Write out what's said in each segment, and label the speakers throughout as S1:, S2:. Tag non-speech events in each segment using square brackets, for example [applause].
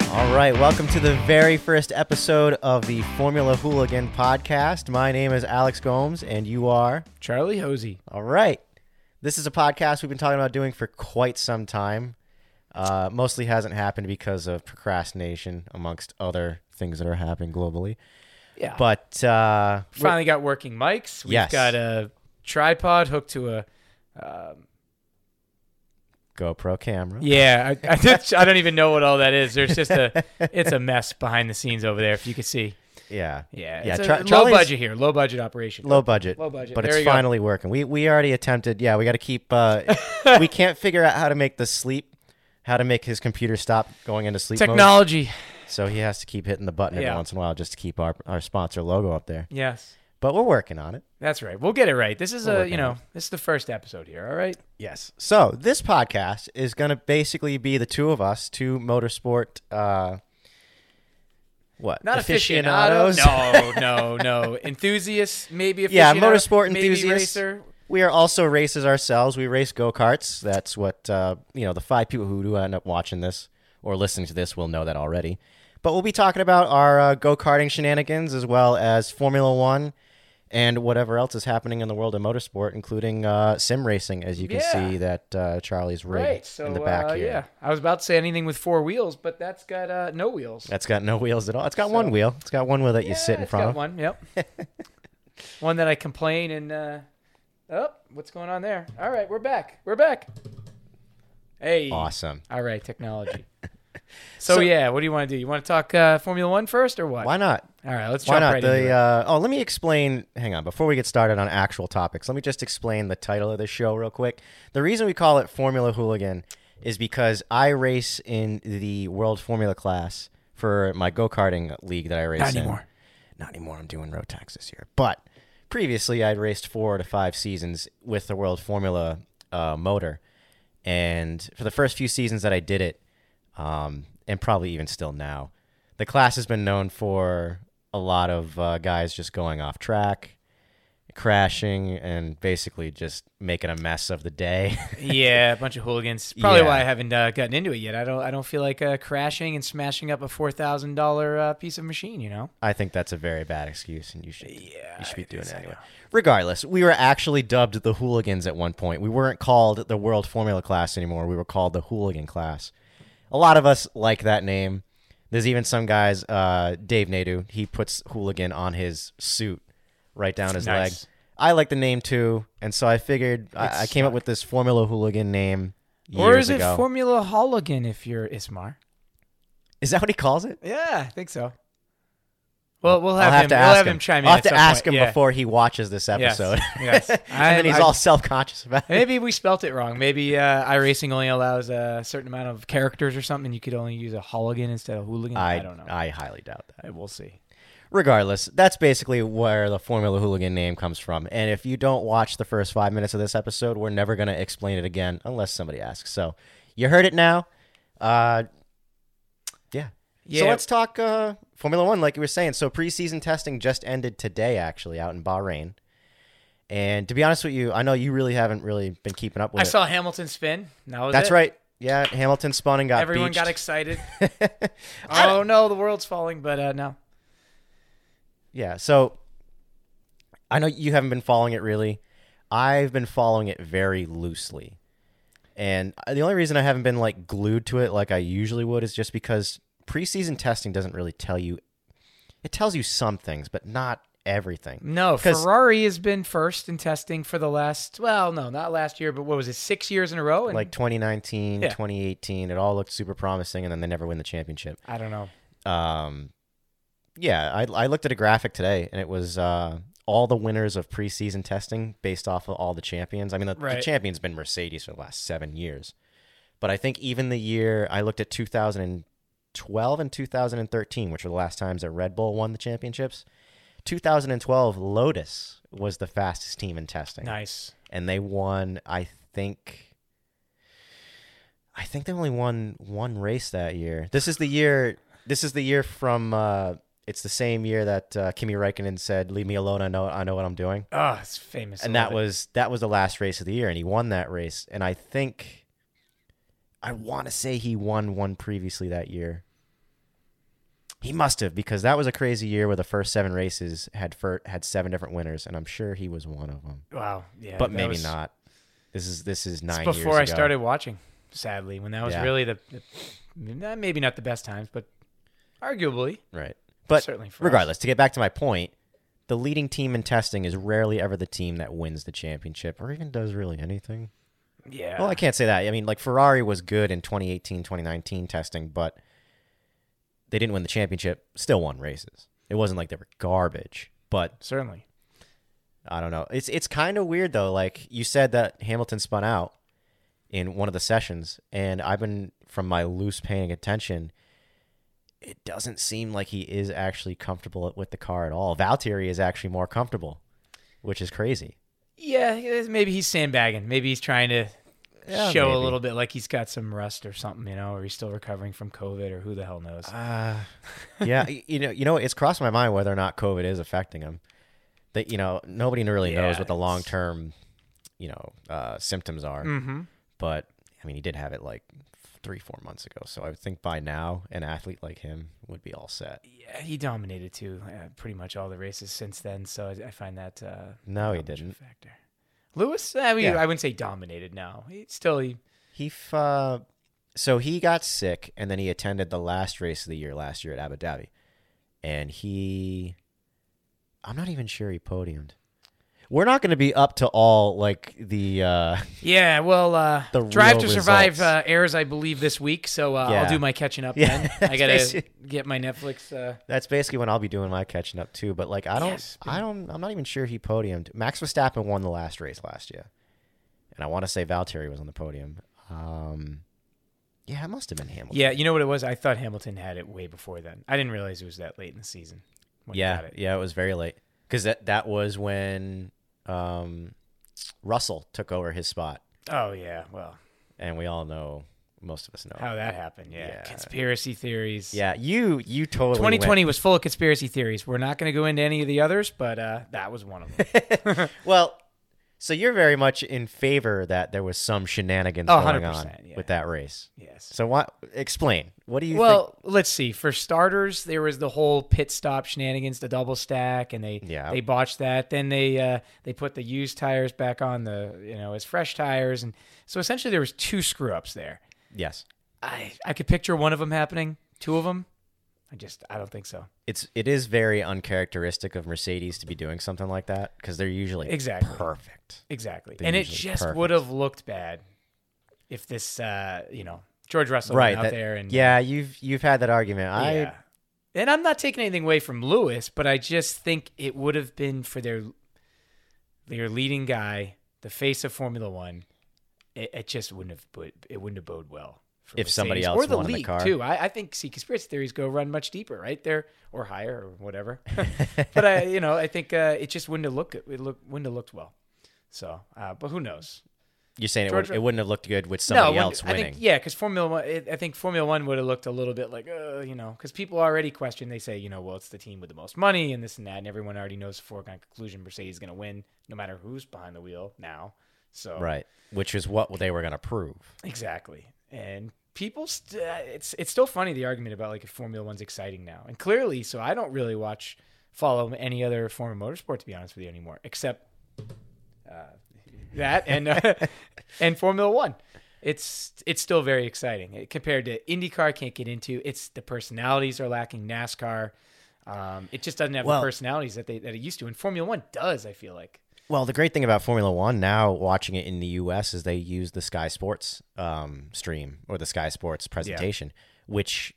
S1: right, welcome to the very first episode of the Formula Hooligan podcast. My name is Alex Gomes, and you are.
S2: Charlie Hosey.
S1: All right. This is a podcast we've been talking about doing for quite some time. Uh, mostly hasn't happened because of procrastination, amongst other things that are happening globally.
S2: Yeah. But
S1: But uh, we're-
S2: finally got working mics. We've
S1: Yes.
S2: got a tripod hooked to a. Um,
S1: GoPro camera.
S2: yeah, I, [laughs] I, just- I don't even know what all that is. There's just a, it's a mess behind the scenes over there. If you could see,
S1: Yeah.
S2: yeah,
S1: Yeah,
S2: it's a
S1: Char-
S2: low
S1: Charlie's-
S2: budget here, low budget operation.
S1: Low budget.
S2: Low budget.
S1: But
S2: There
S1: it's
S2: you go.
S1: finally working. We we already attempted. Yeah, we got to keep.
S2: [laughs]
S1: Uh, we can't figure out how to make the sleep, how to make his computer stop going into sleep mode.
S2: Technology,
S1: So he has to keep hitting the button every
S2: Yeah.
S1: once in a while just to keep our our sponsor logo up there.
S2: yes,
S1: But we're working on it.
S2: that's right. We'll get it right. This is
S1: We're
S2: a,
S1: working
S2: you
S1: on
S2: know, this is the first episode here. All right.
S1: Yes. So this podcast is going to basically be the two of us, two motorsport. Uh, what
S2: Not
S1: aficionados?
S2: aficionado. No, no,
S1: [laughs]
S2: no. Enthusiasts, maybe aficionado.
S1: Yeah, motorsport
S2: maybe
S1: enthusiasts.
S2: racer.
S1: We are also racers ourselves. We race go karts. That's what uh, you know. The five people who do end up watching this or listening to this will know that already. But we'll be talking about our uh, go karting shenanigans as well as Formula One and whatever else is happening in the world of motorsport, including uh, sim racing, as you can
S2: Yeah.
S1: see that uh, Charlie's rig
S2: Right. So
S1: in the back
S2: uh,
S1: here.
S2: yeah, I was about to say anything with four wheels, but that's got uh, no wheels.
S1: That's got no wheels at all. It's got one wheel. It's got one wheel that you sit in
S2: it's
S1: front
S2: got
S1: of.
S2: One. Yep.
S1: [laughs]
S2: one that I complain and uh, oh, what's going on there? All right, we're back. We're back. Hey.
S1: Awesome.
S2: All
S1: [laughs]
S2: right, technology. so,
S1: So-
S2: yeah, what do you want to do? You want to talk uh, Formula One first, or what?
S1: Why not?
S2: All right, let's
S1: Why
S2: jump
S1: not?
S2: right into
S1: the
S2: it.
S1: uh, [laughs] oh, let me explain. Hang on, before we get started on actual topics, let me just explain the title of the show real quick. The reason we call it Formula Hooligan is because I race in the World Formula class for my go karting league that I race
S2: Not
S1: in.
S2: anymore.
S1: Not anymore. I'm doing Rotax this year, but previously I'd raced four to five seasons with the World Formula uh, motor, and for the first few seasons that I did it, um, and probably even still now, the class has been known for a lot of uh, guys just going off track, crashing, and basically just making a mess of the day. [laughs]
S2: yeah, a bunch of hooligans. Probably
S1: Yeah.
S2: why I haven't uh, gotten into it yet. I don't. I don't feel like uh, crashing and smashing up a four thousand thousand dollar uh, piece of machine. You know.
S1: I think that's a very bad excuse, and you should
S2: Yeah,
S1: you should be
S2: I
S1: doing it
S2: guess I
S1: anyway. Regardless, we were actually dubbed the Hooligans at one point. We weren't called the World Formula class anymore. We were called the Hooligan class. A lot of us like that name. There's even some guys, uh, Dave Nadu, he puts hooligan on his suit, right down his
S2: Nice.
S1: leg. I like the name too, and so I figured I, I came up with this Formula Hooligan name years
S2: Or is it
S1: ago.
S2: Formula Hooligan if you're Ismar?
S1: is that what he calls it?
S2: Yeah, I think so. Well, we'll
S1: I'll
S2: have,
S1: have
S2: him.
S1: to
S2: we'll
S1: ask
S2: have
S1: him.
S2: him chime in.
S1: I'll
S2: at
S1: have to
S2: some
S1: ask
S2: point.
S1: him
S2: Yeah.
S1: before he watches this
S2: Yes.
S1: episode.
S2: Yes. I-
S1: [laughs] and then he's
S2: I-
S1: all self-conscious about it.
S2: [laughs] Maybe we spelt it wrong. Maybe uh, iRacing only allows a certain amount of characters or something. You could only use a hooligan instead of hooligan. [laughs] I, don't know.
S1: I highly doubt that.
S2: we'll see.
S1: Regardless, that's basically where the Formula Hooligan name comes from. And if you don't watch the first five minutes of this episode, we're never going to explain it again unless somebody asks. So you heard it now. Uh, yeah.
S2: Yeah.
S1: So let's talk uh, Formula One, like you were saying. So preseason testing just ended today, actually, out in Bahrain. And to be honest with you, I know you really haven't really been keeping up with
S2: I
S1: it.
S2: saw Hamilton spin. That was
S1: that's
S2: it.
S1: right. Yeah, Hamilton spun and got
S2: Everyone got
S1: beached. [laughs]
S2: excited. oh no, the world's falling. But uh, no,
S1: Yeah. So I know you haven't been following it really. I've been following it very loosely. And uh, the only reason I haven't been like glued to it like I usually would is just because preseason testing doesn't really tell you it tells you some things, but not everything.
S2: no.
S1: 'Cause-
S2: Ferrari has been first in testing for the last. Well, no, not last year, but what was it? Six years in a row. And
S1: Like 2019,
S2: Yeah.
S1: 2018, it all looked super promising and then they never win the championship.
S2: I don't know.
S1: um yeah I, I looked at a graphic today and it was uh all the winners of preseason testing based off of all the champions i mean the, the
S2: Right.
S1: champion's been mercedes for the last seven years but i think even the year i looked at 2012 and 2013 which were the last times that red bull won the championships 2012 lotus was the fastest team in testing
S2: Nice.
S1: and they won i think i think they only won one race that year this is the year this is the year from uh it's the same year that uh, Kimi Räikkönen said, "Leave me alone. I know. I know what I'm doing."
S2: Oh, it's famous.
S1: and
S2: I
S1: that
S2: love it.
S1: was that was the last race of the year, and he won that race. And I think, I want to say he won one previously that year, He must have because that was a crazy year where the first seven races had fir- had seven different winners, and I'm sure he was one of them.
S2: Wow. Yeah.
S1: but
S2: that
S1: maybe
S2: was-
S1: not. This is this is
S2: it's
S1: nine years
S2: before I
S1: ago.
S2: started watching. Sadly, when that was
S1: Yeah.
S2: really the, the- not- maybe not the best times, but arguably
S1: Right, but
S2: certainly for us.
S1: regardless, to get back to my point, the leading team in testing is rarely ever the team that wins the championship or even does really anything.
S2: Yeah.
S1: Well, I can't say that. I mean, like Ferrari was good in 2018, 2019 testing, but they didn't win the championship, still won races. It wasn't like they were garbage, but
S2: certainly.
S1: I don't know. It's it's kind of weird though. Like you said that Hamilton spun out in one of the sessions and I've been from my loose paying attention it doesn't seem like he is actually comfortable with the car at all. Valtteri is actually more comfortable, which is crazy.
S2: Yeah. it is- Maybe he's sandbagging. Maybe he's trying to
S1: Yeah,
S2: show a
S1: maybe.
S2: little bit like he's got some rust or something, you know, or he's still recovering from COVID or who the hell knows.
S1: Uh, [laughs] yeah, y- you know, you know, it's crossed my mind whether or not COVID is affecting him. That you know, nobody really knows
S2: Yeah,
S1: what the
S2: it's-
S1: long term, you know, uh, symptoms are.
S2: mm-hmm.
S1: But I mean, he did have it like three, four months ago. So I would think by now, an athlete like him would be all set.
S2: Yeah, he dominated too, uh, pretty much all the races since then. So I, I find that uh,
S1: No, Oh, he
S2: not much of a
S1: didn't.
S2: Factor. Lewis, I mean,
S1: Yeah.
S2: I wouldn't say dominated. No, he still he.
S1: He, f- uh, so he got sick, and then he attended the last race of the year last year at Abu Dhabi, and he, I'm not even sure he podiumed. We're not going to be up to all like the. Uh,
S2: Yeah, well, uh,
S1: The
S2: Drive
S1: real
S2: to Survive uh,
S1: results.
S2: airs, I believe, this week. So uh, I'll
S1: Yeah.
S2: do my catching
S1: [laughs]
S2: up
S1: Yeah,
S2: then. I
S1: that's
S2: gotta
S1: basi-
S2: get my Netflix. Uh,
S1: That's basically when I'll be doing my catching up too. But like, I don't,
S2: Yes,
S1: I don't, I'm not even sure he podiumed. Max Verstappen won the last race last year, and I want to say Valtteri was on the podium. Um, yeah, it must have been Hamilton.
S2: yeah, you know what it was? I thought Hamilton had it way before then. I didn't realize it was that late in the season. When he
S1: yeah,
S2: got it.
S1: yeah. It was very late because that that was when um, Russell took over his spot,
S2: Oh yeah. Well,
S1: and we all know, most of us know.
S2: how that happened? Yeah.
S1: Oh. Yeah.
S2: Conspiracy theories.
S1: yeah, you you totally.
S2: 2020 was full of conspiracy theories. We're not going to go into any of the others, but uh, that was one
S1: [laughs]
S2: of them.
S1: went- well, so you're very much in favor that there was some shenanigans
S2: Oh,
S1: going on
S2: 100%, yeah.
S1: with that race.
S2: yes.
S1: So what? Explain. What do you?
S2: Well, let's see. For starters, there was the whole pit stop shenanigans, the double stack, and they
S1: Yeah.
S2: they botched that. Then they uh, they put the used tires back on the you know as fresh tires, and so essentially there was two screw ups there.
S1: think? Yes,
S2: I I could picture one of them happening, two of them. I just I don't think so.
S1: it's it is very uncharacteristic of Mercedes to be doing something like that because they're usually
S2: Exactly.
S1: perfect.
S2: Exactly.
S1: They're
S2: and it
S1: usually
S2: just
S1: perfect.
S2: would have looked bad if this uh, you know George Russell
S1: right
S2: went out
S1: that-
S2: there and
S1: yeah, you've you've had that argument.
S2: yeah. And I'm not taking anything away from Lewis, but I just think it would have been for their their leading guy, the face of Formula One. It, it just wouldn't have bo- it wouldn't have bode well. For
S1: If somebody
S2: Mercedes
S1: else
S2: or the
S1: won the
S2: league
S1: car.
S2: too, I, I think see conspiracy theories go run much deeper, right there or higher or whatever. [laughs]
S1: I
S2: but I, you know, I think uh, it just wouldn't have looked it look wouldn't have looked well. So, uh, but who knows?
S1: [laughs] you're saying it,
S2: George-
S1: would, it wouldn't have looked good with somebody
S2: it wouldn't-
S1: else
S2: I think-
S1: winning.
S2: yeah, because Formula One, it, I think Formula One would have looked a little bit like, uh, you know, because people already question. They say, you know, well, it's the team with the most money and this and that, and everyone already knows a foregone conclusion Mercedes is going to win, no matter who's behind the wheel now. So
S1: Right, which is what they were going to prove.
S2: exactly, and people, st- uh, it's it's still funny the argument about like if Formula One's exciting now, and clearly, so I don't really watch follow any other form of motorsport to be honest with you anymore, except uh, that
S1: [laughs]
S2: and uh, and Formula One. It's it's still very exciting It- compared to IndyCar. Can't get into it's the personalities are lacking. NASCAR, um, it just doesn't have
S1: Well-
S2: the personalities that they that it used to. And Formula One does. I feel like
S1: Well, the great thing about Formula One now, watching it in the U.S., is they use the Sky Sports um, stream or the Sky Sports presentation, which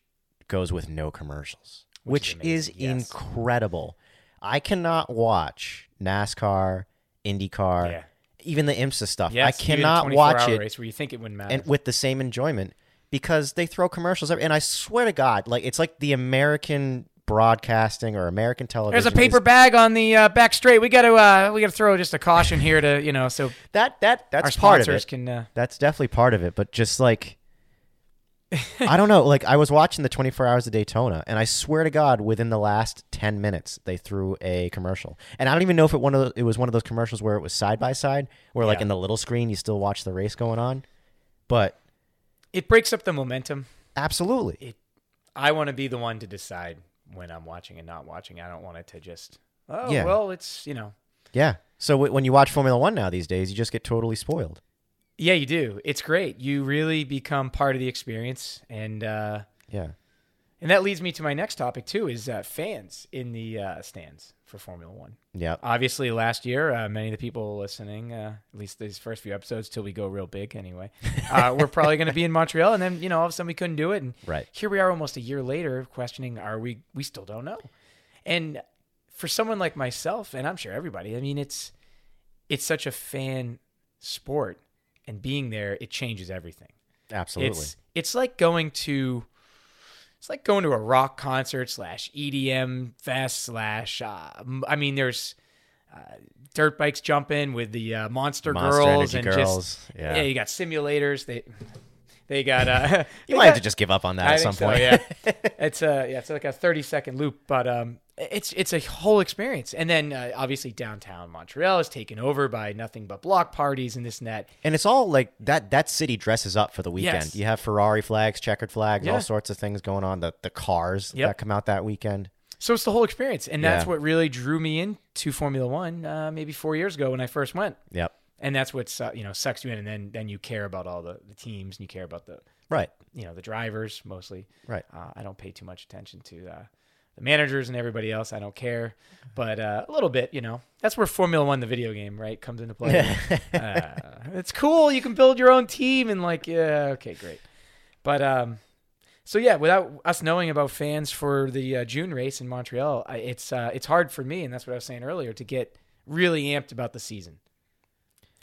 S1: goes with no commercials,
S2: Which
S1: which, is,
S2: is amazing, yes.
S1: incredible. I cannot watch NASCAR, IndyCar,
S2: Yeah.
S1: even the IMSA stuff.
S2: yeah,
S1: I
S2: it's even a
S1: cannot
S2: 24
S1: watch
S2: hour
S1: it
S2: race where you think it wouldn't matter.
S1: and with the same enjoyment because they throw commercials. every- And I swear to God, like it's like the American broadcasting or American television.
S2: There's a
S1: is-
S2: paper bag on the uh, back straight. We got to uh, we got to throw just a caution here to you know so
S1: that that
S2: our
S1: that's part of
S2: sponsors
S1: it.
S2: can. Uh,
S1: That's definitely part of it, but just
S2: [laughs]
S1: like I don't know, like I was watching the 24 hours of Daytona and I swear to god within the last 10 minutes they threw a commercial. And I don't even know if it one of those, it was one of those commercials where it was side by side where like
S2: Yeah.
S1: in the little screen you still watch the race going on. But
S2: it breaks up the momentum.
S1: absolutely.
S2: I want to be the one to decide when I'm watching and not watching. I don't want it to just oh
S1: Yeah.
S2: well, it's you know
S1: Yeah. So w- when you watch Formula One now these days, you just get totally spoiled.
S2: yeah you do. It's great. You really become part of the experience, and uh,
S1: Yeah.
S2: and that leads me to my next topic too is uh, fans in the uh, stands for Formula One.
S1: Yeah.
S2: Obviously, last year, uh, many of the people listening, uh, at least these first few episodes, till we go real big anyway, uh, we're probably going to be in Montreal, and then you know all of a sudden we couldn't do it, and
S1: Right.
S2: here we are almost a year later questioning are we we still don't know and for someone like myself and i'm sure everybody i mean it's it's such a fan sport and being there it changes everything
S1: Absolutely.
S2: it's it's like going to it's like going to a rock concert slash EDM fest slash. Uh, m- I mean, there's uh, dirt bikes jumping with the uh, monster,
S1: Monster
S2: girls
S1: Energy
S2: and
S1: Girls,
S2: just
S1: yeah.
S2: you got simulators. They they got uh,
S1: [laughs] you
S2: they
S1: might have
S2: got-
S1: to just give up on that at some
S2: think so,
S1: point. [laughs]
S2: yeah, it's a yeah, it's like a thirty second loop, but um, it's it's a whole experience. And then uh, obviously downtown Montreal is taken over by nothing but block parties and this and that.
S1: And it's all like that that city dresses up for the weekend.
S2: Yes.
S1: You have Ferrari flags, checkered flags,
S2: Yeah.
S1: all sorts of things going on. The the cars
S2: Yep.
S1: that come out that weekend.
S2: So it's the whole experience, and that's
S1: Yeah.
S2: what really drew me into Formula One uh, maybe four years ago when I first went.
S1: Yep.
S2: And that's what uh, you know sucks you in, and then then you care about all the, the teams and you care about the
S1: Right. [laughs]
S2: you know the drivers mostly.
S1: Right.
S2: Uh, I don't pay too much attention to uh, the managers and everybody else. I don't care, but uh, a little bit, you know. That's where Formula One, the video game, right, comes
S1: [laughs]
S2: into play. uh, it's cool. You can build your own team and like, yeah, okay, great. But um, so yeah, without us knowing about fans for the uh, June race in Montreal, I, it's uh, it's hard for me, and that's what I was saying earlier, to get really amped about the season.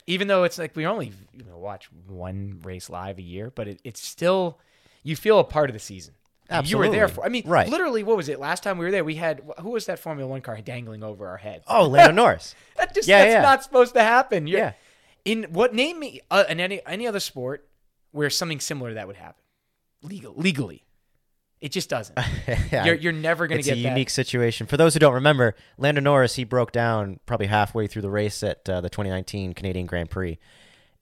S2: Even though it's like we only you know, watch one race live a year, but it, it's still you feel a part of the season. You were there
S1: Absolutely.
S2: for. I mean,
S1: Right.
S2: literally, what was it? Last time we were there, we had who was that Formula One car dangling over our head?
S1: Oh, [laughs] Lando Norris.
S2: [laughs] That just
S1: Yeah,
S2: that's
S1: yeah.
S2: not supposed to happen. You're-
S1: Yeah. [laughs]
S2: In what name me uh, in any any other sport where something similar to that would happen legal legally, it just doesn't.
S1: [laughs] Yeah.
S2: You're you're never gonna
S1: it's
S2: get
S1: a
S2: that.
S1: unique situation. For those who don't remember, Lando Norris he broke down probably halfway through the race at uh, the 2019 Canadian Grand Prix,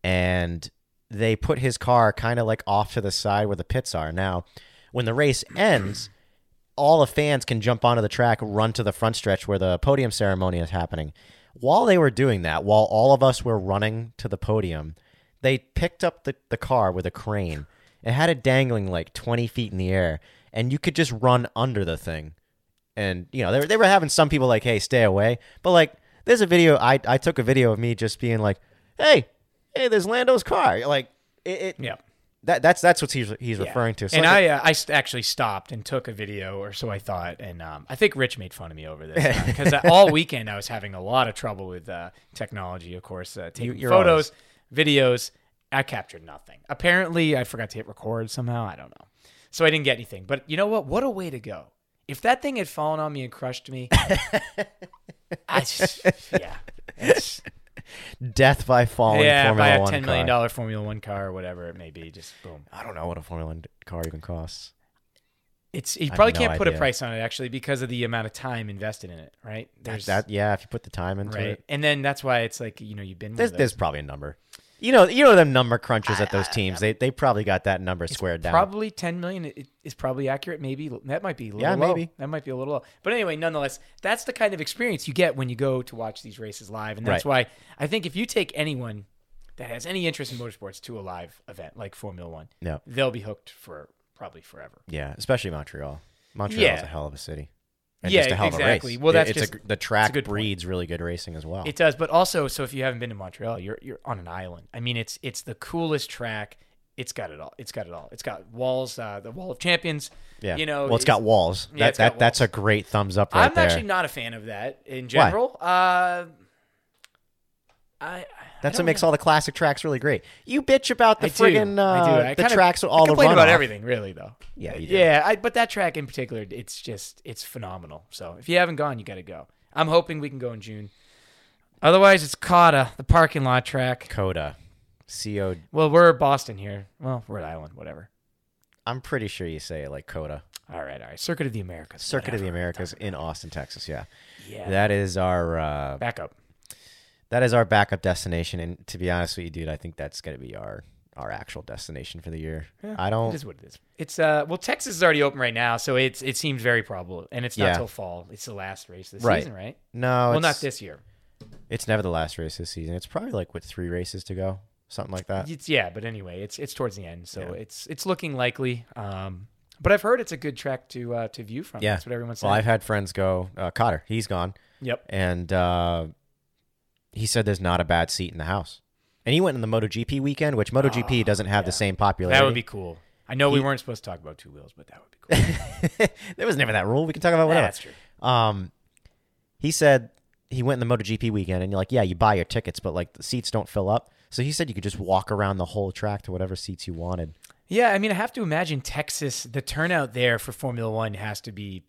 S1: and they put his car kind of like off to the side where the pits are. Now, when the race ends, all the fans can jump onto the track, run to the front stretch where the podium ceremony is happening. While they were doing that, while all of us were running to the podium, they picked up the, the car with a crane. It had it dangling like 20 feet in the air, and you could just run under the thing. And, you know, they were, they were having some people like, hey, stay away. But, like, there's a video, I, I took a video of me just being like, hey, hey, there's Lando's car. Like, it, it
S2: yeah.
S1: that, that's that's what he's, he's
S2: Yeah.
S1: referring to. So
S2: and
S1: like,
S2: I, uh, I st- actually stopped and took a video, or so I thought. And um, I think Rich made fun of me over this
S1: [laughs]
S2: because all weekend I was having a lot of trouble with uh, technology, of course, uh, taking
S1: you're
S2: photos, videos. I captured nothing. Apparently, I forgot to hit record somehow. I don't know. So I didn't get anything. But you know what? What a way to go. If that thing had fallen on me and crushed
S1: [laughs]
S2: me, I just, yeah. It's-
S1: death by falling
S2: yeah, if
S1: Formula
S2: I have
S1: One
S2: $10
S1: car.
S2: million dollar Formula One car or whatever it may be, just boom.
S1: I don't know what a Formula One car even costs.
S2: It's you probably
S1: no
S2: can't put a
S1: idea.
S2: price on it actually because of the amount of time invested in it, right?
S1: That, that yeah, if you put the time into
S2: right,
S1: it,
S2: and then that's why it's like you know you've been
S1: there's
S2: with
S1: there's probably a number. You know, you know them number crunchers at those teams. they they probably got that number squared down.
S2: probably ten million i- is probably accurate. Maybe that might be a little
S1: Yeah,
S2: low.
S1: maybe.
S2: that might be a little low. But anyway, nonetheless, that's the kind of experience you get when you go to watch these races live, and that's why I think if you take anyone that has any interest in motorsports to a live event like Formula One,
S1: no,
S2: they'll be hooked for probably forever.
S1: yeah, especially Montreal. Montreal's
S2: Yeah.
S1: a hell of a city. And
S2: Yeah,
S1: just a hell of a
S2: exactly.
S1: race.
S2: Well,
S1: It-
S2: that's
S1: it's a
S2: just-
S1: gr- the track
S2: good point.
S1: breeds really good racing as well.
S2: It does, but also, so if you haven't been to Montreal, you're you're on an island. I mean, it's it's the coolest track. It's got it all. It's got it all. It's got walls, uh, the Wall of Champions.
S1: yeah,
S2: you know,
S1: well, it's got walls.
S2: yeah,
S1: that
S2: it's
S1: that
S2: got
S1: that's a
S2: walls.
S1: great thumbs up right
S2: I'm
S1: there.
S2: actually not a fan of that in general. Uh, I.
S1: that's what makes all the classic tracks really great. You bitch about the
S2: I do.
S1: friggin' uh,
S2: I do. I
S1: the
S2: kinda-
S1: tracks with
S2: I
S1: all the
S2: complain
S1: runoff.
S2: about everything, really, though.
S1: Yeah, you do.
S2: yeah. I, but that track in particular, it's just it's phenomenal. So if you haven't gone, you got to go. I'm hoping we can go in June. Otherwise, it's Coda, the parking lot track.
S1: Coda, C O.
S2: Well, we're Boston here. Well, Rhode Island, whatever.
S1: I'm pretty sure you say it like Coda.
S2: All right, all right. Circuit of the Americas.
S1: Circuit of the
S2: whatever.
S1: Americas in Austin, Texas. Yeah,
S2: Yeah.
S1: that is our uh,
S2: Back up.
S1: that is our backup destination. And to be honest with you, dude, I think that's gonna be our our actual destination for the year.
S2: Yeah,
S1: I
S2: It
S1: don't.
S2: is what it is. It's uh well Texas is already open right now, so it's it seems very probable, and it's not
S1: Yeah.
S2: till fall. It's the last race this
S1: Right.
S2: season, right?
S1: No,
S2: well,
S1: it's,
S2: not this year.
S1: It's never the last race this season. It's probably like with three races to go, something like that.
S2: It's yeah, but anyway, it's it's towards the end, so
S1: uh, Yeah.
S2: it's it's looking likely. Um, but I've heard it's a good track to uh to view from.
S1: Yeah.
S2: that's what everyone's
S1: Well,
S2: saying.
S1: I've had friends go. Uh, Cotter, he's gone,
S2: yep.
S1: and uh, he said there's not a bad seat in the house. And he went in the MotoGP weekend, which MotoGP
S2: Oh,
S1: doesn't have
S2: yeah.
S1: the same popularity.
S2: That would be cool. I know we
S1: He-
S2: weren't supposed to talk about two wheels, but that would
S1: [laughs]
S2: be cool.
S1: there was never that rule. We can talk about whatever.
S2: that's true.
S1: Um, he said he went in the MotoGP weekend, and you're like, yeah, you buy your tickets, but like the seats don't fill up. So he said you could just walk around the whole track to whatever seats you wanted.
S2: Yeah, I mean, I have to imagine Texas. The turnout there for Formula One has to be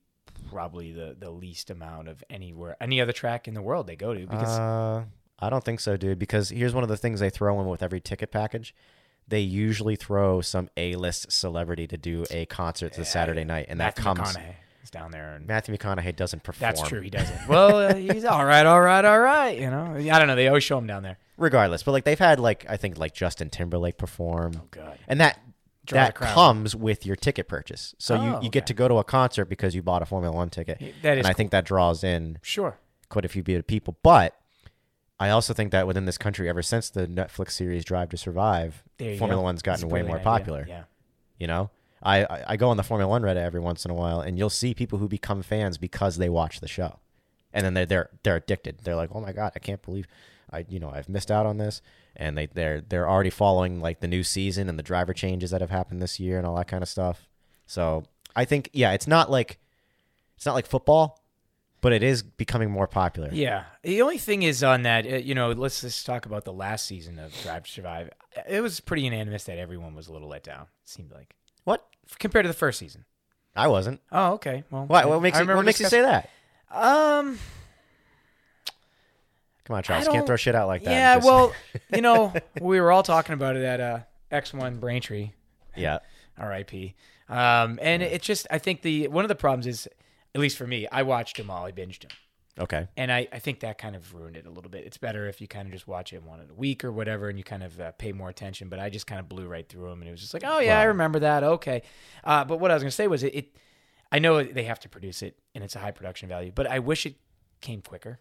S2: probably the the least amount of anywhere any other track in the world they go to because
S1: uh, I don't think so, dude. Because here's one of the things they throw in with every ticket package. They usually throw some A-list celebrity to do a concert the Saturday night, and that
S2: Matthew
S1: comes.
S2: McConaughey is down there and
S1: Matthew McConaughey doesn't perform.
S2: That's true. He doesn't. Well, uh, he's all right, all right, all right. You know, I don't know. They always show him down there.
S1: Regardless, but like they've had like I think like Justin Timberlake perform.
S2: God.
S1: and that
S2: Draws a
S1: that
S2: crowd.
S1: comes with your ticket purchase. So you, you
S2: Oh, okay.
S1: get to go to a concert because you bought a Formula One ticket,
S2: Y- that is
S1: and I think that draws in
S2: Sure.
S1: quite a few bit of people. But I also think that within this country, ever since the Netflix series Drive to Survive,
S2: There you
S1: Formula
S2: go.
S1: One's
S2: It's a
S1: gotten way more
S2: brilliant idea.
S1: popular.
S2: Yeah.
S1: You know, I, I I go on the Formula One Reddit every once in a while, and you'll see people who become fans because they watch the show, and then they're they're they're addicted. They're like, oh my god, I can't believe. I you know I've missed out on this, and they they're they're already following like the new season and the driver changes that have happened this year and all that kind of stuff. So I think yeah, it's not like it's not like football, but it is becoming more popular.
S2: Yeah. The only thing is on that, uh, you know, let's just talk about the last season of Drive to Survive. It was pretty unanimous that everyone was a little let down. It seemed like
S1: What?
S2: F- compared to the first season.
S1: I wasn't.
S2: Oh, okay. Well,
S1: Why?
S2: yeah.
S1: What makes
S2: I
S1: you,
S2: remember
S1: what makes you say that?
S2: discuss- Um.
S1: Come on,
S2: I
S1: Travis,
S2: don't-
S1: can't throw shit out like that. and
S2: Yeah.
S1: just-
S2: Well, you know, we were all talking about it at uh, X1 Braintree.
S1: [laughs] yeah,
S2: R.I.P. Um, and it just, I think the one of the problems is, at least for me, I watched him all, I binged him,
S1: okay,
S2: and I, I think that kind of ruined it a little bit. It's better if you kind of just watch it one in a week or whatever, and you kind of uh, pay more attention. But I just kind of blew right through him, and it was just like, oh yeah, I
S1: Well-
S2: remember that. Okay, uh, but what I was gonna say was it, it. I know they have to produce it, and it's a high production value, but I wish it came quicker.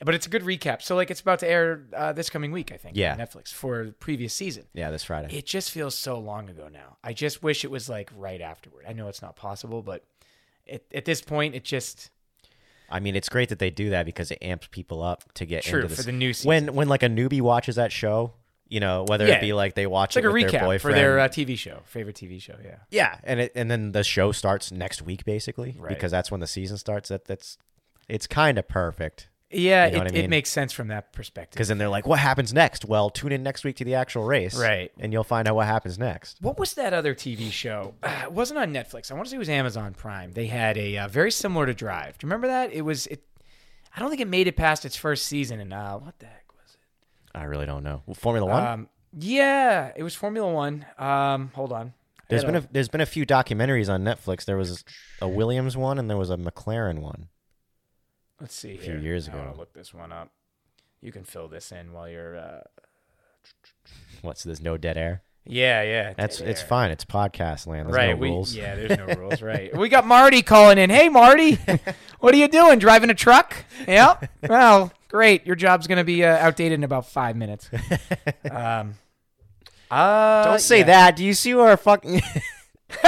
S2: But it's a good recap. So like, it's about to air uh, this coming week, I think.
S1: Yeah.
S2: on Netflix for the previous season.
S1: yeah, this Friday.
S2: It just feels so long ago now. I just wish it was like right afterward. I know it's not possible, but at, at this point, it just
S1: I mean, it's great that they do that because it amps people up to get
S2: true
S1: into this.
S2: for the new season.
S1: when when like a newbie watches that show, you know, whether
S2: Yeah.
S1: it be like they watch
S2: it's like
S1: it
S2: a
S1: with their
S2: recap
S1: boyfriend,
S2: for their uh, TV show, favorite TV show. Yeah,
S1: yeah, and it, and then the show starts next week basically
S2: Right.
S1: because that's when the season starts. That that's it's kind of perfect
S2: yeah,
S1: You know
S2: it,
S1: what I
S2: it
S1: mean?
S2: makes sense from that perspective.
S1: because then they're like, what happens next? Well, tune in next week to the actual race,
S2: Right.
S1: And you'll find out what happens next.
S2: What was that other TV show? [sighs] Uh, it wasn't on Netflix. I want to say it was Amazon Prime. They had a uh, very similar to Drive. Do you remember that? It was it. I don't think it made it past its first season. And uh, what the heck was it?
S1: I really don't know. Well, Formula One.
S2: Um, yeah, it was Formula One. Um, hold on.
S1: there's
S2: I
S1: been
S2: don't-
S1: a, there's been a few documentaries on Netflix. There was a Williams one and there was a McLaren one.
S2: Let's see.
S1: few
S2: here.
S1: years
S2: I wanna
S1: ago.
S2: look this one up. You can fill this in while you're. Uh...
S1: What? So there's no dead air.
S2: Yeah, yeah.
S1: That's
S2: dead
S1: it's
S2: air.
S1: fine. It's podcast land. There's
S2: right.
S1: no
S2: we,
S1: rules.
S2: Yeah, there's no
S1: [laughs]
S2: rules. Right. We got Marty calling in. Hey, Marty, what are you doing? Driving a truck? Yeah.
S1: [laughs]
S2: Well, great. Your job's gonna be uh, outdated in about five
S1: [laughs]
S2: minutes. Um. Uh,
S1: Don't say
S2: yeah.
S1: that. Do you see where our fucking? [laughs]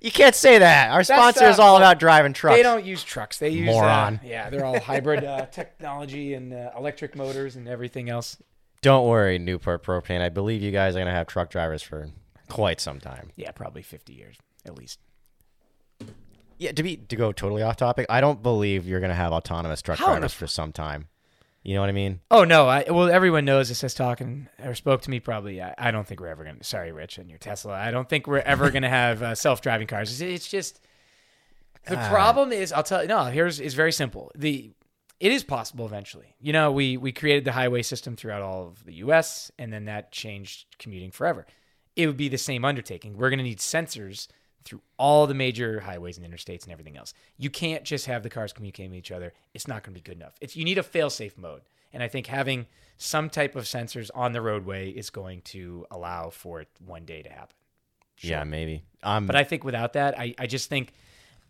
S1: you can't say that. Our sponsor is
S2: uh,
S1: all about driving trucks.
S2: They don't use trucks. They use uh,
S1: Moron.
S2: yeah, they're all
S1: [laughs]
S2: hybrid uh, technology and uh, electric motors and everything else.
S1: Don't worry, Newport Propane. I believe you guys are gonna have truck drivers for quite some time.
S2: Yeah, probably fifty years at least.
S1: Yeah. To be to go totally off topic, I don't believe you're gonna have autonomous truck
S2: How in the
S1: drivers for some time. You know what I mean?
S2: Oh no! I well, everyone knows this has talking or spoke to me. Probably, I, I don't think we're ever gonna. Sorry, Rich, and your Tesla. I don't think we're ever gonna have uh, self-driving cars. It's, it's just the problem is. I'll tell you. No, here's is very simple. The it is possible eventually. You know, we we created the highway system throughout all of the U.S. and then that changed commuting forever. It would be the same undertaking. We're gonna need sensors through all the major highways and interstates and everything else. You can't just have the cars communicate with each other. It's not gonna be good enough. It's you need a fail-safe mode. And I think having some type of sensors on the roadway is going to allow for it one day to happen.
S1: Yeah, maybe. I'm
S2: But I think without that, I, I just think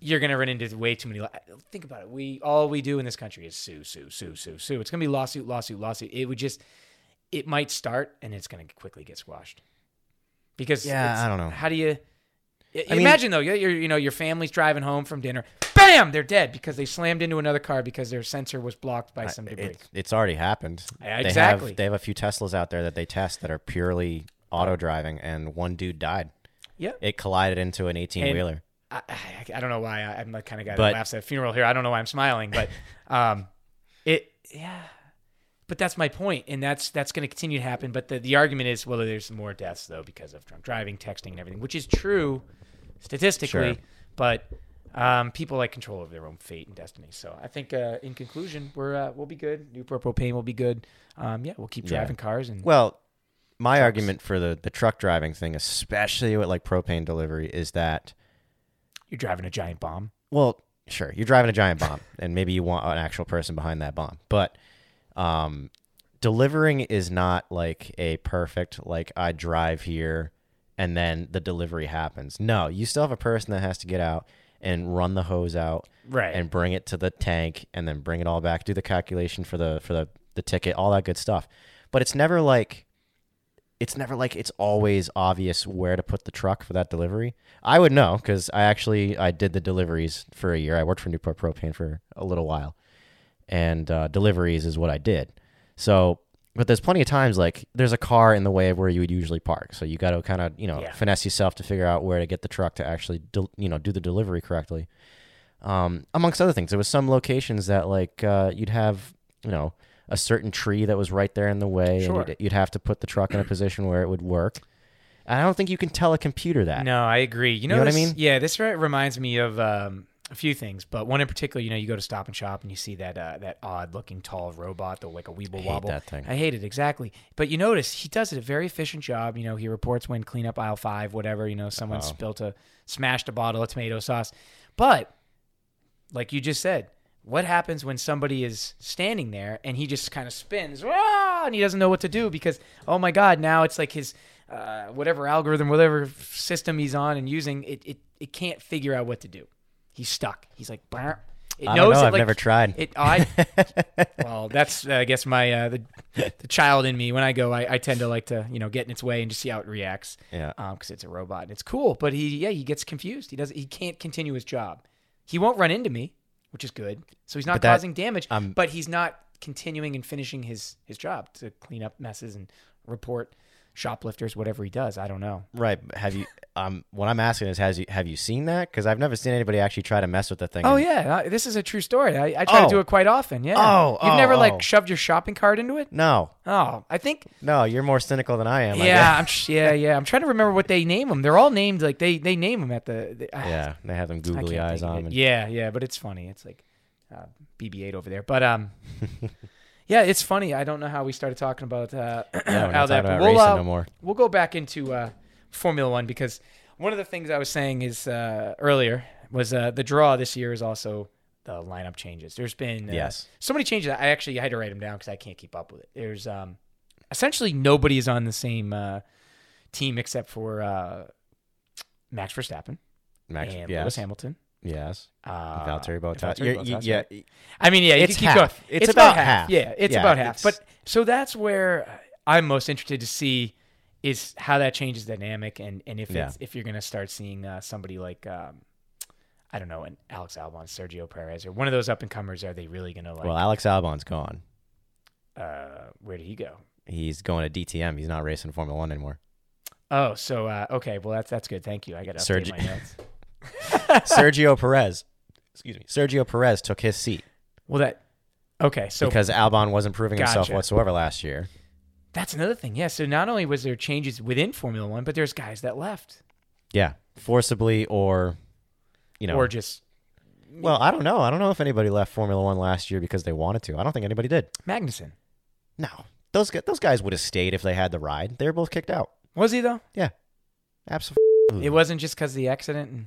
S2: you're going to run into way too many. Li- think about it. We all we do in this country is sue, sue, sue, sue, sue. It's going to be lawsuit, lawsuit, lawsuit. It would just, it might start and it's going to quickly get squashed. Because
S1: Yeah,
S2: it's-
S1: I don't know.
S2: How do you? I-
S1: mean-
S2: imagine though, you're, you know your family's driving home from dinner, bam, they're dead because they slammed into another car because their sensor was blocked by some debris.
S1: it, it's already happened.
S2: Yeah,
S1: They
S2: exactly.
S1: have, they have a few Teslas out there that they test that are purely auto driving, and one dude died.
S2: Yeah.
S1: It collided into an 18 wheeler.
S2: I, I, I don't know why I, I'm the kind of guy
S1: But-
S2: that laughs at a funeral here. I don't know why I'm
S1: [laughs]
S2: smiling, but um, it yeah. But that's my point, and that's that's going to continue to happen. But the, the argument is, well, there's more deaths though because of drunk driving, texting, and everything, which is true statistically.
S1: Sure.
S2: But um, people like control over their own fate and destiny. So I think uh, in conclusion, we're uh, we'll be good. Newport propane will be good. Um, yeah, we'll keep
S1: Yeah.
S2: driving cars and
S1: Well, my argument for the, the truck driving thing, especially with like propane delivery, is that
S2: you're driving a giant bomb.
S1: well, sure, you're driving a giant bomb, and maybe you want an actual person behind that bomb, but um, delivering is not like a perfect like I drive here and then the delivery happens. No, you still have a person that has to get out and run the hose out
S2: Right.
S1: and bring it to the tank and then bring it all back do the calculation for the for the, the ticket all that good stuff but it's never like it's never like it's always obvious where to put the truck for that delivery i would know because i actually i did the deliveries for a year i worked for newport propane for a little while and uh, deliveries is what i did so but there's plenty of times like there's a car in the way of where you would usually park so you got to kind of you know
S2: Yeah.
S1: finesse yourself to figure out where to get the truck to actually del- you know do the delivery correctly um, amongst other things. There was some locations that like uh, you'd have, you know, a certain tree that was right there in the way,
S2: Sure.
S1: and you'd, you'd have to put the truck in a position where it would work. And I don't think you can tell a computer that.
S2: No, I agree. You know,
S1: know what I
S2: this-
S1: mean?
S2: Yeah, this re- reminds me of um, a few things, but one in particular. You know, you go to Stop and Shop and you see that uh, that odd looking tall robot, the like a weeble
S1: hate
S2: wobble.
S1: that thing.
S2: I hate it exactly. But you notice he does it a very efficient job. You know, he reports when clean up aisle five, whatever. You know, someone spilt a smashed a bottle of tomato sauce, but like you just said. What happens when somebody is standing there and he just kind of spins "Wah!" and he doesn't know what to do because, oh my God, now it's like his uh, whatever algorithm, whatever system he's on and using, it, it, it can't figure out what to do. He's stuck. He's like, "Brr." it
S1: I don't know.
S2: it,
S1: I've never tried.
S2: It,
S1: [laughs]
S2: I, well, that's uh, I guess my uh, the, the child in me. When I go, I, I tend to like to you know get in its way and just see how it reacts.
S1: Yeah.
S2: because um, it's a robot and it's cool. But he yeah he gets confused. He does he can't continue his job. He won't run into me, which is good. So he's not
S1: But that-
S2: causing damage.
S1: I'm-
S2: but he's not continuing and finishing his his job to clean up messes and report shoplifters, whatever he does. I don't know.
S1: Right. but Have you? Um, what I'm asking is, has you have you seen that? Because I've never seen anybody actually try to mess with the thing.
S2: Oh
S1: And-
S2: yeah, uh, this is a true story. I, I try
S1: Oh.
S2: to do it quite often. Yeah.
S1: Oh,
S2: you've
S1: oh,
S2: never
S1: oh.
S2: like shoved your shopping cart into it?
S1: No,
S2: Oh, I think
S1: no, you're more cynical than I am. I
S2: yeah,
S1: guess.
S2: I'm, sh- yeah, yeah. I'm trying to remember what they name them. They're all named like they they name them at the. the ah,
S1: yeah. They have them
S2: I can't
S1: googly eyes
S2: think of
S1: on
S2: it.
S1: them. and-
S2: Yeah, yeah, but it's funny. It's like uh, BB-8 over there,
S1: [laughs]
S2: but um, yeah, it's funny. I don't know how we started talking about uh,
S1: [clears throat] Yeah, we're
S2: [clears throat] how
S1: not
S2: that.
S1: talking
S2: but
S1: about
S2: we'll,
S1: racing
S2: uh,
S1: no more.
S2: we'll go back into uh, Formula One because one of the things I was saying is uh, earlier was uh, the draw this year is also the lineup changes. There's been uh,
S1: Yes.
S2: so many changes. I actually had to write them down because I can't keep up with it. There's um, essentially nobody is on the same uh, team except for uh, Max Verstappen
S1: Max,
S2: and
S1: yes,
S2: Lewis Hamilton.
S1: yes.
S2: um, Uh,
S1: Valtteri
S2: and
S1: Bottas.
S2: Valtteri
S1: You're-
S2: Bottas,
S1: you-
S2: right?
S1: yeah,
S2: I mean, yeah, you
S1: It's
S2: could keep
S1: half.
S2: going.
S1: It's about half.
S2: Yeah, it's
S1: Yeah,
S2: about half.
S1: it's-
S2: But so that's where I'm most interested to see is how that changes dynamic and and if
S1: Yeah.
S2: it's, if you're going to start seeing uh, somebody like um, I don't know, an Alex Albon, Sergio Perez, or one of those up and comers, are they really going to like?
S1: Well, Alex Albon's gone.
S2: uh, where did he go?
S1: He's going to DTM. He's not racing Formula One anymore.
S2: Oh, so uh, okay, well that's that's good. Thank you. I got to update
S1: Sergi-
S2: my notes. [laughs]
S1: Sergio Perez, excuse me, Sergio Perez took his seat
S2: Well, that okay. So
S1: because Albon wasn't proving himself
S2: Gotcha.
S1: whatsoever last year.
S2: that's another thing. Yeah. So not only was there changes within Formula One, but there's guys that left
S1: Yeah, forcibly or, you know,
S2: or just
S1: well, I don't know. I don't know if anybody left Formula One last year because they wanted to. I don't think anybody did.
S2: Magnussen.
S1: No, those gu- those guys would have stayed if they had the ride. They were both kicked out.
S2: Was he though?
S1: Absolutely.
S2: It wasn't just because the accident. And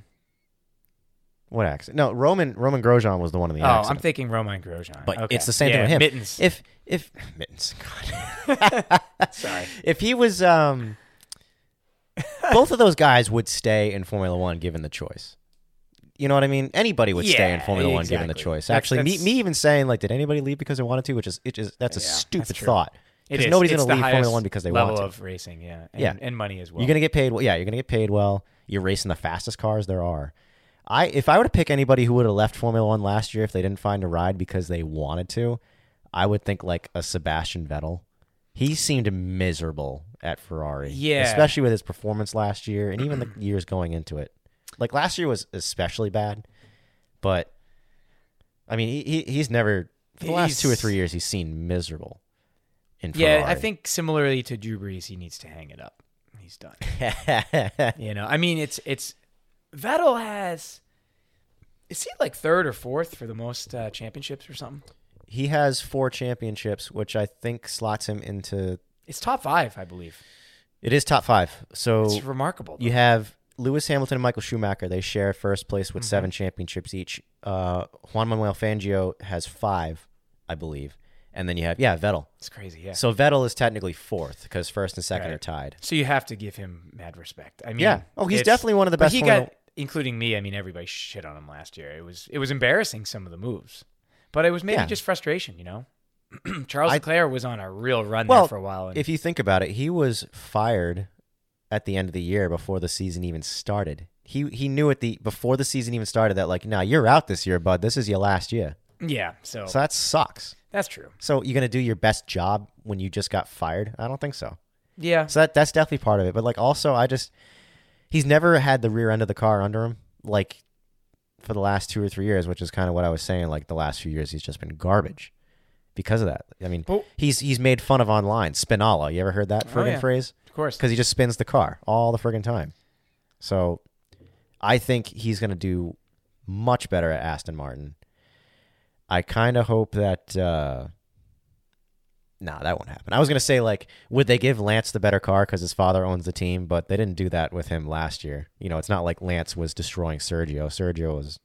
S1: What accident? No, Roman Roman Grosjean was the one in the
S2: oh,
S1: accident.
S2: I'm thinking Roman Grosjean.
S1: but
S2: Okay.
S1: it's the same
S2: yeah,
S1: thing with him.
S2: Mittens.
S1: If if mittens, God. [laughs]
S2: Sorry.
S1: if he was, um, both of those guys would stay in Formula One given the choice. You know what I mean? Anybody would stay in
S2: Yeah,
S1: Formula One given the
S2: exactly.
S1: choice.
S2: That's-
S1: Actually,
S2: that's-
S1: me, me even saying like, did anybody leave because they wanted to? Which is, it is that's a
S2: Yeah, that's
S1: stupid
S2: true.
S1: thought.
S2: It
S1: 'Cause
S2: is.
S1: nobody's
S2: It's
S1: gonna
S2: the
S1: leave Formula
S2: highest
S1: One because they
S2: level
S1: want to.
S2: of racing, yeah, and,
S1: Yeah.
S2: and money as well.
S1: You're gonna get paid. Well, yeah, you're gonna get paid well. You're racing the fastest cars there are. I if I were to pick anybody who would have left Formula One last year if they didn't find a ride because they wanted to, I would think like a Sebastian Vettel. He seemed miserable at Ferrari.
S2: Yeah.
S1: Especially with his performance last year and
S2: [clears throat]
S1: even the years going into it. Like last year was especially bad. But I mean he, he he's never for the last two or
S2: He's-
S1: three years he's seen miserable in
S2: yeah,
S1: Ferrari.
S2: I think similarly to Drew Brees, he needs to hang it up. He's [laughs] done.
S1: [laughs] think
S2: You know, I mean, it's it's Vettel has is he like third or fourth for the most uh, championships or something?
S1: He has four championships, which I think slots him into.
S2: It's top five, I believe.
S1: It is top five. So
S2: It's remarkable.
S1: you have Lewis Hamilton and Michael Schumacher. They share first place with seven
S2: Mm-hmm.
S1: championships each. Uh, Juan Manuel Fangio has five, I believe. And then you have, yeah, Vettel.
S2: it's crazy, yeah. So,
S1: So Vettel is technically fourth because first and second
S2: Right.
S1: are tied.
S2: you have to give him mad respect. I mean,
S1: Yeah. Oh, he's
S2: it's-
S1: definitely one of the
S2: but
S1: best.
S2: he
S1: Formula-
S2: got, including me. I mean, everybody shit on him last year. It was it was embarrassing some of the moves, but it was maybe
S1: Yeah.
S2: just frustration. You know, [clears throat] Charles
S1: I-
S2: Leclerc was on a real run
S1: Well,
S2: there for a while. And,
S1: if you think about it, he was fired at the end of the year before the season even started. He he knew at the before the season even started that like, nah, you're out this year, bud. This is your last year.
S2: yeah, so,
S1: So that sucks.
S2: that's true.
S1: So you're gonna do your best job when you just got fired? I don't think so.
S2: Yeah,
S1: So that that's definitely part of it. But like also, I just he's never had the rear end of the car under him like for the last two or three years, which is kind of what I was saying. Like the last few years, he's just been garbage because of that. I mean,
S2: Well-
S1: he's he's made fun of online spinala. You ever heard that friggin'
S2: yeah.
S1: phrase?
S2: of course.
S1: Because he just spins the car all the friggin' time. So I think he's gonna do much better at Aston Martin. I kind of hope that. Uh, Nah, that won't happen. I was gonna say like, would they give Lance the better car because his father owns the team? But they didn't do that with him last year. You know, it's not like Lance was destroying Sergio. Sergio was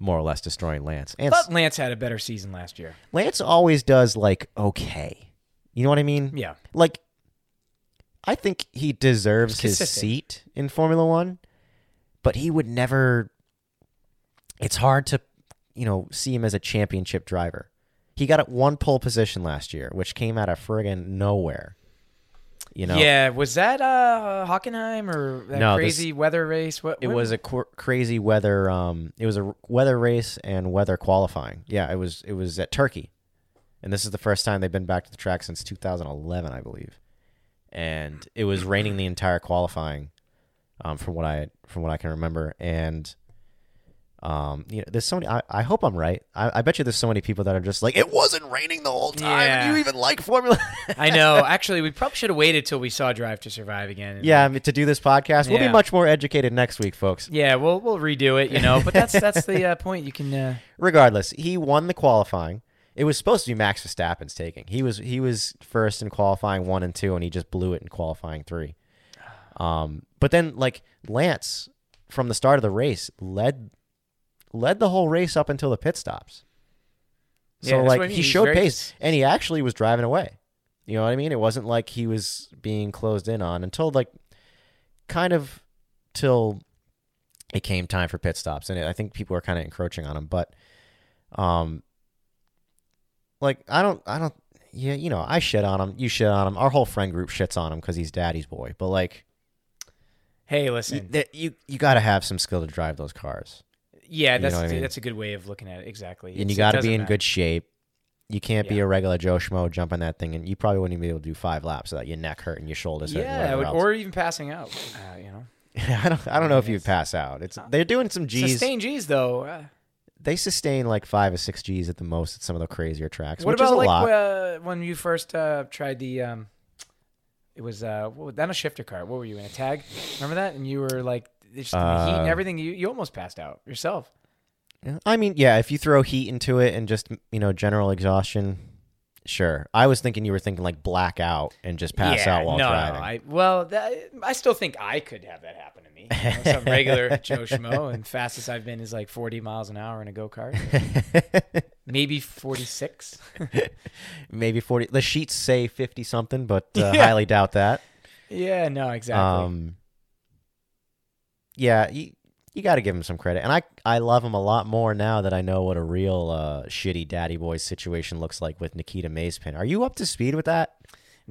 S1: more or less destroying Lance. And
S2: But Lance had a better season last year.
S1: Lance always does like okay. You know what I mean?
S2: Yeah,
S1: like I think he deserves his
S2: Consistent.
S1: seat in Formula 1, but he would never it's hard to, you know, see him as a championship driver. He got at one pole position last year, which came out of friggin' nowhere. You know.
S2: yeah. Was that uh, Hockenheim or that
S1: No, this-
S2: crazy weather race? What
S1: It
S2: when-
S1: was a qu- crazy weather um it was a r- weather race and weather qualifying. Yeah, it was it was at Turkey. And this is the first time they've been back to the track since 2011, I believe. And it was raining the entire qualifying um, from what I from what I can remember. And um, you know, there's so many. I, I hope I'm right. I, I bet you there's so many people that are just like, it wasn't raining the whole time.
S2: Yeah.
S1: Do you even like Formula? [laughs]
S2: I know. Actually, we probably should have waited till we saw Drive to Survive again. and-
S1: yeah, I mean, to do this podcast, we'll be
S2: Yeah.
S1: much more educated next week, [laughs] folks.
S2: yeah. We'll we'll redo it. You know, but that's that's the
S1: [laughs]
S2: uh, point. You can. Uh,
S1: regardless, he won the qualifying. It was supposed to be Max Verstappen's taking. He was he was first in qualifying one and two, and he just blew it in qualifying three. Um, but then like Lance from the start of the race led led the whole race up until the pit stops.
S2: Yeah,
S1: So
S2: that's
S1: like
S2: what I mean.
S1: he
S2: He's
S1: showed
S2: very
S1: pace, and he actually was driving away. You know what I mean? It wasn't like he was being closed in on until like kind of till it came time for pit stops, and it, I think people were kind of encroaching on him. But um, like I don't, I don't, yeah, you know, I shit on him, you shit on him, our whole friend group shits on him because he's daddy's boy. But like,
S2: hey,
S1: you,
S2: listen.
S1: that- you you got to have some skill to drive those cars,
S2: Yeah,
S1: you
S2: that's
S1: know what I mean?
S2: that's a good way of looking at it. Exactly.
S1: and
S2: It's-
S1: you
S2: it
S1: got to
S2: doesn't
S1: be in
S2: matter.
S1: good shape. You can't be
S2: Yeah.
S1: a regular Joe schmo jumping that thing, and you probably wouldn't even be able to do five laps without your neck hurting, your shoulders hurting.
S2: Yeah,
S1: whatever
S2: would-
S1: else.
S2: or even passing out. Uh, you know,
S1: [laughs] I don't, I don't know if you'd pass out. It's they're doing some G's.
S2: sustain G's though. Uh,
S1: They sustain like five or six G's at the most at some of the crazier tracks,
S2: what
S1: which is
S2: about
S1: a
S2: like
S1: lot.
S2: uh, when you first uh, tried the? Um, it was uh, what, was- not a shifter car. What were you in a tag? Remember that? And you were like, it's just the heat
S1: Uh,
S2: and everything. You you almost passed out yourself.
S1: I mean, yeah, if you throw heat into it and just you know general exhaustion, Sure. I was thinking you were thinking like black out and just pass out while
S2: no,
S1: driving.
S2: No, I, well, that, I still think I could have that happen to me. You know, some regular
S1: [laughs]
S2: Joe Schmo, and fastest I've been is like 40 miles an hour in a go kart, maybe 46.
S1: [laughs] Maybe 40. The sheets say 50 something, but uh,
S2: [laughs] Yeah.
S1: highly doubt that.
S2: yeah, no, exactly.
S1: Um, yeah, you, you got to give him some credit. And I, I love him a lot more now that I know what a real uh, shitty daddy boy situation looks like with Nikita Mazepin. Are you up to speed with that?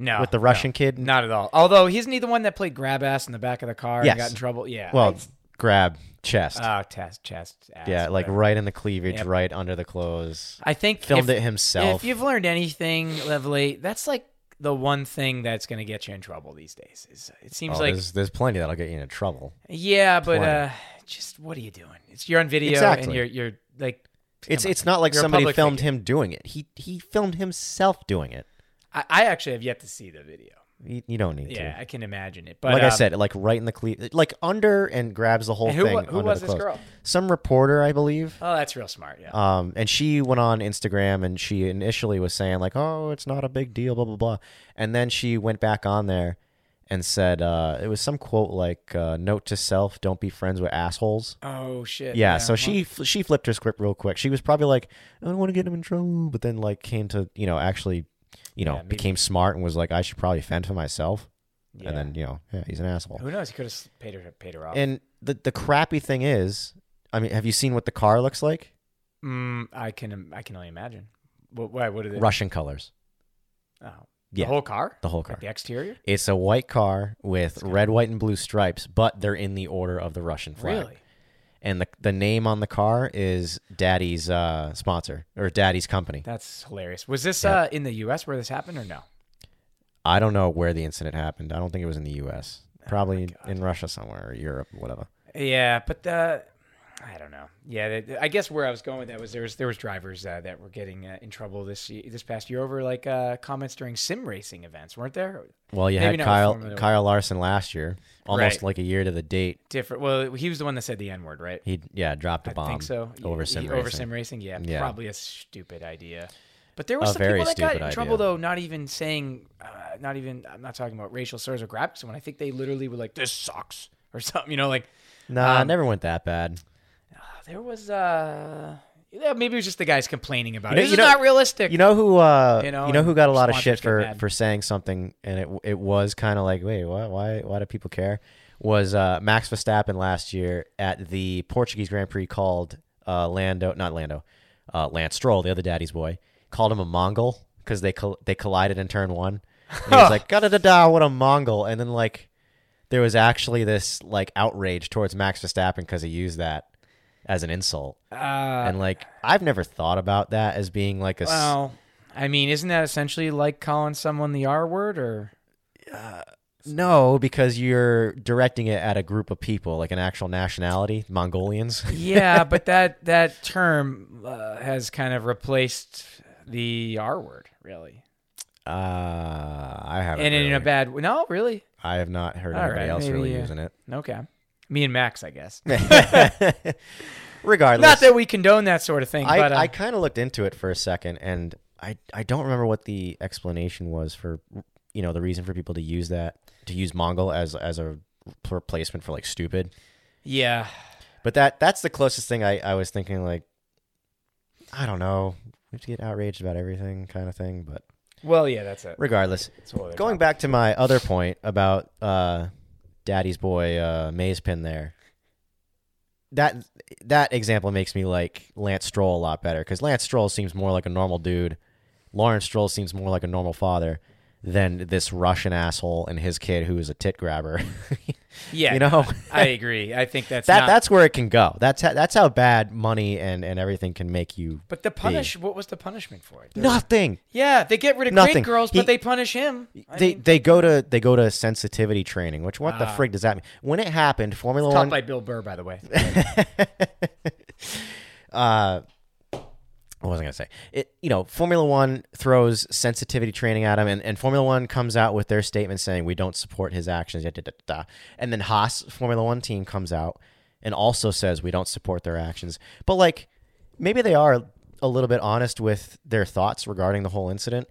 S2: no,
S1: with the
S2: no,
S1: Russian kid?
S2: not at all. Although isn't he the one that played grab ass in the back of the car
S1: Yes.
S2: and got in trouble? Yeah.
S1: Well, grab, chest.
S2: I, oh, test, chest, ass,
S1: yeah, like
S2: whatever.
S1: right in the cleavage,
S2: Yep.
S1: right under the clothes.
S2: I think
S1: Filmed
S2: if,
S1: it himself.
S2: If you've learned anything, Lovely, that's like the one thing that's going to get you in trouble these days. Is it seems
S1: Oh,
S2: like
S1: there's, there's plenty that'll get you into trouble.
S2: yeah, but
S1: plenty.
S2: uh, just what are you doing? It's you're on video and
S1: Exactly.
S2: you're you're like
S1: It's
S2: come on.
S1: it's not like
S2: You're a
S1: somebody
S2: public
S1: filmed him doing it. He he filmed himself doing it.
S2: I, I actually have yet to see the video.
S1: You, you don't need
S2: Yeah,
S1: to.
S2: I can imagine it. But
S1: like I
S2: um,
S1: said, like right in the cleavage, like under and grabs the whole
S2: and who,
S1: thing.
S2: wa- who
S1: under
S2: was
S1: the
S2: this
S1: clothes.
S2: girl?
S1: Some reporter, I believe.
S2: Oh, that's real smart. Yeah.
S1: Um, and she went on Instagram and she initially was saying like, "Oh, it's not a big deal," blah blah blah, and then she went back on there and said uh, it was some quote like uh, "Note to self: Don't be friends with assholes."
S2: oh shit.
S1: Yeah, so
S2: well,
S1: she fl- she flipped her script real quick. She was probably like, I don't want to get him in trouble, but then like came to you know actually, you know
S2: Yeah, maybe-
S1: became smart and was like, I should probably fend for myself.
S2: yeah.
S1: And then you know, yeah, he's an asshole.
S2: who knows? He could have paid her paid her off.
S1: And the the crappy thing is, I mean, have you seen what the car looks like?
S2: mm, I can im- I can only imagine. What? Why? What are they?
S1: Russian colors,
S2: Oh,
S1: Yeah.
S2: The whole car.
S1: the whole
S2: Like
S1: car.
S2: the exterior.
S1: It's a white car with
S2: good.
S1: red, white, and blue stripes, but they're in the order of the Russian flag.
S2: Really?
S1: And the the name on the car is Daddy's uh, sponsor or Daddy's company.
S2: That's hilarious. Was this
S1: Yeah.
S2: uh, in the U.S. where this happened or no?
S1: I don't know where the incident happened. I don't think it was in the U.S. Probably in-
S2: God.
S1: in Russia somewhere or Europe, whatever.
S2: Yeah, but the I don't know. Yeah, the- the- I guess where I was going with that was there was there was drivers uh, that were getting uh, in trouble this ye- this past year over like uh, comments during sim racing events, weren't there?
S1: Well, you
S2: Maybe
S1: had
S2: not with
S1: Kyle
S2: Formula One.
S1: Kyle Larson last year, almost
S2: Right.
S1: like a year to the date.
S2: Different. Well, he was the one that said the N word, right?
S1: He yeah dropped a
S2: I
S1: bomb.
S2: think so.
S1: over
S2: He-
S1: sim
S2: he-
S1: racing.
S2: Over sim racing, yeah,
S1: Yeah.
S2: probably a stupid idea. But there were
S1: A
S2: some
S1: very
S2: people that got
S1: stupid
S2: in
S1: idea.
S2: trouble though, not even saying, uh, not even. I'm not talking about racial slurs or grabbing someone. I think they literally were like, "This sucks" or [laughs] something. You know, like
S1: Nah,
S2: Um,
S1: never went that bad.
S2: There was uh yeah, maybe it was just the guys complaining about
S1: You know-
S2: it. It's
S1: you know-
S2: not realistic.
S1: You know who uh, you
S2: You
S1: know,
S2: know,
S1: who got a lot of
S2: sponsors
S1: shit
S2: get
S1: for,
S2: mad.
S1: for saying something, and it it was kind of like wait why why why do people care? Was uh, Max Verstappen last year at the Portuguese Grand Prix called uh, Lando not Lando, uh, Lance Stroll the other daddy's boy called him a Mongol because they col- they collided in turn one. And he
S2: [laughs]
S1: was like da da da da what a Mongol, and then like there was actually this like outrage towards Max Verstappen because he used that as an insult,
S2: uh,
S1: and like I've never thought about that as being like a s-
S2: well, I mean, isn't that essentially like calling someone the R word
S1: [laughs]
S2: or
S1: No, because you're directing it at a group of people, like an actual nationality, Mongolians. [laughs]
S2: Yeah, but that that term uh, has kind of replaced the R word, really.
S1: Uh, I haven't.
S2: And in a
S1: really.
S2: bad No, really?
S1: I have not heard
S2: All
S1: anybody
S2: right,
S1: else really
S2: maybe, uh,
S1: using
S2: Okay. Me and Max, I guess. [laughs]
S1: it. [laughs] Regardless,
S2: Not that we condone that sort of thing,
S1: I,
S2: but uh,
S1: I kind of looked into it for a second, and I I don't remember what the explanation was for you know the reason for people to use that to use Mongol as as a replacement for like stupid.
S2: yeah.
S1: But that that's the closest thing I, I was thinking like I don't know. We have to get outraged about everything kind of thing, but
S2: Well, yeah, that's it.
S1: regardless.
S2: That's a whole other
S1: Going
S2: topic.
S1: back to my other point about uh Daddy's boy uh Mazepin there. That that example makes me like Lance Stroll a lot better cuz Lance Stroll seems more like a normal dude. Lawrence Stroll seems more like a normal father than this Russian asshole and his kid who is a tit grabber. [laughs]
S2: Yeah.
S1: you know?
S2: [laughs] I agree. I think that's
S1: that
S2: not-
S1: that's where it can go. That's how, that's how bad money and, and everything can make you
S2: But the punish what was the punishment for it? There was-
S1: nothing.
S2: Yeah, they get rid of
S1: Nothing.
S2: great girls,
S1: He-
S2: but they punish him. I
S1: they
S2: mean,
S1: they go to they go to sensitivity training. Which what the
S2: Ah.
S1: frig does that mean? When it happened, Formula
S2: taught
S1: One.
S2: by Bill Burr, by the way.
S1: [laughs] uh, what was I gonna say? It you know Formula One throws sensitivity training at him, and, and Formula One comes out with their statement saying we don't support his actions. Da, da, da, da. da." And then Haas Formula One team comes out and also says we don't support their actions. But like maybe they are a little bit honest with their thoughts regarding the whole incident.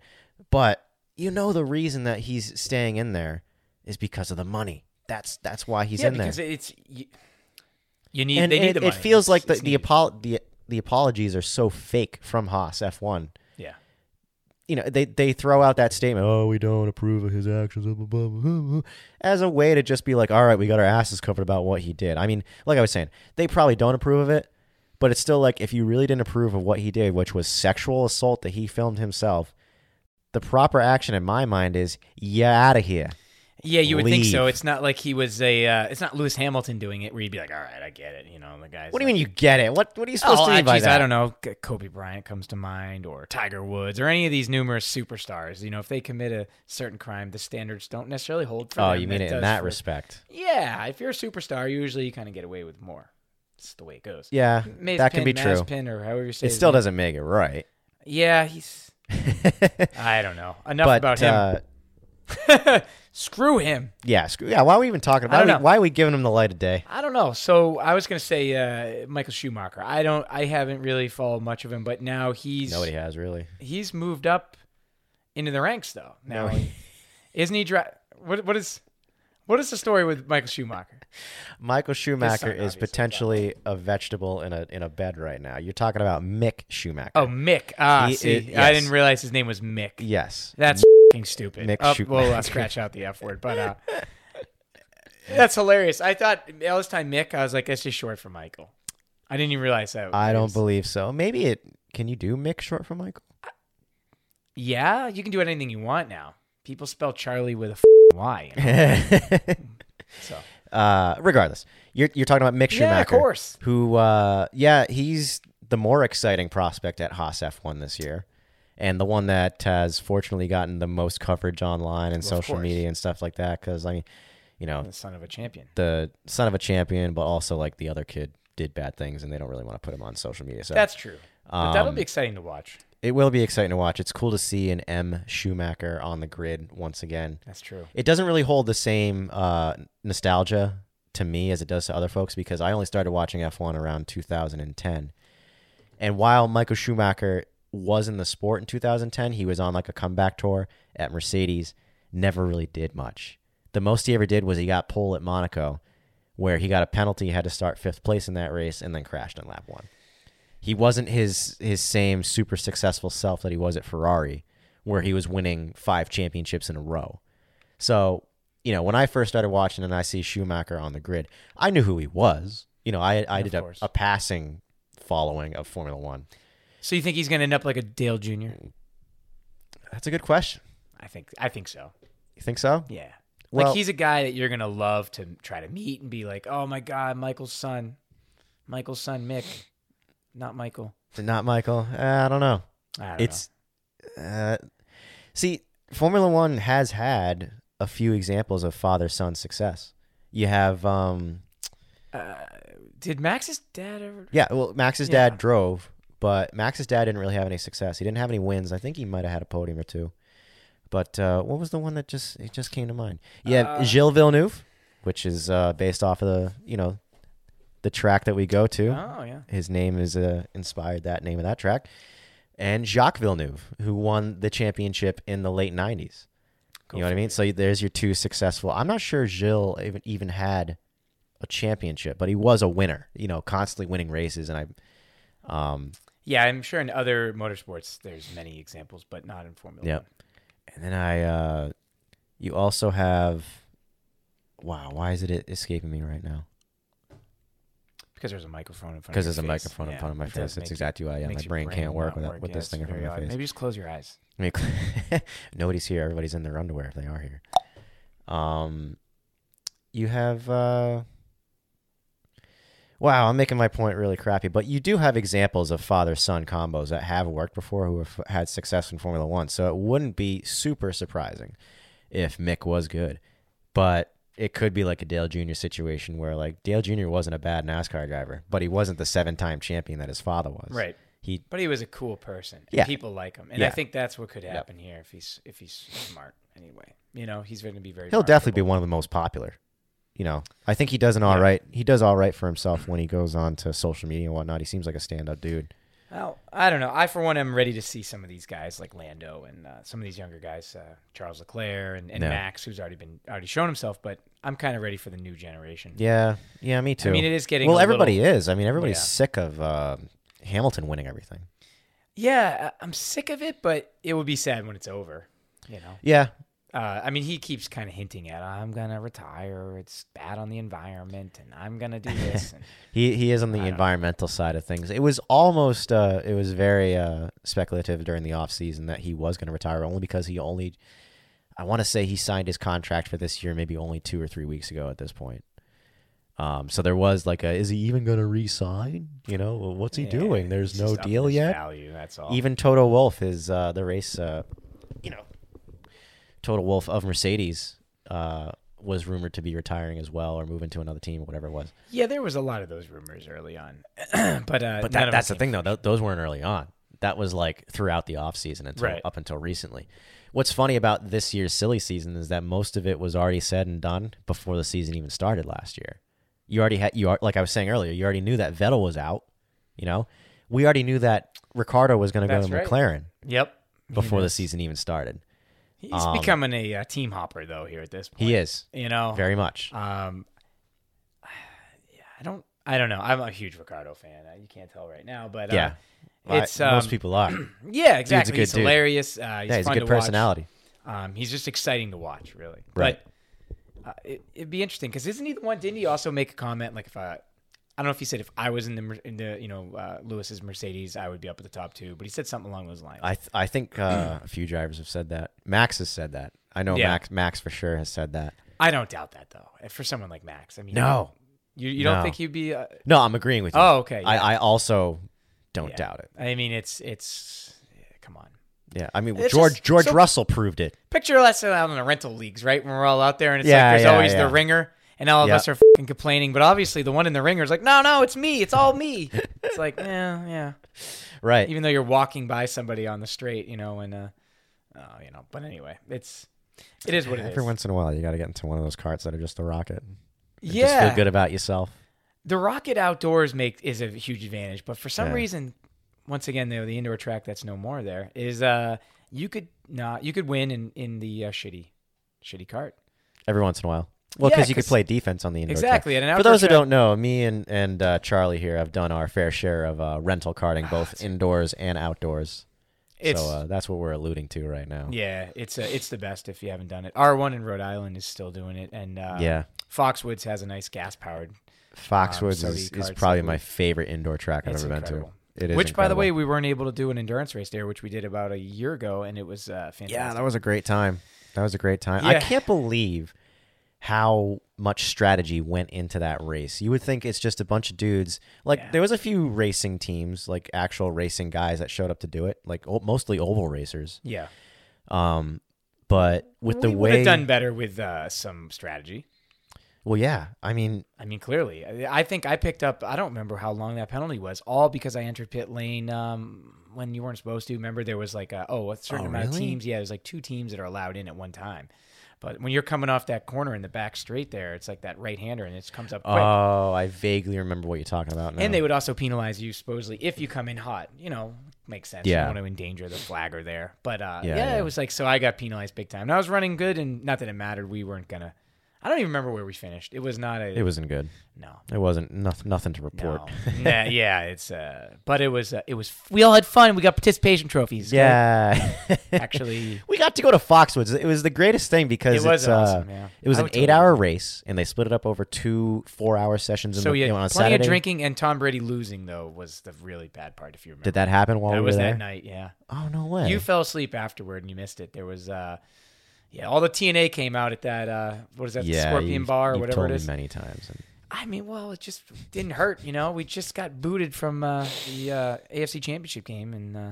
S1: But you know the reason that he's staying in there is because of the money. That's that's why he's
S2: yeah,
S1: in there.
S2: because it's you, you need
S1: and
S2: they need
S1: it,
S2: the
S1: it
S2: money.
S1: feels like the
S2: It's- it's
S1: the,
S2: needed.
S1: apo- the the apologies are so fake from Haas F1.
S2: Yeah.
S1: You know, they, they throw out that statement, oh, we don't approve of his actions, blah, blah, blah, blah, blah," as a way to just be like, all right, we got our asses covered about what he did. I mean, like I was saying, they probably don't approve of it, but it's still like if you really didn't approve of what he did, which was sexual assault that he filmed himself, the proper action in my mind is, yeah, out of here.
S2: Yeah, you would think so.
S1: leave.
S2: It's not like he was a. Uh, it's not Lewis Hamilton doing it, where you'd be like, "All right, I get it." You know, the guys.
S1: What do you mean
S2: like-
S1: you get it? What what are you supposed
S2: oh,
S1: to mean by
S2: geez,
S1: that?
S2: I don't know. K- Kobe Bryant comes to mind, or Tiger Woods, or any of these numerous superstars. You know, if they commit a certain crime, the standards don't necessarily hold for
S1: Oh,
S2: them
S1: you mean
S2: that
S1: it
S2: does
S1: in that
S2: for-
S1: respect?
S2: Yeah, if you're a superstar, usually you kind of get away with more. It's the way it goes.
S1: Yeah,
S2: Mazepin,
S1: that can be true.
S2: Mazepin, or however you say
S1: It
S2: his
S1: still
S2: name.
S1: doesn't make it
S2: [laughs]
S1: right.
S2: Yeah, he's. I don't know enough
S1: but
S2: about him.
S1: uh,
S2: [laughs] Screw him.
S1: yeah, screw, yeah. Why are we even talking
S2: I
S1: about? Why, are
S2: don't know.
S1: we- why are we giving him the light of day?
S2: I don't know. So I was gonna say uh, Michael Schumacher. I don't. I haven't really followed much of him, but now he's
S1: Nobody has really.
S2: he's moved up into the ranks though. Now,
S1: No.
S2: isn't he? Dra- what what is what is the story with Michael Schumacher?
S1: Michael Schumacher is
S2: obviously, but-
S1: potentially a vegetable in a in a bed right now. You're talking about Mick Schumacher.
S2: Oh, Mick. Ah,
S1: He
S2: see,
S1: is-
S2: I
S1: yes.
S2: didn't realize his name was Mick.
S1: yes,
S2: That's fing stupid.
S1: Mick
S2: Oh, We'll uh,
S1: [laughs] Schumacher.
S2: scratch out the F word,
S1: [laughs]
S2: but uh, that's hilarious. I thought all this time Mick. I was like, that's just short for Michael. I didn't even realize that.
S1: I
S2: is-
S1: don't believe so. Maybe it. Can you do Mick short for
S2: [laughs]
S1: Michael? [laughs]
S2: Yeah, you can do anything you want now. People spell Charlie with a f- Y. You know?
S1: [laughs]
S2: So
S1: uh, regardless, you're you're talking about Mick Schumacher.
S2: yeah, of course.
S1: who uh yeah he's the more exciting prospect at Haas F1 this year and the one that has fortunately gotten the most coverage online and
S2: Well, of
S1: social
S2: course.
S1: media and stuff like that cuz I mean you know
S2: The son of a champion.
S1: the son of a champion but also like the other kid did bad things and they don't really want to put him on social media so
S2: That's true. But that'll
S1: um,
S2: be exciting to watch.
S1: it will be exciting to watch it's cool to see an M Schumacher on the grid once again
S2: That's true.
S1: it doesn't really hold the same uh, nostalgia to me as it does to other folks because I only started watching F1 around 2010. And while Michael Schumacher was in the sport in 2010, he was on like a comeback tour at Mercedes, never really did much. The most he ever did was he got pole at Monaco, where he got a penalty, had to start fifth place in that race, and then crashed in lap one. He wasn't his his same super successful self that he was at Ferrari, where he was winning five championships in a row. So, you know, when I first started watching and I see Schumacher on the grid, I knew who he was. You know, I I
S2: Of
S1: did a,
S2: course.
S1: a passing following of Formula One.
S2: So you think he's going to end up like a Dale Jr.?
S1: That's a good question.
S2: I think I think so.
S1: You think so?
S2: Yeah.
S1: Well-
S2: like he's a guy that you're going to love to try to meet and be like, "Oh my god, Michael's son. Michael's son Mick. Not Michael."
S1: Not Michael. Uh, I don't know.
S2: I don't
S1: It's uh, see, Formula One has had a few examples of father son success. You have um,
S2: know. Uh, did Max's dad ever
S1: yeah. Well, Max's
S2: Yeah.
S1: dad drove, but Max's dad didn't really have any success. He didn't have any wins. I think he might have had a podium or two. But uh, what was the one that just it just came to mind? Yeah,
S2: Uh,
S1: Gilles Villeneuve, which is uh, based off of the you know the track that we go to.
S2: Oh, yeah.
S1: His name is uh, inspired that name of that track. And Jacques Villeneuve, who won the championship in the late 90s.
S2: Go
S1: you know what I mean? So there's your two successful. I'm not sure Gilles even, even had a championship, but he was a winner, you know, constantly winning races. And I, um,
S2: Yeah, I'm sure in other motorsports there's many examples, but not in Formula
S1: Yep.
S2: One.
S1: and then I, uh, you also have, wow, why is it escaping me right now?
S2: Because there's a microphone in front of
S1: Because
S2: your
S1: there's a
S2: face.
S1: microphone in
S2: Yeah,
S1: front of my
S2: it does
S1: face. That's
S2: make-
S1: exactly why I am. My
S2: makes your
S1: brain, can't work
S2: not
S1: with, with
S2: Yeah,
S1: this
S2: it's
S1: thing in front
S2: very
S1: of my
S2: odd.
S1: face.
S2: Maybe just close your eyes.
S1: [laughs] I mean, nobody's here. Everybody's in their underwear if they are here. Um, you have. Uh, wow, I'm making my point really crappy, but you do have examples of father son combos that have worked before who have had success in Formula One. So it wouldn't be super surprising if Mick was good, but. It could be like a Dale Jr. situation where, like, Dale Jr. wasn't a bad NASCAR driver, but he wasn't the seven time champion that his father was.
S2: Right.
S1: He
S2: But he was a cool person. and
S1: Yeah.
S2: People like him. And I
S1: Yeah.
S2: think that's what could
S1: Yep.
S2: happen here if he's if he's smart anyway. You know, he's going to be very
S1: He'll definitely be
S2: marketable.
S1: one of the most popular. You know, I think he does an all
S2: Yeah.
S1: right. He does all right for himself when he goes on to social media and whatnot. He seems like a stand up dude.
S2: Well, I don't know. I for one am ready to see some of these guys like Lando and uh, some of these younger guys, uh, Charles Leclerc and, and
S1: Yeah.
S2: Max, who's already been already shown himself. But I'm kind of ready for the new generation.
S1: Yeah, yeah, me too.
S2: I mean, it is getting
S1: well.
S2: a
S1: Everybody
S2: Little,
S1: is. I mean, everybody's
S2: Yeah.
S1: sick of uh, Hamilton winning everything.
S2: yeah, I- I'm sick of it, but it would be sad when it's over. You know,
S1: Yeah,
S2: uh, I mean, he keeps kind of hinting at, "I'm gonna retire. It's bad on the environment, and I'm
S1: [laughs]
S2: gonna do this." and,
S1: he he is on the
S2: I don't know.
S1: environmental side of things. It was almost uh, it was very uh, speculative during the off season that he was going to retire only because he only I want to say he signed his contract for this year maybe only two or three weeks ago at this point. Um, so there was like a is he even going to re-sign? You know well, what's he
S2: Yeah,
S1: doing?
S2: it's
S1: There's no
S2: just upping
S1: deal
S2: his
S1: yet.
S2: Value. That's all.
S1: Even Toto Wolf is uh, the race, uh, you know, Toto Wolf of Mercedes uh, was rumored to be retiring as well or moving to another team or whatever it was.
S2: yeah, there was a lot of those rumors early on, [clears throat] but uh,
S1: But
S2: none
S1: that,
S2: of
S1: that's the
S2: them
S1: thing, though. Th- those weren't early on. That was like throughout the offseason until
S2: Right.
S1: up until recently. What's funny about this year's silly season is that most of it was already said and done before the season even started last year. You already had you are like I was saying earlier. You already knew that Vettel was out. You know, we already knew that Ricardo was going to go
S2: That's
S1: to
S2: right.
S1: McLaren
S2: came- Yep.
S1: before the season even started.
S2: He's
S1: Um,
S2: becoming a uh, team hopper though here at this point.
S1: He is
S2: You know.
S1: very much.
S2: Um. [sighs] Yeah, I don't. I don't know. I'm a huge Ricardo fan. Uh, You can't tell right now, but uh,
S1: Yeah. Well, I-
S2: [clears throat] it's um,
S1: most people are.
S2: Yeah, exactly.
S1: good
S2: he's
S1: dude.
S2: hilarious. Uh, he's
S1: yeah, he's a
S2: fun
S1: good
S2: to watch.
S1: personality.
S2: Um, he's just exciting to watch, really.
S1: Right.
S2: But uh, it, it'd be interesting because isn't he the one? Didn't he also make a comment like if I. I don't know if he said if I was in the Mer- in the you know uh, Lewis's Mercedes I would be up at the top two, but he said something along those lines.
S1: I th- I think uh, a few drivers have said that. Max has said that. I know
S2: Yeah.
S1: Max Max for sure has said that.
S2: I don't doubt that though. For someone like Max, I mean,
S1: No.
S2: you you don't
S1: No.
S2: think he'd be? Uh,
S1: No, I'm agreeing with you.
S2: Oh, okay, yeah.
S1: I, I also don't
S2: Yeah.
S1: doubt it.
S2: I mean, it's it's yeah, come on.
S1: Yeah, I mean
S2: It's
S1: George
S2: just-
S1: George
S2: so-
S1: Russell proved it.
S2: Picture us out in the rental leagues, right? When we're all out there, and it's
S1: Yeah,
S2: like there's
S1: yeah,
S2: always
S1: yeah.
S2: the ringer, and all of
S1: Yeah.
S2: us are fing complaining. But obviously, the one in the ringer is like, no, no, it's me, it's
S1: [laughs]
S2: all me. it's like, yeah, yeah.
S1: Right.
S2: Even though you're walking by somebody on the street, you know, and uh, oh, you know. But anyway, it's it is what it is.
S1: Every once in a while, you got to get into one of those carts that are just a rocket.
S2: yeah,
S1: Just feel good about yourself.
S2: the rocket outdoors make is a huge advantage but for some
S1: Yeah.
S2: reason once again though the indoor track that's no more there is uh you could not you could win in in the uh, shitty shitty cart
S1: Every once in a while. Well,
S2: Yeah,
S1: because you could
S2: 'cause-
S1: play defense on the indoor track.
S2: exactly at an
S1: For
S2: outdoor
S1: those who
S2: track-
S1: don't know, me and and uh, Charlie here have done our fair share of uh, rental karting, both indoors and outdoors.
S2: Ah, it's
S1: so uh, that's what we're alluding to right now.
S2: yeah it's uh, it's the best if you haven't done it r1 in rhode island is still doing it and uh
S1: yeah.
S2: foxwoods has a nice gas powered
S1: Foxwoods
S2: so
S1: is,
S2: the
S1: is
S2: carts
S1: probably
S2: that
S1: my favorite indoor track I've
S2: It's
S1: ever
S2: incredible.
S1: been to. It is.
S2: which by the
S1: incredible.
S2: way we weren't able to do an endurance race there which we did about a year ago and it was uh fantastic
S1: yeah, that was a great time. That was a great time. I
S2: Yeah.
S1: can't believe how much strategy went into that race. You would think it's just a bunch of dudes. Like
S2: Yeah.
S1: there was a few racing teams, like actual racing guys that showed up to do it, like o- mostly oval racers.
S2: yeah
S1: Um, but with the
S2: we would
S1: way
S2: have done better with uh some strategy
S1: well, yeah, I mean,
S2: I mean, clearly, I I think I picked up. I don't remember how long that penalty was. All because I entered pit lane um, when you weren't supposed to. Remember, there was like a, oh, a certain
S1: Oh,
S2: amount of
S1: really?
S2: teams. Yeah, there's like two teams that are allowed in at one time. But when you're coming off that corner in the back straight, there, it's like that right hander, and it comes up quick.
S1: oh, I vaguely remember what you're talking about now.
S2: and they would also penalize you supposedly if you come in hot. You know, makes sense.
S1: Yeah.
S2: You don't want to endanger the flagger there. But uh,
S1: Yeah,
S2: yeah,
S1: yeah.
S2: it was like so I got penalized big time. And I was running good, and not that it mattered. We weren't gonna. I don't even remember where we finished. It was not a
S1: it wasn't good.
S2: no.
S1: It wasn't nothing. Nothing to report.
S2: No. [laughs] Nah, yeah, it's uh, but it was uh, it was. We all had fun. We got participation trophies. okay?
S1: [laughs] Yeah. [laughs]
S2: actually,
S1: we got to go to Foxwoods. It was the greatest thing because
S2: it was
S1: it's, uh,
S2: awesome. Yeah,
S1: It was
S2: I
S1: an
S2: would totally
S1: eight-hour race, and they split it up over two four-hour sessions. In
S2: So
S1: the,
S2: yeah,
S1: you know, on a
S2: plenty
S1: Saturday.
S2: of drinking and Tom Brady losing though was the really bad part. If you remember,
S1: Did that happen while
S2: that
S1: we
S2: was
S1: were there?
S2: that night. Yeah,
S1: Oh no way!
S2: you fell asleep afterward and you missed it. There was uh, yeah, all the TNA came out at that. Uh, what is that?
S1: yeah,
S2: Scorpion
S1: you've-
S2: Bar or
S1: you've
S2: whatever
S1: told
S2: it
S1: me
S2: is.
S1: many times. and-
S2: I mean, well, it just didn't hurt. You know, we just got booted from uh, the uh, AFC Championship game, and uh,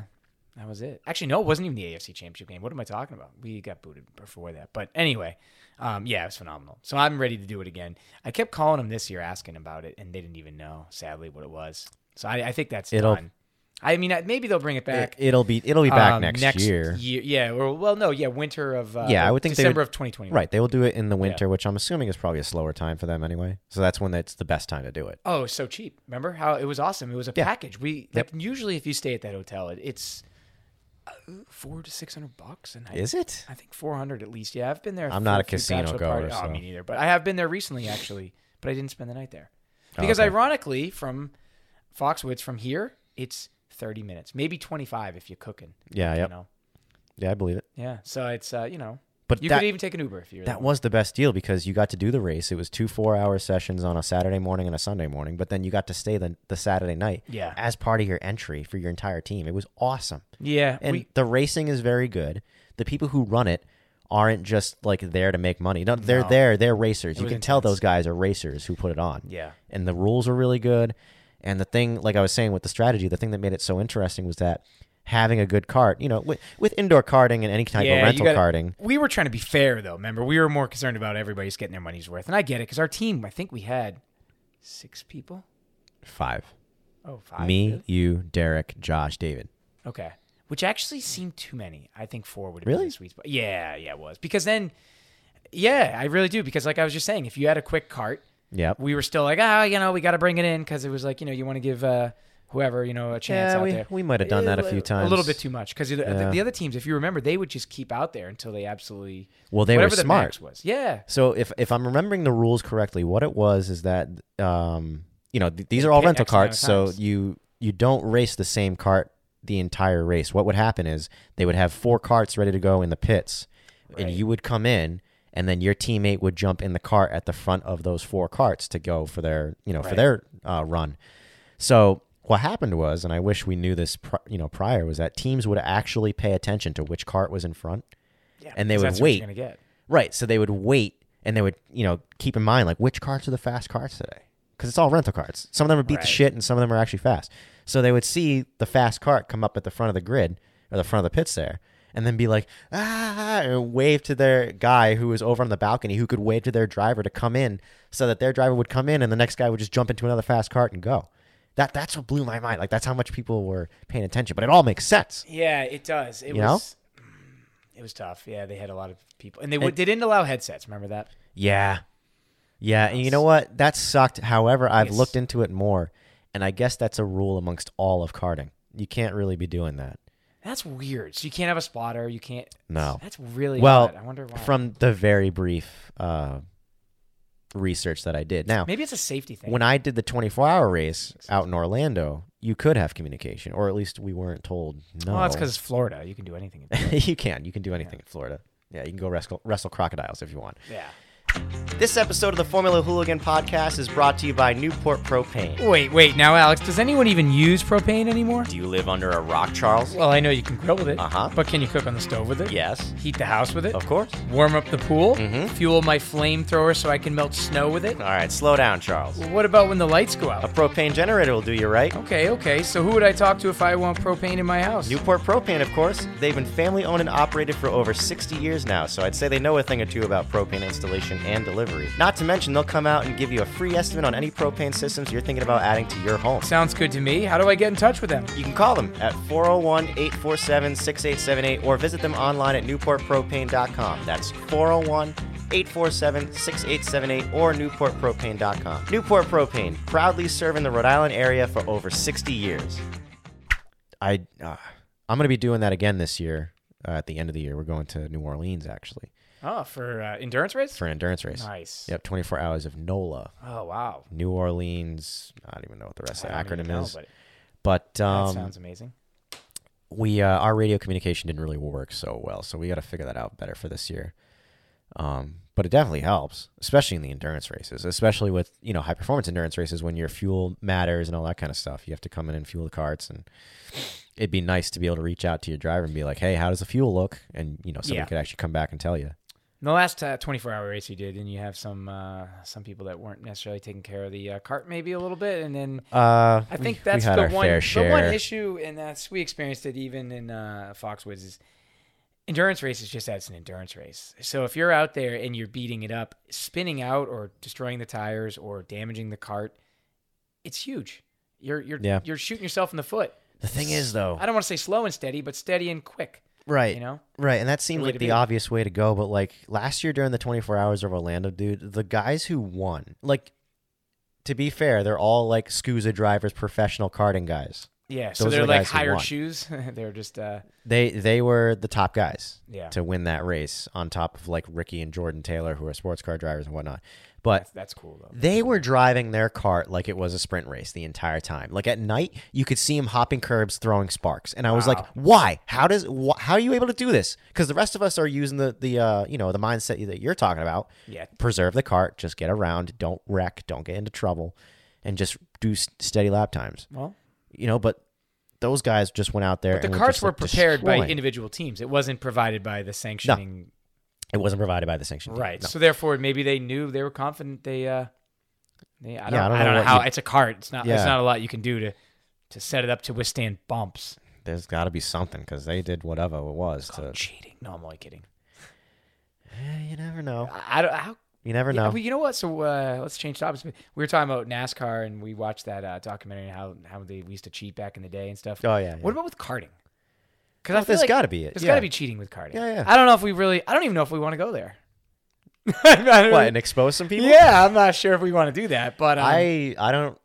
S2: that was it. Actually, no, it wasn't even the AFC Championship game. What am I talking about? We got booted before that. But anyway, um, yeah, it was phenomenal. So I'm ready to do it again. I kept calling them this year asking about it, and they didn't even know, sadly, what it was. So I, I think that's
S1: It'll-
S2: done. I mean, I- maybe they'll bring it back.
S1: It, will be it'll be back
S2: um,
S1: next, year.
S2: Yeah. Or well, no. Yeah, winter of. Uh,
S1: Yeah, I would think they
S2: December
S1: would-
S2: of 2020.
S1: Right, they will do it in the winter, which I'm assuming is probably a slower time for them anyway. So that's when it's the best time to do it.
S2: Oh, it was so cheap. Remember how it was awesome? It was a
S1: Yeah.
S2: package. We like, usually if you stay at that hotel, it, it's uh, four to six hundred bucks a night.
S1: Is it?
S2: I think four hundred at least. Yeah, I've been there.
S1: I'm
S2: for
S1: not a
S2: few
S1: casino
S2: bachelor
S1: goer,
S2: parties.
S1: so-
S2: Oh, me neither. But I have been there recently, actually. But I didn't spend the night there
S1: Oh,
S2: because,
S1: okay.
S2: ironically, from Foxwoods from here, it's thirty minutes, maybe twenty-five if you're cooking.
S1: Yeah,
S2: You
S1: yep.
S2: know?
S1: Yeah, I believe it.
S2: Yeah. So it's uh, you know,
S1: But
S2: you
S1: that,
S2: could even take an Uber if you're
S1: that was the best deal because you got to do the race. It was two four hour sessions on a Saturday morning and a Sunday morning, but then you got to stay the, the Saturday night
S2: Yeah.
S1: as part of your entry for your entire team. It was awesome.
S2: Yeah.
S1: And
S2: we,
S1: the racing is very good. The people who run it aren't just like there to make money. No, they're there. They're racers. You
S2: was
S1: can tell
S2: intense.
S1: those guys are racers who put it on.
S2: yeah.
S1: And the rules are really good. And the thing, like I was saying with the strategy, the thing that made it so interesting was that having a good cart, you know, with, with indoor karting and any type
S2: you
S1: of rental
S2: gotta-
S1: karting,
S2: We were trying to be fair, though. Remember, we were more concerned about everybody's getting their money's worth, and I get it because our team. I think we had six people.
S1: five.
S2: Oh, five.
S1: Me,
S2: really?
S1: you, Derek, Josh, David.
S2: Okay. Which actually seemed too many. I think four would have been
S1: Really?
S2: the sweet spot. Yeah, yeah, it was because then, yeah, I really do because like I was just saying, if you had a quick cart,
S1: Yep.
S2: we were still like, ah, you know, we got to bring it in because it was like, you know, you want to give uh, whoever you know a chance
S1: Yeah,
S2: out
S1: we-
S2: there.
S1: we might have done that a few
S2: A little
S1: times.
S2: bit too much because the,
S1: Yeah.
S2: the other teams, if you remember, they would just keep out there until they absolutely
S1: Well, they were
S2: whatever the
S1: smart.
S2: max was. Yeah,
S1: So if if I'm remembering the rules correctly, what it was is that um, you know th- these are all
S2: pit
S1: rental
S2: X amount
S1: carts,
S2: of
S1: so
S2: times.
S1: you you don't race the same cart the entire race. What would happen is they would have four carts ready to go in the pits, and
S2: Right.
S1: you would come in, and then your teammate would jump in the cart at the front of those four carts to go for their you know for
S2: Right.
S1: their uh, run. So what happened was, and I wish we knew this pr- you know prior, was that teams would actually pay attention to which cart was in front.
S2: yeah.
S1: And they
S2: because
S1: would
S2: that's what
S1: wait.
S2: You're gonna get.
S1: Right. So they would wait and they would, you know, keep in mind like which carts are the fast carts today? Because it's all rental carts. Some of them are beat
S2: Right.
S1: the shit and some of them are actually fast. So they would see the fast cart come up at the front of the grid or the front of the pits there and then be like, ah, and wave to their guy who was over on the balcony who could wave to their driver to come in so that their driver would come in and the next guy would just jump into another fast cart and go. That, that's what blew my mind. Like that's how much people were paying attention, but it all makes sense.
S2: Yeah, it does. It
S1: You know?
S2: was. mm, It was tough. Yeah, they had a lot of people, and they, would, they didn't allow headsets. Remember that?
S1: Yeah. Yeah. And you know what? That sucked. However, I've
S2: Yes.
S1: looked into it more, and I guess that's a rule amongst all of karting. You can't really be doing that.
S2: That's weird. So you can't have a spotter. You can't.
S1: No.
S2: That's really
S1: Well,
S2: odd. I wonder why.
S1: From the very brief uh, research that I did. Now,
S2: maybe it's a safety thing.
S1: when I did the 24 hour race out in Orlando, you could have communication, or at least we weren't told no.
S2: Well, that's because it's Florida. You can do anything. in Florida.
S1: [laughs] you can. You can do anything in Florida. Yeah, you can go wrestle, wrestle crocodiles if you want.
S2: yeah.
S1: This episode of the Formula Hooligan podcast is brought to you by Newport Propane.
S2: Wait, wait. Now, Alex, does anyone even use propane anymore?
S1: Do you live under a rock, Charles?
S2: Well, I know you can grill with it.
S1: Uh-huh.
S2: But can you cook on the stove with it?
S1: Yes.
S2: Heat the house with it.
S1: Of course.
S2: Warm up the pool.
S1: Mhm.
S2: Fuel my flamethrower so I can melt snow with it.
S1: All right, slow down, Charles.
S2: What about when the lights go
S1: A
S2: out?
S1: propane generator will do you right.
S2: Okay, okay. So who would I talk to if I want propane in my house?
S1: Newport Propane, of course. They've been family owned and operated for over 60 years now, so I'd say they know a thing or two about propane installation and delivery. Not to mention, they'll come out and give you a free estimate on any propane systems you're thinking about adding to your home.
S2: Sounds good to me. How do I get in touch with them?
S1: You can call them at 401 847 6878 or visit them online at newportpropane.com. That's 401 847 6878 or newportpropane.com. Newport Propane, proudly serving the Rhode Island area for over 60 years. I, uh, I'm going to be doing that again this year. Uh, at the end of the year, we're going to New Orleans actually
S2: Oh, for uh, endurance race?
S1: for an endurance race.
S2: Nice.
S1: Yep, 24 hours of NOLA.
S2: Oh, wow.
S1: New Orleans, I don't even know what the rest of the
S2: I don't
S1: acronym
S2: even know,
S1: is.
S2: but
S1: But
S2: That
S1: um,
S2: sounds amazing.
S1: we uh, our radio communication didn't really work so well, so we got to figure that out better for this year. Um, but it definitely helps, especially in the endurance races, especially with you know high performance endurance races when your fuel matters and all that kind of stuff. You have to come in and fuel the carts, and it'd be nice to be able to reach out to your driver and be like, "Hey, how does the fuel look?" And you know somebody
S2: Yeah.
S1: could actually come back and tell you.
S2: In the last uh, 24 hour race you did, and you have some uh, some people that weren't necessarily taking care of the uh, cart maybe a little bit, and then
S1: Uh,
S2: I
S1: we-
S2: think
S1: we
S2: that's
S1: had
S2: the
S1: our
S2: one
S1: fair
S2: the one
S1: share.
S2: issue, and that's we experienced it even in uh, Foxwoods is endurance race is just that's an endurance race. So if you're out there and you're beating it up, spinning out or destroying the tires or damaging the cart, it's huge. You're you're
S1: Yeah.
S2: you're shooting yourself in the foot.
S1: The thing is, though,
S2: I don't want to say slow and steady, but steady and quick.
S1: right,
S2: You know,
S1: right, and that seemed
S2: way
S1: like
S2: to
S1: the
S2: be.
S1: obvious way to go. But like last year during the 24 hours of Orlando, dude, the guys who won, like, to be fair, they're all like Scusa drivers, professional karting guys.
S2: yeah. So
S1: Those are
S2: they're
S1: the
S2: like
S1: guys who
S2: hired
S1: won.
S2: shoes. [laughs] they're just uh,
S1: They they were the top guys
S2: yeah.
S1: to win that race, on top of like Ricky and Jordan Taylor, who are sports car drivers and whatnot. But
S2: That's, that's cool though.
S1: They were driving their cart like it was a sprint race the entire time. Like at night, you could see him hopping curbs, throwing sparks, and I was like,
S2: Wow.
S1: "Why? How does? Wh- how are you able to do this?" Because the rest of us are using the the uh, you know the mindset that you're talking about.
S2: Yeah.
S1: Preserve the cart, just get around, don't wreck, don't get into trouble, and just do s- steady lap times.
S2: Well,
S1: You know, but those guys just went out there.
S2: but the
S1: and
S2: carts
S1: just,
S2: were
S1: like,
S2: prepared by
S1: destroying.
S2: individual teams. It wasn't provided by the sanctioning.
S1: it wasn't provided by the sanction. team.
S2: Right.
S1: No.
S2: So therefore, maybe they knew they were confident. They, uh, they I don't,
S1: I don't
S2: I don't,
S1: know
S2: know,
S1: what
S2: how
S1: you-
S2: it's a cart. It's not.
S1: Yeah.
S2: There's not a lot you can do to to set it up to withstand bumps.
S1: There's got to be something because they did whatever it was
S2: Oh,
S1: to.
S2: cheating? No, I'm only kidding.
S1: Eh, you never know.
S2: I, I don't. How,
S1: You never
S2: yeah,
S1: know.
S2: well, you know what? So uh, let's change topics. We were talking about NASCAR, and we watched that uh, documentary and how how they we used to cheat back in the day and stuff.
S1: oh yeah. yeah.
S2: What about with karting? Because
S1: Oh,
S2: I feel
S1: there's
S2: like
S1: got to be it.
S2: there's
S1: yeah.
S2: got to be cheating with karting.
S1: Yeah, yeah.
S2: I don't know if we really. I don't even know if we want to go there. [laughs] I don't
S1: what
S2: really-
S1: and expose some people.
S2: Yeah, I'm not sure if we want to do that, but um,
S1: I I don't.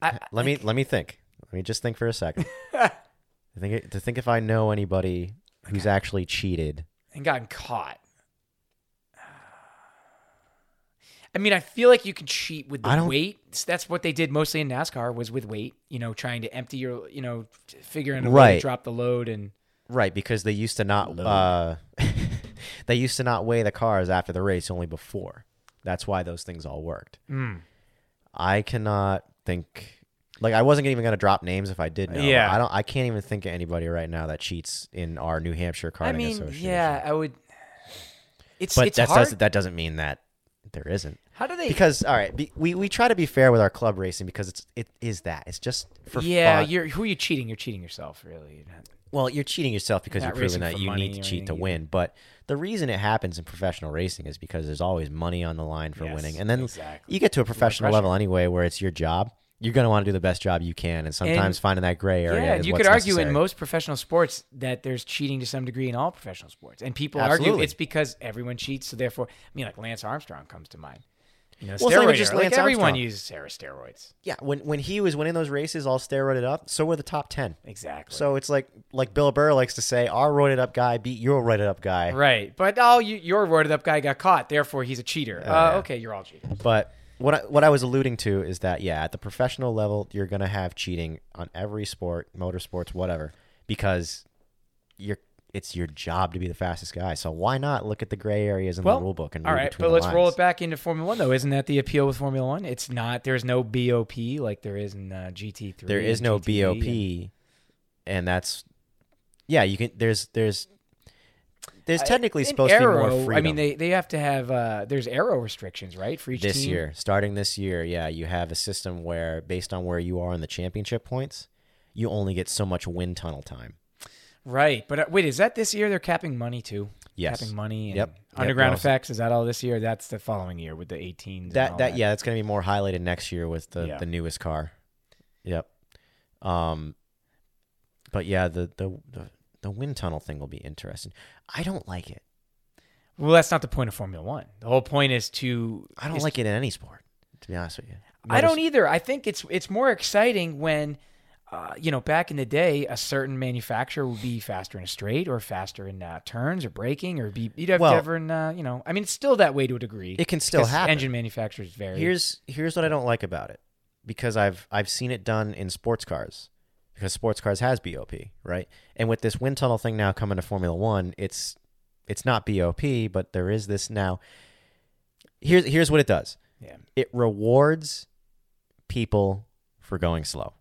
S2: I-
S1: Let me let me think. Let me just think for a [laughs] second. I think it- to think if I know anybody who's actually cheated.
S2: and gotten caught. I mean, I feel like you can cheat with
S1: I
S2: the
S1: don't-
S2: weight. That's what they did mostly in NASCAR was with weight. You know, trying to empty your, you know, figuring a way
S1: Right.
S2: to drop the load and
S1: Right, because they used to not
S2: Load.
S1: uh, [laughs] they used to not weigh the cars after the race, only before. That's why those things all worked. I cannot think. Like I wasn't even gonna drop names if I did know. but
S2: Yeah.
S1: I don't. I can't even think of anybody right now that cheats in our New Hampshire karting
S2: I mean,
S1: association.
S2: yeah, I would. It's
S1: but
S2: it's
S1: that
S2: hard.
S1: doesn't that doesn't mean that there isn't.
S2: How do they?
S1: because all right, be, we we try to be fair with our club racing because it's it is that it's just for
S2: yeah,
S1: fun.
S2: you're who are you cheating? You're cheating yourself, really. You're not-
S1: well, you're cheating yourself because
S2: Not
S1: you're proving
S2: racing
S1: that
S2: for
S1: you
S2: money
S1: need to
S2: or
S1: cheat to
S2: anything
S1: win. But the reason it happens in professional racing is because there's always money on the line for
S2: Yes,
S1: winning, and then
S2: exactly.
S1: you get to a professional
S2: pressure.
S1: level anyway where it's your job. You're gonna want to do the best job you can, and sometimes finding that gray area.
S2: Yeah,
S1: is
S2: you
S1: what's
S2: could argue
S1: necessary.
S2: in most professional sports that there's cheating to some degree in all professional sports, and people argue
S1: Absolutely.
S2: it's because everyone cheats. So therefore, I mean, like Lance Armstrong comes to mind. You know,
S1: Well, it's not even
S2: steroid
S1: just
S2: era. Like,
S1: Lance
S2: everyone
S1: Armstrong.
S2: uses steroid- steroids.
S1: yeah, when when he was winning those races, all steroided up, so were the top ten.
S2: Exactly.
S1: So it's like like Bill Burr likes to say, our roided up guy beat your roided up guy.
S2: right, but oh, you, your roided up guy got caught. Therefore, he's a cheater. Uh, Okay, you're all cheaters.
S1: But what I, what I was alluding to is that yeah, at the professional level, you're gonna have cheating on every sport, motorsports, whatever, because you're it's your job to be the fastest guy. So why not look at the gray areas in
S2: Well,
S1: the rule book and
S2: all
S1: read
S2: right,
S1: between
S2: but
S1: the
S2: let's
S1: lines?
S2: roll it back into Formula One though. Isn't that the appeal with Formula One? It's not. There's no BOP like there is in uh, GT3.
S1: There is no
S2: GTE,
S1: BOP,
S2: and-
S1: and that's yeah. You can there's there's there's technically
S2: In
S1: supposed to
S2: aero,
S1: be more freedom.
S2: I mean, they, they have to have uh, there's arrow restrictions, right? For each
S1: this
S2: team?
S1: year, starting this year, yeah, you have a system where based on where you are in the championship points, you only get so much wind tunnel time.
S2: Right. But uh, wait, is that this year they're capping money too?
S1: Yes.
S2: Capping money and
S1: Yep. Yep,
S2: underground
S1: that was-
S2: effects. Is that all this year? That's the following year with the 18s. and
S1: that
S2: all
S1: that yeah, that's gonna be more highlighted next year with the,
S2: Yeah.
S1: the newest car. Yep. Um, but yeah, the, the the the wind tunnel thing will be interesting. I don't like it.
S2: Well, that's not the point of Formula One. The whole point is to.
S1: I don't
S2: is-
S1: like it in any sport, to be honest with you.
S2: I don't
S1: Notice-
S2: either. I think it's it's more exciting when. Uh, you know, back in the day, a certain manufacturer would be faster in a straight, or faster in uh, turns, or braking, or be you'd have
S1: Well-
S2: to ever in uh, you know. I mean, it's still that way to a degree.
S1: It can still
S2: 'Cause
S1: happen.
S2: Engine manufacturers vary.
S1: Here's here's what I don't like about it, because I've I've seen it done in sports cars, because sports cars has BOP, right? And with this wind tunnel thing now coming to Formula One, it's it's not BOP, but there is this now. Here's here's what it does.
S2: Yeah.
S1: It rewards people for going slow,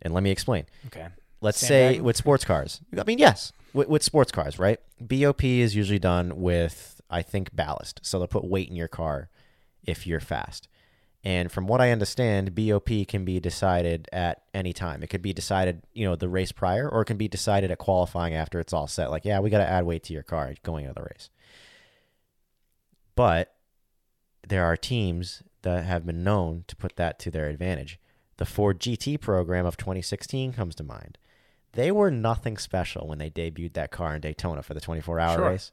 S1: and let me explain
S2: okay.
S1: let's say
S2: Sandbagging?
S1: with sports cars. I mean, yes, with, with sports cars, right? BOP is usually done with, I think, ballast. So they'll put weight in your car if you're fast. And from what I understand, BOP can be decided at any time. It could be decided, you know, the race prior, or it can be decided at qualifying after it's all set. Like, yeah, we got to add weight to your car going into the race. But there are teams that have been known to put that to their advantage. The Ford GT program of 2016 comes to mind. They were nothing special when they debuted that car in Daytona for the 24 hour
S2: Sure.
S1: race.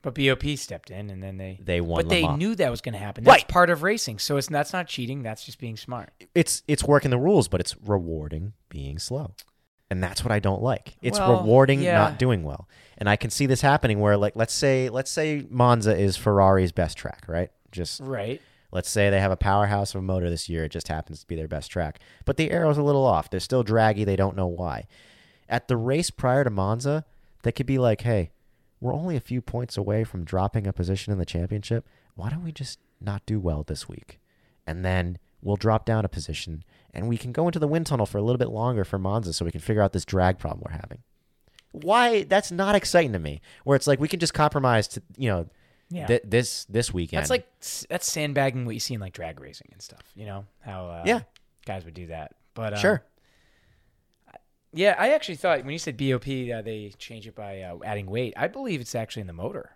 S2: But BOP stepped in, and then they
S1: They won.
S2: But
S1: Le
S2: they
S1: Mans.
S2: knew that was going to happen. That's
S1: Right.
S2: part of racing. So it's that's not cheating. That's just being smart.
S1: it's it's working the rules, but it's rewarding being slow. And that's what I don't like. It's
S2: Well,
S1: rewarding
S2: yeah.
S1: not doing well. And I can see this happening where like let's say let's say Monza is Ferrari's best track, right? Just
S2: Right.
S1: let's say they have a powerhouse of a motor this year, it just happens to be their best track. But the arrow's a little off. They're still draggy, they don't know why. At the race prior to Monza, they could be like, "Hey, we're only a few points away from dropping a position in the championship. Why don't we just not do well this week? And then we'll drop down a position and we can go into the wind tunnel for a little bit longer for Monza so we can figure out this drag problem we're having. Why that's not exciting to me. Where it's like we can just compromise to, you know,
S2: Yeah.
S1: thi- this this weekend.
S2: that's like that's sandbagging what you see in like drag racing and stuff. You know how uh,
S1: Yeah.
S2: guys would do that. But um,
S1: sure.
S2: Yeah, I actually thought when you said BOP, uh, they change it by uh, adding weight. I believe it's actually in the motor.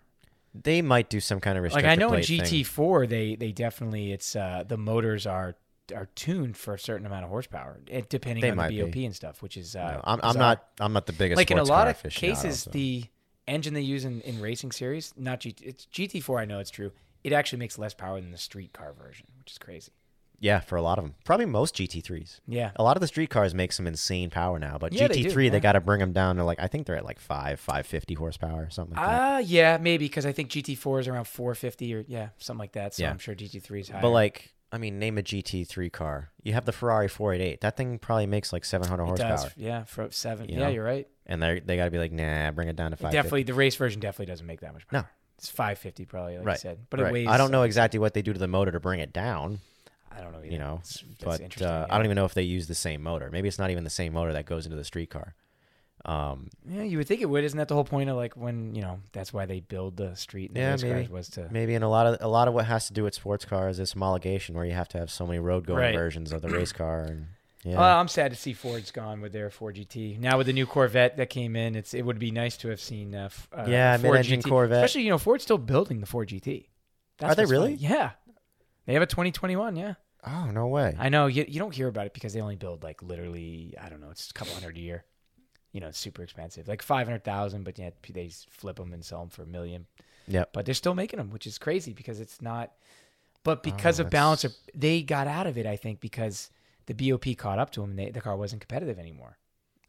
S1: They might do some kind of
S2: Like
S1: restricted
S2: I know in
S1: plate thing.
S2: GT4, they they definitely it's uh, the motors are are tuned for a certain amount of horsepower, it, depending
S1: They
S2: on
S1: might
S2: the
S1: be.
S2: BOP and stuff, which is uh,
S1: No, I'm, I'm
S2: bizarre.
S1: not. I'm not the biggest.
S2: like in a
S1: sports
S2: lot
S1: car
S2: of
S1: aficionado,
S2: cases
S1: so-
S2: the engine they use in, in racing series not GT, it's gt4 i know it's true it actually makes less power than the street car version which is crazy
S1: yeah, for a lot of them, probably most GT3s.
S2: yeah
S1: A lot of the street cars make some insane power now, but
S2: Yeah, they do,
S1: GT3 they,
S2: yeah.
S1: got to bring them down to like I think they're at like five, five fifty horsepower or something like that.
S2: uh yeah maybe because i think gt4 is around 450 or yeah something like that so
S1: Yeah.
S2: i'm sure gt3 is higher
S1: But like, I mean, name a GT3 car. You have the Ferrari 488. That thing probably makes like seven hundred
S2: it
S1: horsepower,
S2: does yeah for seven
S1: You
S2: yeah
S1: know?
S2: you're right
S1: and they they got to be like, nah, bring it down to five.
S2: definitely the race version definitely doesn't make that much
S1: No.
S2: power it's 550 probably like I
S1: Right,
S2: said but it weighs
S1: I don't know exactly what they do to the motor to bring it down,
S2: i don't know either.
S1: you know.
S2: It's- that's
S1: but
S2: interesting,
S1: uh,
S2: yeah.
S1: I don't even know if they use the same motor. Maybe it's not even the same motor that goes into the street car. Um,
S2: yeah you would think it would isn't that the whole point of like when you know that's why they build the street and the
S1: Yeah,
S2: race
S1: maybe.
S2: cars was to
S1: Maybe and a lot of a lot of what has to do with sports car is this homologation where you have to have so many road going
S2: Right.
S1: versions of the
S2: [clears throat]
S1: race car and yeah.
S2: Well, I'm sad to see Ford's gone with their 4GT. Now with the new Corvette that came in, it's it would be nice to have seen. Uh, f- uh,
S1: Yeah,
S2: a Ford
S1: mid-engine
S2: GT.
S1: Corvette.
S2: Especially, you know, Ford's still building the 4GT.
S1: Are they
S2: what's funny.
S1: really?
S2: Yeah, they have a 2021. Yeah,
S1: oh no way.
S2: I know. You, you don't hear about it because they only build like literally, I don't know, it's a couple hundred a year. You know, it's super expensive, like 500,000, but yet they flip them and sell them for a million.
S1: Yep.
S2: But they're still making them, which is crazy because it's not. But because
S1: Oh,
S2: of balance,
S1: that's-
S2: they got out of it, I think, because the BOP caught up to them and they, the car wasn't competitive anymore.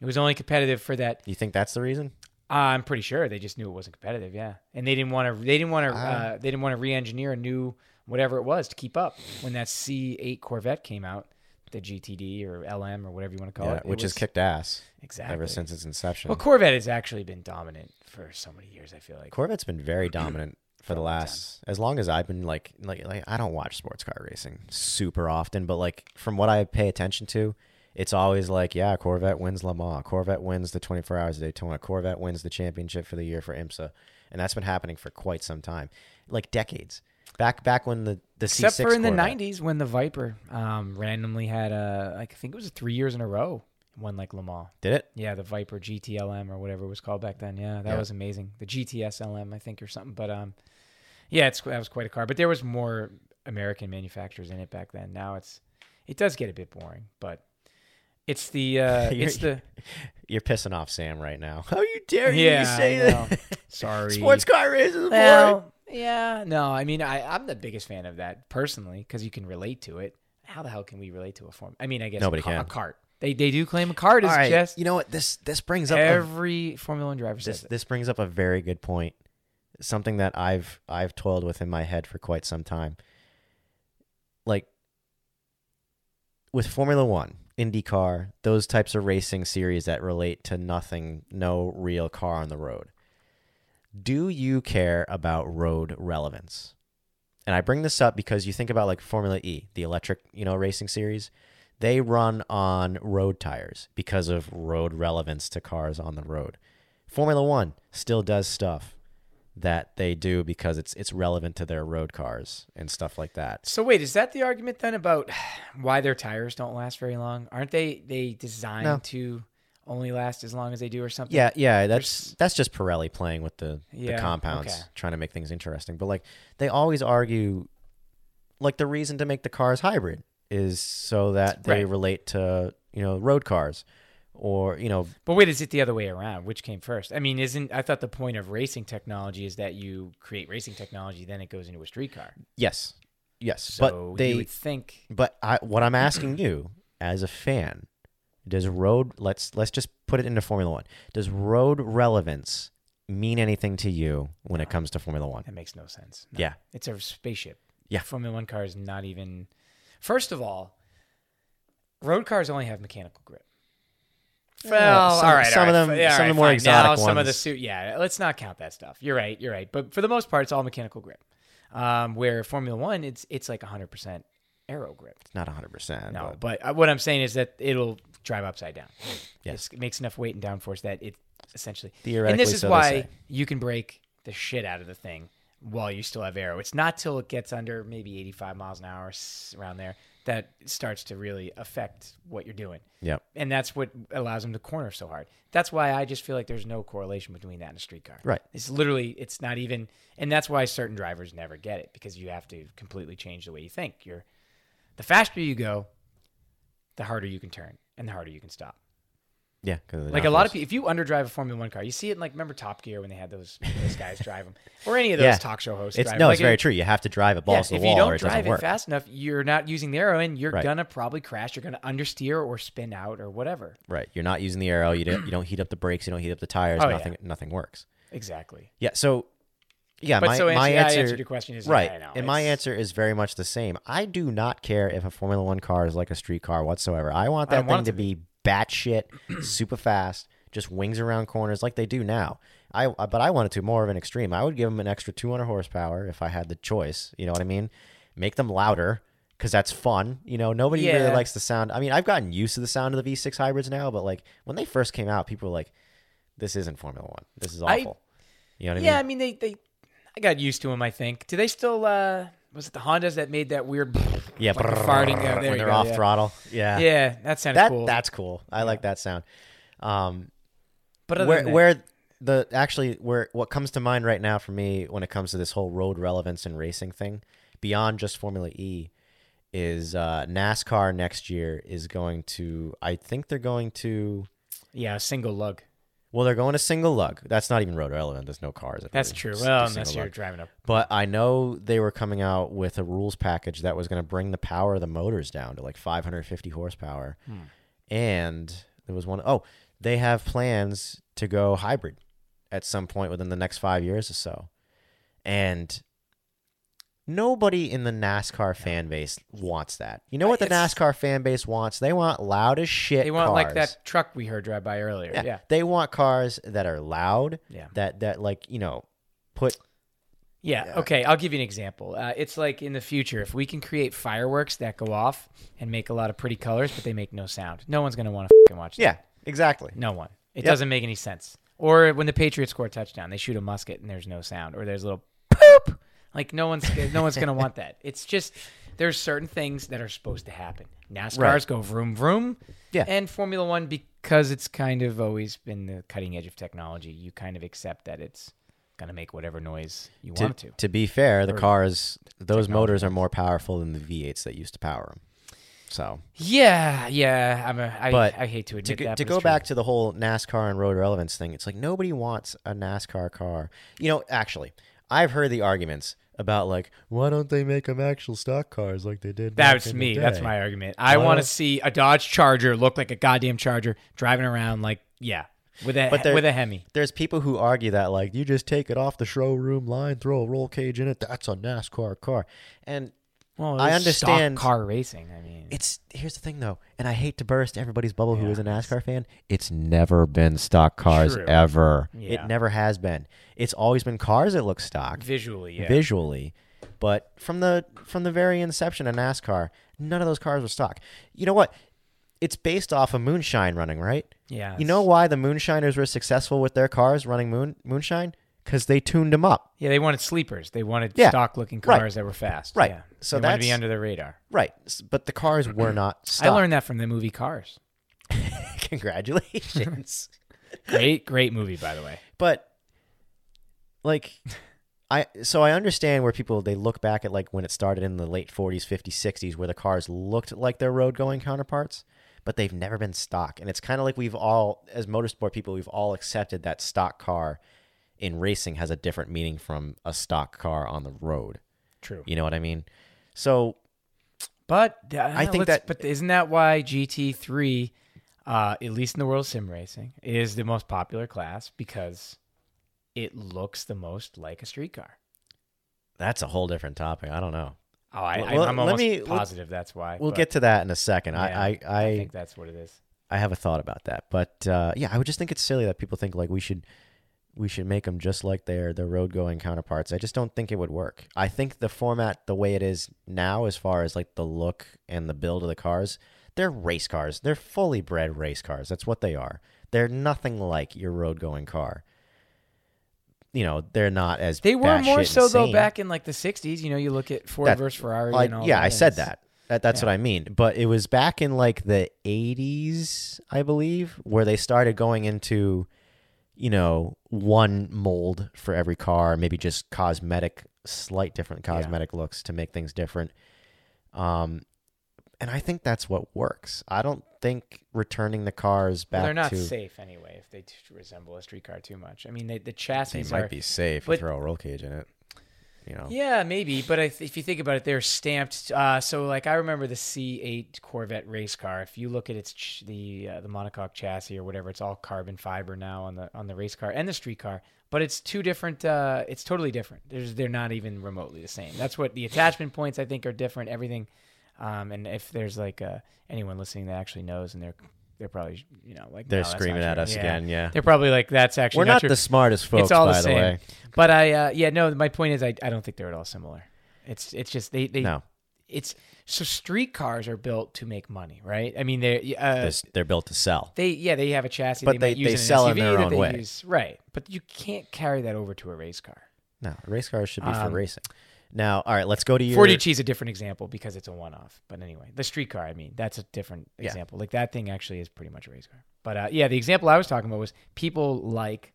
S2: It was only competitive for that.
S1: you think that's the reason?
S2: I'm pretty sure they just knew it wasn't competitive, yeah. And they didn't want to. They didn't want to.
S1: Ah.
S2: Uh, they didn't want to re-engineer a new whatever it was to keep up. When that C8 Corvette came out, the GTD or LM or whatever you want to call
S1: Yeah,
S2: Oh, it, it
S1: which has
S2: was-
S1: kicked ass
S2: exactly
S1: ever since its inception.
S2: Well, Corvette has actually been dominant for so many years. I feel like
S1: Corvette's been
S2: [clears throat]
S1: very dominant for the
S2: a long time.
S1: last as long as I've been like like like I don't watch sports car racing super often, but like from what I pay attention to, it's always like yeah, Corvette wins Le Mans, Corvette wins the 24 Hours of Daytona, Corvette wins the championship for the year for IMSA, and that's been happening for quite some time, like decades. Back back when the the
S2: except
S1: C6
S2: for in the
S1: Corvette-
S2: '90s when the Viper um, randomly had a, like I think it was three years in a row, won like Le Mans.
S1: did it?
S2: Yeah, the Viper GTLM or whatever it was called back then. Yeah, that
S1: Yeah.
S2: was amazing. The GTSLM, I think, or something. But um, yeah, it's that was quite a car. But there was more American manufacturers in it back then. Now it's it does get a bit boring, but it's the
S1: [laughs]
S2: uh,
S1: You're-
S2: it's the
S1: You're pissing off Sam right now. [laughs] How you dare you
S2: yeah.
S1: say
S2: I
S1: that?
S2: know.
S1: [laughs]
S2: Sorry,
S1: Sports car racing is boring.
S2: Well, yeah, no, I mean, I I'm the biggest fan of that personally because you can relate to it. How the hell can we relate to a form? I mean, I guess
S1: Nobody
S2: a, ca- a
S1: can.
S2: cart. They they do claim a cart
S1: All
S2: is
S1: right,
S2: just
S1: you know what this this brings up a
S2: every Formula One driver says
S1: this
S2: it.
S1: this brings up a very good point something that i've i've toiled with in my head for quite some time like with formula 1 indycar those types of racing series that relate to nothing no real car on the road do you care about road relevance and i bring this up because you think about like formula e the electric you know racing series they run on road tires because of road relevance to cars on the road Formula One still does stuff that they do because it's it's relevant to their road cars and stuff like that.
S2: So wait, is that the argument then about why their tires don't last very long? Aren't they they designed
S1: No.
S2: to only last as long as they do or something?
S1: Yeah, yeah,
S2: There's-
S1: that's that's just Pirelli playing with the,
S2: Yeah,
S1: the compounds,
S2: okay.
S1: trying to make things interesting. But like they always argue, like the reason to make the cars hybrid is so that they
S2: Right.
S1: relate to you know road cars or you know
S2: But wait, is it the other way around? Which came first? I mean, isn't I thought the point of racing technology is that you create racing technology, then it goes into a street car.
S1: yes, yes.
S2: So
S1: but they
S2: you would think
S1: But I, what I'm asking you, as a fan, does road let's let's just put it into Formula One. Does road relevance mean anything to you when it comes to Formula One?
S2: that makes no sense. No.
S1: Yeah,
S2: It's a spaceship.
S1: Yeah.
S2: Formula One car is not even. First of all, road cars only have mechanical grip.
S1: Well, some- some of
S2: all
S1: them-
S2: fi- all
S1: some of the more
S2: fine.
S1: exotic
S2: now, Some of the
S1: ones.
S2: suit, yeah. Let's not count that stuff. You're right. You're right. But for the most part, it's all mechanical grip. Um, where Formula One, it's it's like 100% aero grip.
S1: it's not 100. percent
S2: No, but, uh what I'm saying is that it'll drive upside down.
S1: Yes.
S2: it makes enough weight and downforce that it essentially.
S1: Theoretically,
S2: and this is
S1: so they
S2: why
S1: say.
S2: you can break the shit out of the thing while you still have aero. It's not till it gets under maybe 85 miles an hour s- around there that it starts to really affect what you're doing,
S1: Yep.
S2: and that's what allows them to corner so hard. That's why I just feel like there's no correlation between that and a street car.
S1: Right.
S2: It's literally it's not even, and that's why certain drivers never get it because you have to completely change the way you think. You're the faster you go, the harder you can turn and the harder you can stop.
S1: Yeah. 'cause of the
S2: Like a lot of
S1: downforce.
S2: people, if you underdrive a Formula One car, you see it in like remember Top Gear when they had those those guys drive them, or any of those
S1: Yeah.
S2: talk show hosts.
S1: It's
S2: drive 'em.
S1: no,
S2: Like,
S1: it's very
S2: if-
S1: true. You have to drive it
S2: yeah,
S1: balls to
S2: if
S1: the wall,
S2: you don't
S1: or it
S2: drive
S1: doesn't
S2: it
S1: work.
S2: fast enough, you're not using the arrow, and you're
S1: Right.
S2: gonna probably crash. You're gonna understeer or spin out or whatever.
S1: Right. You're not using the arrow. You don't. You don't heat up the brakes. You don't heat up the tires.
S2: Oh, yeah.
S1: nothing. Nothing works.
S2: Exactly.
S1: Yeah. So. Yeah.
S2: But
S1: Uh, my
S2: so
S1: my
S2: answer, yeah, I
S1: answer.
S2: answered your question is
S1: Right.
S2: I know,
S1: and my
S2: it's-
S1: answer is very much the same. I do not care if a Formula One car is like a street car whatsoever. I want
S2: I
S1: that
S2: want
S1: thing to
S2: it
S1: be batshit, [clears throat] super fast, just wings around corners like they do now. I I- but I want it to more of an extreme. I would give them an extra 200 horsepower if I had the choice. You know what I mean? Make them louder because that's fun. You know, nobody
S2: Yeah.
S1: really likes the sound. I mean, I've gotten used to the sound of the V6 hybrids now, but like when they first came out, people were like, "This isn't Formula One. This is
S2: I-
S1: awful." you know what I
S2: Yeah,
S1: mean?
S2: I mean they they, I got used to them. I think. Do they still? uh Was it the Hondas that made that weird?
S1: Yeah,
S2: like the farting.
S1: brrrr
S2: Yeah, there
S1: when
S2: you
S1: they're
S2: go,
S1: off
S2: yeah.
S1: throttle. [laughs] Yeah,
S2: Yeah, that sounded
S1: that
S2: cool.
S1: that's cool. I like that sound. Um,
S2: but other
S1: where
S2: than that-
S1: where the actually where what comes to mind right now for me when it comes to this whole road relevance and racing thing, beyond just Formula E, is uh, NASCAR next year is going to. I think they're going to.
S2: yeah, a single lug.
S1: Well, they're going to single lug. That's not even road relevant. There's no cars. that
S2: That's
S1: really
S2: true.
S1: s- do
S2: Well,
S1: single
S2: unless you're
S1: lug.
S2: driving a
S1: But I know they were coming out with a rules package that was going to bring the power of the motors down to like 550 horsepower.
S2: Hmm.
S1: And there was one oh, they have plans to go hybrid at some point within the next 5 years or so. And nobody in the NASCAR fan base wants that. You know what the
S2: It's-
S1: NASCAR fan base wants? They want loud as shit
S2: They want like
S1: cars.
S2: that truck we heard drive by earlier. Yeah.
S1: yeah.
S2: Yeah.
S1: They want cars that are loud,
S2: Yeah.
S1: that that like, you know, put Yeah.
S2: Okay. I'll give you an example. Uh, it's like in the future, if we can create fireworks that go off and make a lot of pretty colors, but they make no sound, no one's going to want to fucking watch that.
S1: yeah, exactly.
S2: No one. It
S1: Yep.
S2: doesn't make any sense. Or when the Patriots score a touchdown, they shoot a musket and there's no sound, or there's a little poop. Like no one's no one's gonna want
S1: [laughs]
S2: that. It's just there's certain things that are supposed to happen. NASCARs
S1: Right.
S2: go vroom vroom,
S1: Yeah.
S2: and Formula One because it's kind of always been the cutting edge of technology. You kind of accept that it's gonna make whatever noise you
S1: to,
S2: want it to.
S1: to be fair, the
S2: Or
S1: cars, those motors are more powerful than the V8s that used to power them. So
S2: Yeah, yeah. I'm a, I,
S1: But
S2: I hate to admit
S1: to, go-
S2: that.
S1: to
S2: but
S1: go
S2: it's true.
S1: back to the whole NASCAR and road relevance thing, it's like nobody wants a NASCAR car. You know, actually, I've heard the arguments about like, why don't they make them actual stock cars like they did? back
S2: That's
S1: in the
S2: me. That's
S1: day?"
S2: my argument. I
S1: Well-
S2: want to see a Dodge Charger look like a goddamn Charger driving around like yeah, with a
S1: But they're-
S2: with a Hemi.
S1: There's people who argue that like you just take it off the showroom line, throw a roll cage in it. That's a NASCAR car, and
S2: Well,
S1: I
S2: it's stock
S1: understand-
S2: car racing. I mean,
S1: it's here's the thing though, and I hate to burst everybody's bubble who
S2: Yeah,
S1: is a
S2: it's-
S1: NASCAR fan. It's never been stock cars
S2: True.
S1: ever.
S2: Yeah.
S1: It never has been. It's always been cars that look stock
S2: visually, yeah.
S1: visually, but from the from the very inception of NASCAR, none of those cars were stock. You know what? It's based off of moonshine running, right?
S2: yeah.
S1: You know why the moonshiners were successful with their cars running moon moonshine? Because they tuned them up.
S2: yeah, they wanted sleepers. They wanted
S1: Yeah,
S2: stock looking
S1: right.
S2: cars that were fast.
S1: Right.
S2: Yeah.
S1: So
S2: they wanted to be
S1: that's-
S2: under the radar.
S1: Right, s- but the cars
S2: [clears throat]
S1: were not stock.
S2: I learned that from the movie Cars.
S1: [laughs] Congratulations.
S2: Great, great movie, by the way.
S1: but like [laughs] i so i understand where people they look back at like when it started in the late 40s 50s 60s where the cars looked like their road going counterparts but they've never been stock. And it's kind of like we've all, as motorsport people, we've all accepted that stock car in racing has a different meaning from a stock car on the road.
S2: True.
S1: You know what I mean? So
S2: But uh, I
S1: think
S2: think
S1: that-
S2: that. But isn't that why GT three, uh, at least in the world of sim racing, is the most popular class because it looks the most like a street car.
S1: that's a whole different topic. I don't know.
S2: Oh, I,
S1: Well,
S2: I, am
S1: let
S2: almost
S1: me- let-
S2: positive that's why.
S1: We'll
S2: but
S1: get to that in a second.
S2: Yeah,
S1: I, I, I,
S2: I think that's what it is.
S1: I have a thought about that, but uh, yeah, I would just think it's silly that people think like we should we should make them just like their their road going counterparts. I just don't think it would work. I think the format the way it is now, as far as like the look and the build of the cars, they're race cars. They're fully bred race cars. That's what they are. They're nothing like your road going car. You know, they're not as
S2: They were more
S1: batshit
S2: so though
S1: insane.
S2: back in like the '60s. You know, you look at Ford
S1: That-
S2: versus Ferrari.
S1: I-
S2: and all
S1: yeah,
S2: that,
S1: I
S2: and
S1: said
S2: it's-
S1: that. that that's what I mean. But it was back in like the 80s, I believe, where they started going into, you know, one mold for every car, maybe just cosmetic, slight different
S2: Yeah.
S1: cosmetic looks to make things different. Um, and I think that's what works. I don't think returning the cars back
S2: Well, they're not
S1: to
S2: safe anyway if they t- resemble a street car too much. I mean, they, the chassis
S1: they
S2: are.
S1: might be safe.
S2: but-
S1: you throw a roll cage in it, you know.
S2: Yeah, maybe, but I th- if you think about it, they're stamped. Uh, so, like, I remember the C8 Corvette race car. If you look at its ch- the uh, the monocoque chassis or whatever, it's all carbon fiber now on the on the race car and the street car. But it's two different. Uh, it's totally different. There's they're not even remotely the same. That's what the attachment points I think are different. Everything, um, and if there's like uh, anyone listening that actually knows, and they're they're probably you know like
S1: They're
S2: "No, that's not
S1: screaming at
S2: true."
S1: us
S2: Yeah.
S1: again, yeah.
S2: They're probably like that's actually
S1: We're not
S2: true."
S1: the smartest folks,
S2: it's all
S1: by
S2: the
S1: the,
S2: same.
S1: way.
S2: But I, uh, yeah, no. My point is, I, I don't think they're at all similar. It's, it's just they, they,
S1: No,
S2: it's so street cars are built to make money, right? I mean, they're, uh,
S1: this- they're built to sell.
S2: they, yeah, they have a chassis,
S1: But
S2: they,
S1: they-
S2: might use
S1: they
S2: in an
S1: sell in
S2: SUV
S1: their
S2: that
S1: own
S2: they
S1: way.
S2: use- right? But you can't carry that over to a race car.
S1: No, race cars should be for
S2: Um,
S1: racing. Now, all right, let's go to your.
S2: 40G is a different example because it's a one-off. But anyway, the street car, I mean, that's a different
S1: Yeah.
S2: example. Like that thing actually is pretty much a race car. But uh, yeah, the example I was talking about was people like,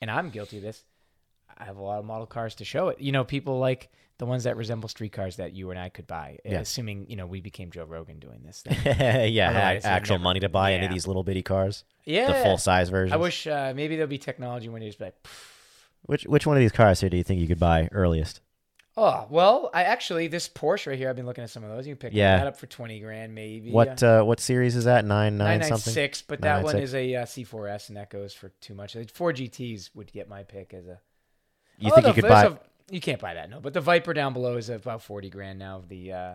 S2: and I'm guilty of this. I have a lot of model cars to show it. You know, people like the ones that resemble street cars that you and I could buy, uh,
S1: Yeah.
S2: assuming you know we became Joe Rogan doing
S1: [laughs]
S2: this. Thing.
S1: [laughs] yeah,
S2: Otherwise,
S1: had
S2: they'd
S1: actual
S2: never-
S1: money to buy any of
S2: yeah.
S1: these little bitty cars,
S2: yeah,
S1: the full size version.
S2: I wish uh, maybe there'll be technology when you just be like,
S1: Which which one of these cars here do you think you could buy earliest?
S2: oh, well, I actually this Porsche right here. I've been looking at some of those. You can pick
S1: Yeah.
S2: that up for twenty grand, maybe. Uh,
S1: What uh, what series is that? Nine nine, something.
S2: 996, but that one
S1: 996.
S2: is a uh, C4S, and that goes for too much. The Four GTs would get my pick as a.
S1: You
S2: Oh,
S1: think
S2: the-
S1: you could buy?
S2: there's a- you can't buy that, no. But the Viper down below is about 40 grand now. Of the, uh,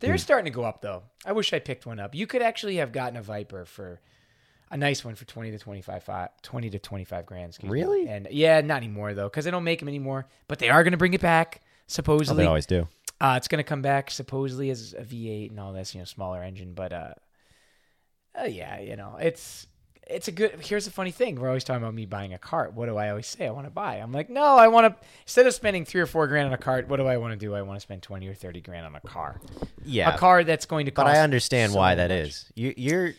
S2: they're
S1: Hmm.
S2: starting to go up though. I wish I picked one up. You could actually have gotten a Viper for a nice one for 20 to 25, fi- 20 to 25 grand. Excuse me.
S1: Really?
S2: And yeah, not anymore though, because they don't make them anymore. But they are going to bring it back
S1: oh, they
S2: supposedly.
S1: always do.
S2: Uh, it's going to come back supposedly as a V8 and all this, you know, smaller engine. But uh, uh, yeah, you know, it's it's a good. Here's the funny thing: we're always talking about me buying a cart. What do I always say? I want to buy. I'm like, no, I want to. Instead of spending three or four grand on a cart, what do I want to do? I want to spend twenty or thirty grand on a car.
S1: Yeah,
S2: a car that's going to
S1: but
S2: cost.
S1: I understand
S2: so
S1: why that
S2: much.
S1: is. You you're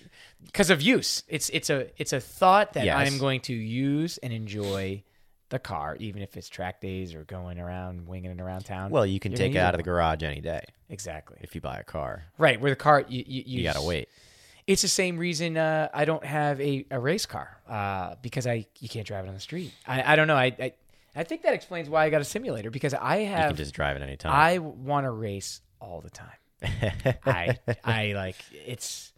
S2: because of use. It's it's a it's a thought that
S1: Yes.
S2: I'm going to use and enjoy the car, even if it's track days or going around winging it around town.
S1: well, you can
S2: You're
S1: take it
S2: gonna use
S1: out of the garage any day
S2: exactly
S1: if you buy a car.
S2: right where the cart you you,
S1: You gotta
S2: s-
S1: wait.
S2: it's the same reason uh, I don't have a, a race car uh, because I you can't drive it on the street. I, I don't know. I, I I think that explains why I got a simulator because I
S1: You can
S2: have
S1: just drive it any [laughs] time.
S2: I want to race all the time.
S1: [laughs]
S2: I I like it's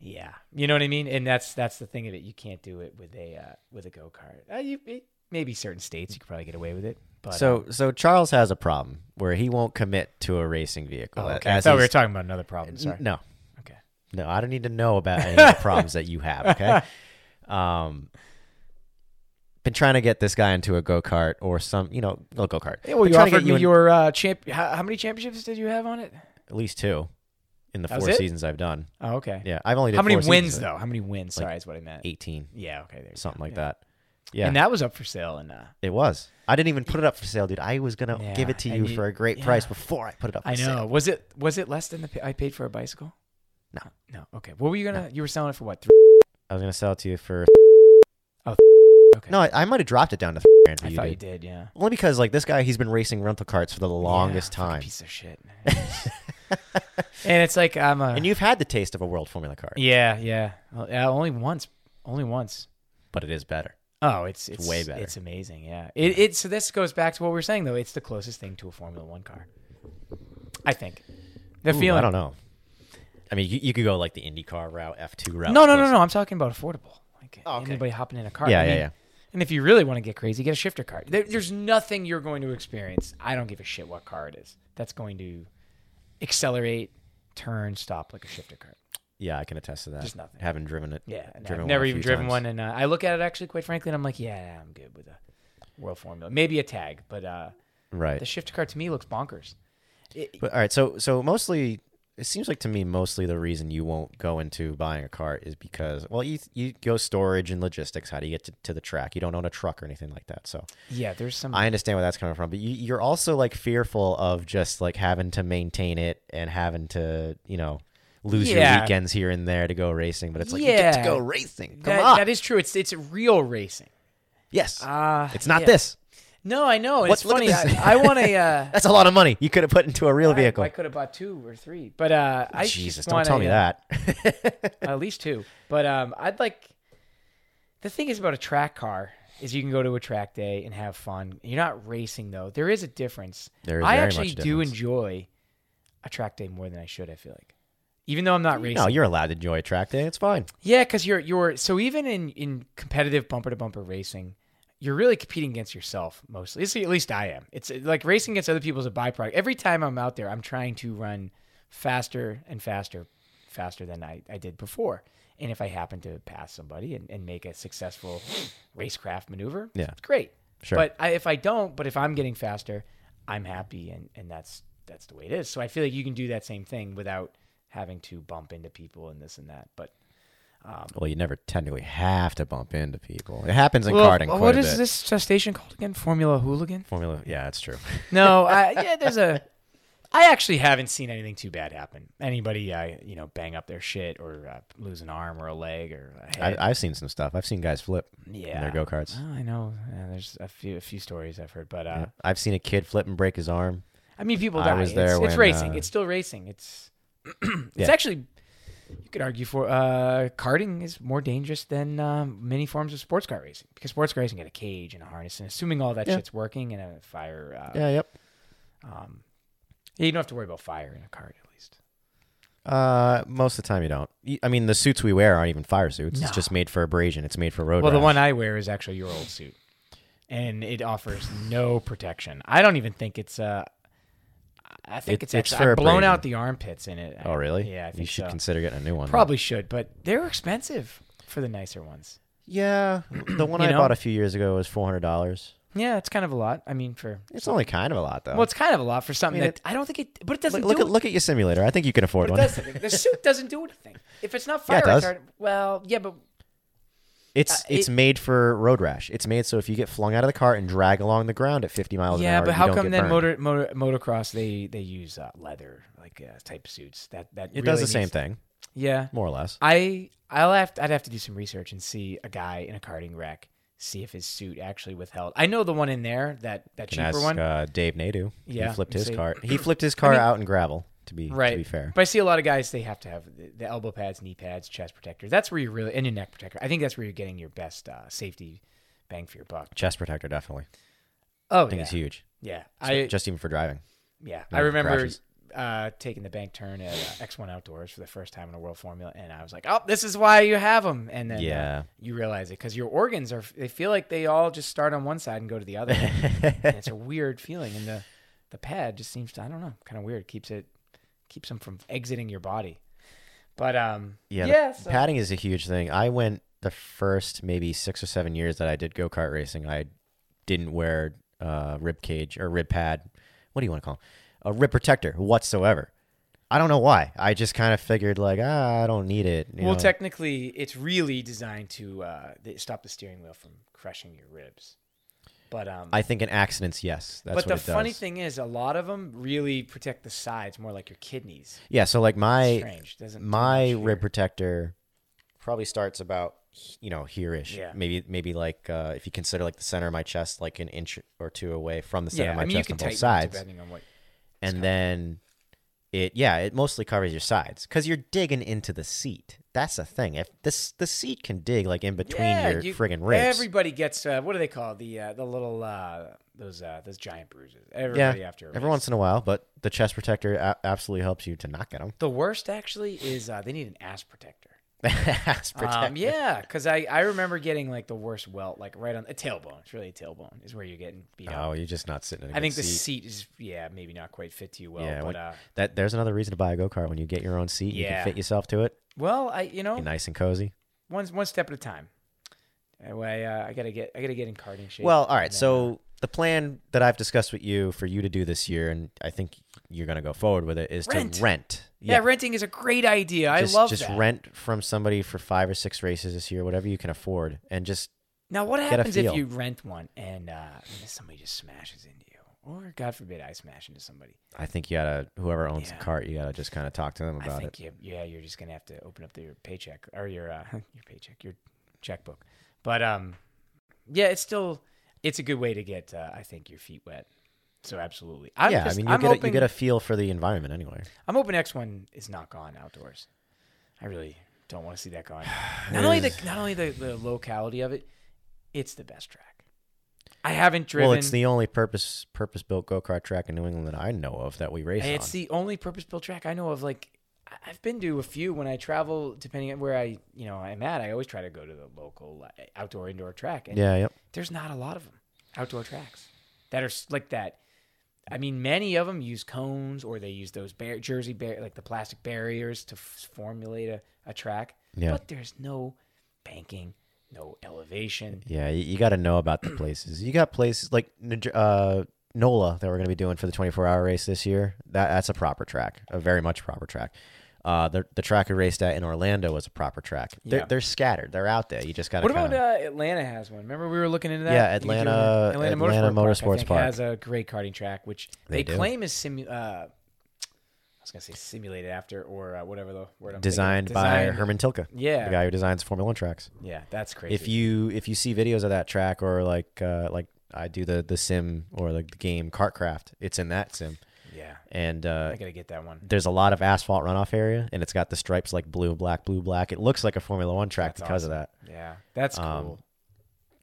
S2: yeah. You know what I mean? And that's that's the thing of it. You can't do it with a uh, with a go kart. Uh, you it- maybe certain states you could probably get away with it. But uh,
S1: so so Charles has a problem where he won't commit to a racing vehicle.
S2: oh, okay. I
S1: As
S2: thought we were
S1: he's-
S2: talking about another problem. Sorry.
S1: No,
S2: Okay.
S1: No, I don't need to know about any of the problems that you have.
S2: [laughs]
S1: Okay. Um, been trying to get this guy into a go kart or some, you know, no go kart.
S2: Yeah, well,
S1: Been
S2: you
S1: trying to get
S2: offered me
S1: in
S2: your uh, champ. How, how many championships did you have on it?
S1: at least two in the
S2: That was
S1: four
S2: it?
S1: seasons I've done.
S2: Oh, okay.
S1: Yeah, I've only did
S2: How many
S1: four seasons
S2: wins
S1: of it.
S2: though? How many wins?
S1: Like
S2: Sorry, is what I meant.
S1: Eighteen,
S2: Yeah. Okay. There. you
S1: something
S2: go.
S1: like
S2: Yeah.
S1: that. Yeah,
S2: And that was up for sale, and uh,
S1: it was. I didn't even put it up for sale, dude. I was gonna
S2: Yeah,
S1: give it to
S2: and
S1: you
S2: you-
S1: for a great
S2: yeah.
S1: price before I put it up. For
S2: I know.
S1: Sale.
S2: Was it was it less than the pa- I paid for a bicycle?
S1: No.
S2: No. Okay. What were you gonna? You were selling it for what? Three?
S1: I was gonna sell it to you for.
S2: Okay.
S1: No, I, I might have dropped it down to grand for
S2: I
S1: you,
S2: thought
S1: dude.
S2: you did. Yeah.
S1: Only because like this guy, he's been racing rental carts for the longest
S2: Yeah, fucking
S1: time.
S2: Piece of shit. and it's like I'm a
S1: And you've had the taste of a World Formula car,
S2: yeah, yeah, Well, yeah. Only once, only once.
S1: but it is better.
S2: Oh, it's it's
S1: way better.
S2: It's amazing. Yeah. It it so this goes back to what we were saying though. It's the closest thing to a Formula One car. I think. The
S1: Ooh,
S2: feeling.
S1: I don't know. I mean, you, you could go like the IndyCar route, F2 route.
S2: No, no, no,
S1: close.
S2: no. I'm talking about affordable. Like
S1: Oh, okay.
S2: anybody hopping in a car.
S1: Yeah,
S2: I
S1: yeah,
S2: mean,
S1: yeah.
S2: And if you really want to get crazy, get a shifter car. There, there's nothing you're going to experience. I don't give a shit what car it is. That's going to accelerate, turn, stop like a shifter car.
S1: Yeah, I can attest to that.
S2: Just nothing.
S1: Haven't driven it.
S2: Yeah, and
S1: driven
S2: I've
S1: one
S2: never
S1: a
S2: even
S1: few
S2: driven
S1: times.
S2: one, and uh, I look at it actually, quite frankly, and I'm like, yeah, I'm good with a World Formula, maybe a tag, but uh,
S1: Right.
S2: the shifter car to me looks bonkers. It-
S1: But all right, so so mostly it seems like to me mostly the reason you won't go into buying a car is because well you you go storage and logistics. How do you get to, to the track? You don't own a truck or anything like that. So
S2: yeah, there's some.
S1: I understand where that's coming from, but you, you're also like fearful of just like having to maintain it and having to you know lose
S2: Yeah.
S1: your weekends here and there to go racing. But it's like you get to
S2: Yeah.
S1: go racing. Come
S2: that,
S1: on,
S2: that is true. It's it's real racing.
S1: yes,
S2: Uh,
S1: it's not
S2: yeah.
S1: this.
S2: No, I know. and
S1: What-
S2: It's
S1: look at
S2: funny.
S1: this.
S2: I, I
S1: [laughs]
S2: want a. Uh,
S1: That's a lot of money you could have put into a real vehicle.
S2: I could have bought two or three, but uh, I just
S1: Jesus,
S2: want
S1: don't tell
S2: a,
S1: me
S2: uh, [laughs]
S1: that.
S2: at least two. But um, I'd like. The thing is about a track car is you can go to a track day and have fun. You're not racing though. There is a difference.
S1: There is
S2: I
S1: very
S2: actually
S1: much
S2: do
S1: difference.
S2: enjoy a track day more than I should. I feel like, even though I'm not racing.
S1: no, you're allowed to enjoy a track day. It's fine.
S2: Yeah, because you're you're so even in in competitive bumper to bumper racing, you're really competing against yourself mostly. At least- At least I am. It's uh, like racing against other people is a byproduct. Every time I'm out there, I'm trying to run faster and faster, faster than I, I did before. And if I happen to pass somebody and, and make a successful racecraft maneuver,
S1: Yeah.
S2: it's great.
S1: Sure.
S2: But I, if I don't, but if I'm getting faster, I'm happy, and and that's that's the way it is. So I feel like you can do that same thing without having to bump into people and this and that. But
S1: Well, you never technically have to bump into people. It happens in karting quite
S2: what
S1: a
S2: is
S1: bit.
S2: this uh, station called again? Formula Hooligan?
S1: Formula, yeah, that's true.
S2: [laughs] No, I, yeah, there's a. I actually haven't seen anything too bad happen. Anybody, uh, you know, bang up their shit or uh, lose an arm or a leg or a head.
S1: I, I've seen some stuff. I've seen guys flip in
S2: yeah,
S1: their go karts.
S2: Well, I know. uh, there's a few a few stories I've heard, but uh,
S1: I've seen a kid flip and break his arm.
S2: I mean, people
S1: I
S2: die.
S1: was
S2: it's,
S1: there
S2: it's
S1: when,
S2: racing.
S1: uh,
S2: it's still racing. It's [clears throat] it's
S1: Yeah.
S2: actually you could argue for uh, karting is more dangerous than um, many forms of sports car racing because sports car racing got a cage and a harness and assuming all that
S1: Yeah.
S2: shit's working and a fire. Uh,
S1: Yeah, yep.
S2: Um, yeah, you don't have to worry about fire in a cart, at least.
S1: Uh, most of the time you don't. You- I mean, the suits we wear aren't even fire suits.
S2: No.
S1: It's just made for abrasion. It's made for road.
S2: Well, the
S1: rash.
S2: one I wear is actually your old suit, and it offers no protection. I don't even think it's. Uh, I think
S1: It-
S2: it's,
S1: it's
S2: actually
S1: for
S2: I've blown
S1: abrasion.
S2: out the armpits in it. I-
S1: Oh, really?
S2: Yeah, I
S1: you
S2: think
S1: should
S2: so.
S1: consider getting a new one. then.
S2: Probably should, but they're expensive for the nicer ones.
S1: Yeah, the one
S2: [clears throat] You
S1: I
S2: know?
S1: bought a few years ago was four hundred dollars.
S2: Yeah, it's kind of a lot. I mean, for
S1: It's only kind of a lot though.
S2: well, it's kind of a lot for something
S1: I mean,
S2: that I don't think it, but it doesn't
S1: Oh. look, look
S2: do
S1: at look at your simulator. I think you can afford
S2: But it
S1: one.
S2: does something. The suit doesn't do anything. If it's not
S1: Yeah,
S2: fire
S1: it does.
S2: retardant, well, yeah, but
S1: [laughs] It's
S2: Uh,
S1: it's
S2: it-
S1: made for road rash. It's made so if you get flung out of the car and drag along the ground at 50 miles an
S2: yeah,
S1: hour,
S2: but
S1: you
S2: how
S1: don't
S2: come
S1: get
S2: then
S1: burned.
S2: motor, motor motocross they they use uh, leather like uh, type suits that that
S1: It does the
S2: really
S1: same
S2: needs-
S1: thing,
S2: Yeah,
S1: more or less.
S2: I I'll have I'd have to do some research and see a guy in a karting wreck see if his suit actually withheld. I know the one in there that that
S1: Can
S2: cheaper
S1: ask,
S2: one,
S1: Uh, Dave Nadu.
S2: Yeah,
S1: he flipped
S2: and
S1: his
S2: see.
S1: car.
S2: [laughs]
S1: He flipped his car
S2: mean-
S1: out in gravel. To be
S2: right?
S1: to be fair,
S2: But I see a lot of guys they have to have the, the elbow pads, knee pads, chest protectors. That's where you really and your neck protector. I think that's where you're getting your best uh, safety bang for your buck.
S1: chest protector definitely.
S2: Oh
S1: I think
S2: yeah,
S1: it's huge.
S2: yeah.
S1: I,
S2: I
S1: just even for driving.
S2: Yeah,
S1: No
S2: I remember
S1: crashes.
S2: uh, taking the bank turn at uh, X1 Outdoors for the first time in a World Formula, and I was like, "Oh, this is why you have them." And then uh,
S1: Yeah. [laughs]
S2: you realize it because your organs are—they feel like they all just start on one side and go to the
S1: [laughs]
S2: other. and it's a weird feeling, and the the pad just seems to—I don't know—kind of weird. Keeps it keeps them from exiting your body. But um,
S1: Yeah,
S2: yeah,
S1: the
S2: so-
S1: Padding is a huge thing. I went the first maybe six or seven years that I did go kart racing. I didn't wear uh, rib cage or rib pad. What do you want to call 'em? a rib protector whatsoever? I don't know why. I just kind of figured like ah, I don't need it. you
S2: well,
S1: know?
S2: technically, it's really designed to uh, th- stop the steering wheel from crushing your ribs. But um,
S1: I think in accidents, yes, that's
S2: but
S1: what
S2: the
S1: it does.
S2: funny thing is, a lot of them really protect the sides more like your kidneys.
S1: yeah. So like my
S2: Strange, doesn't do
S1: my
S2: much
S1: rib
S2: here.
S1: protector probably starts about you know here-ish
S2: Yeah.
S1: maybe maybe like uh, if you consider like the center of my chest like an inch or two away from the center
S2: Yeah,
S1: of my
S2: I mean you
S1: chest
S2: can
S1: on
S2: tighten
S1: both
S2: it
S1: sides
S2: depending on what.
S1: and then it yeah it mostly covers your sides because you're digging into the seat that's the thing if this the seat can dig like in between
S2: Yeah,
S1: your
S2: you-
S1: friggin' ribs
S2: Everybody gets uh, what do they call the uh, the little uh, those uh, those giant bruises? Everybody
S1: yeah
S2: after a
S1: every
S2: race.
S1: once in a while but the chest protector a- absolutely helps you to not get them
S2: The worst actually is uh, they need an ass protector.
S1: [laughs] ass protector
S2: Um, yeah, because I, I remember getting like the worst welt, like right on a tailbone. It's really a tailbone is where you're getting beat up.
S1: oh you're just not sitting in a
S2: I
S1: good
S2: think the
S1: seat.
S2: seat is yeah maybe not quite fit to you well,
S1: yeah
S2: but
S1: when-
S2: uh,
S1: that there's another reason to buy a go-kart when you get your own seat and you
S2: Yeah.
S1: can fit yourself to it
S2: well I you know
S1: be nice and cozy
S2: one one step at a time. Anyway, uh, I gotta get I gotta get in karting shape.
S1: Well, all right.
S2: then,
S1: So the plan that I've discussed with you for you to do this year, and I think you're going to go forward with it, is
S2: Rent.
S1: to rent.
S2: yeah, renting is a great idea.
S1: just,
S2: I love
S1: just
S2: that.
S1: rent from somebody for five or six races this year, whatever you can afford, and just
S2: Now, what
S1: a
S2: happens if
S1: feel.
S2: you rent one and uh, somebody just smashes into you, or God forbid, I smash into somebody?
S1: I think you gotta whoever owns
S2: Yeah.
S1: the cart, you gotta just kind of talk to them
S2: I
S1: about it.
S2: think you, yeah, you're just gonna have to open up your paycheck or your uh, [laughs] your paycheck, your checkbook. But um, yeah, it's still it's a good way to get uh, I think your feet wet. So absolutely, I'm
S1: yeah, I
S2: just-
S1: mean you
S2: I'm
S1: get a,
S2: hoping,
S1: you get a feel for the environment anyway.
S2: I'm hoping X one is not gone outdoors. I really don't want to see
S1: [sighs]
S2: that gone. Not only the not only the, the locality of it, it's the best track. I haven't driven.
S1: Well, it's the only purpose purpose built go kart track in New England that I know of that we race
S2: Hey, It's
S1: on.
S2: the only purpose-built track I know of. Like I- I've been to a few when I travel, depending on where I, you know, I'm at. I always try to go to the local uh, outdoor indoor track, and
S1: yeah, yep.
S2: there's not a lot of them outdoor tracks that are s- like that. I mean, many of them use cones or they use those bar- jersey bar- like the plastic barriers to f- formulate a, a track.
S1: Yeah.
S2: But there's no banking, no elevation.
S1: Yeah, you, you got to know
S2: [clears throat]
S1: about the places. You got places like N- uh, NOLA that we're going to be doing for the 24 hour race this year. That that's a proper track, a very much proper track. Uh, the the track we raced at in Orlando was a proper track.
S2: Yeah.
S1: They're they're scattered. They're out there. You just got to.
S2: What about uh, Atlanta? Has one. Remember we were looking into that.
S1: Yeah,
S2: You could do an-
S1: Atlanta- Atlanta
S2: Park, I
S1: Motorsports
S2: think,
S1: Park.
S2: has a great karting track, which
S1: They
S2: they,
S1: do.
S2: claim is simu- uh, I was gonna say simulated after or uh, whatever the word I'm
S1: designed
S2: thinking.
S1: by
S2: Designed-
S1: Herman Tilke,
S2: Yeah,
S1: the guy who designs Formula One tracks.
S2: yeah, that's crazy.
S1: If you if you see videos of that track or like uh, like I do the the sim or like the game Kartcraft, it's in that sim
S2: yeah,
S1: and. Uh,
S2: I gotta get that one.
S1: there's a lot of asphalt runoff area and it's got the stripes like blue black blue black it looks like a formula one track
S2: That's
S1: because of that
S2: Yeah, that's cool.
S1: Um,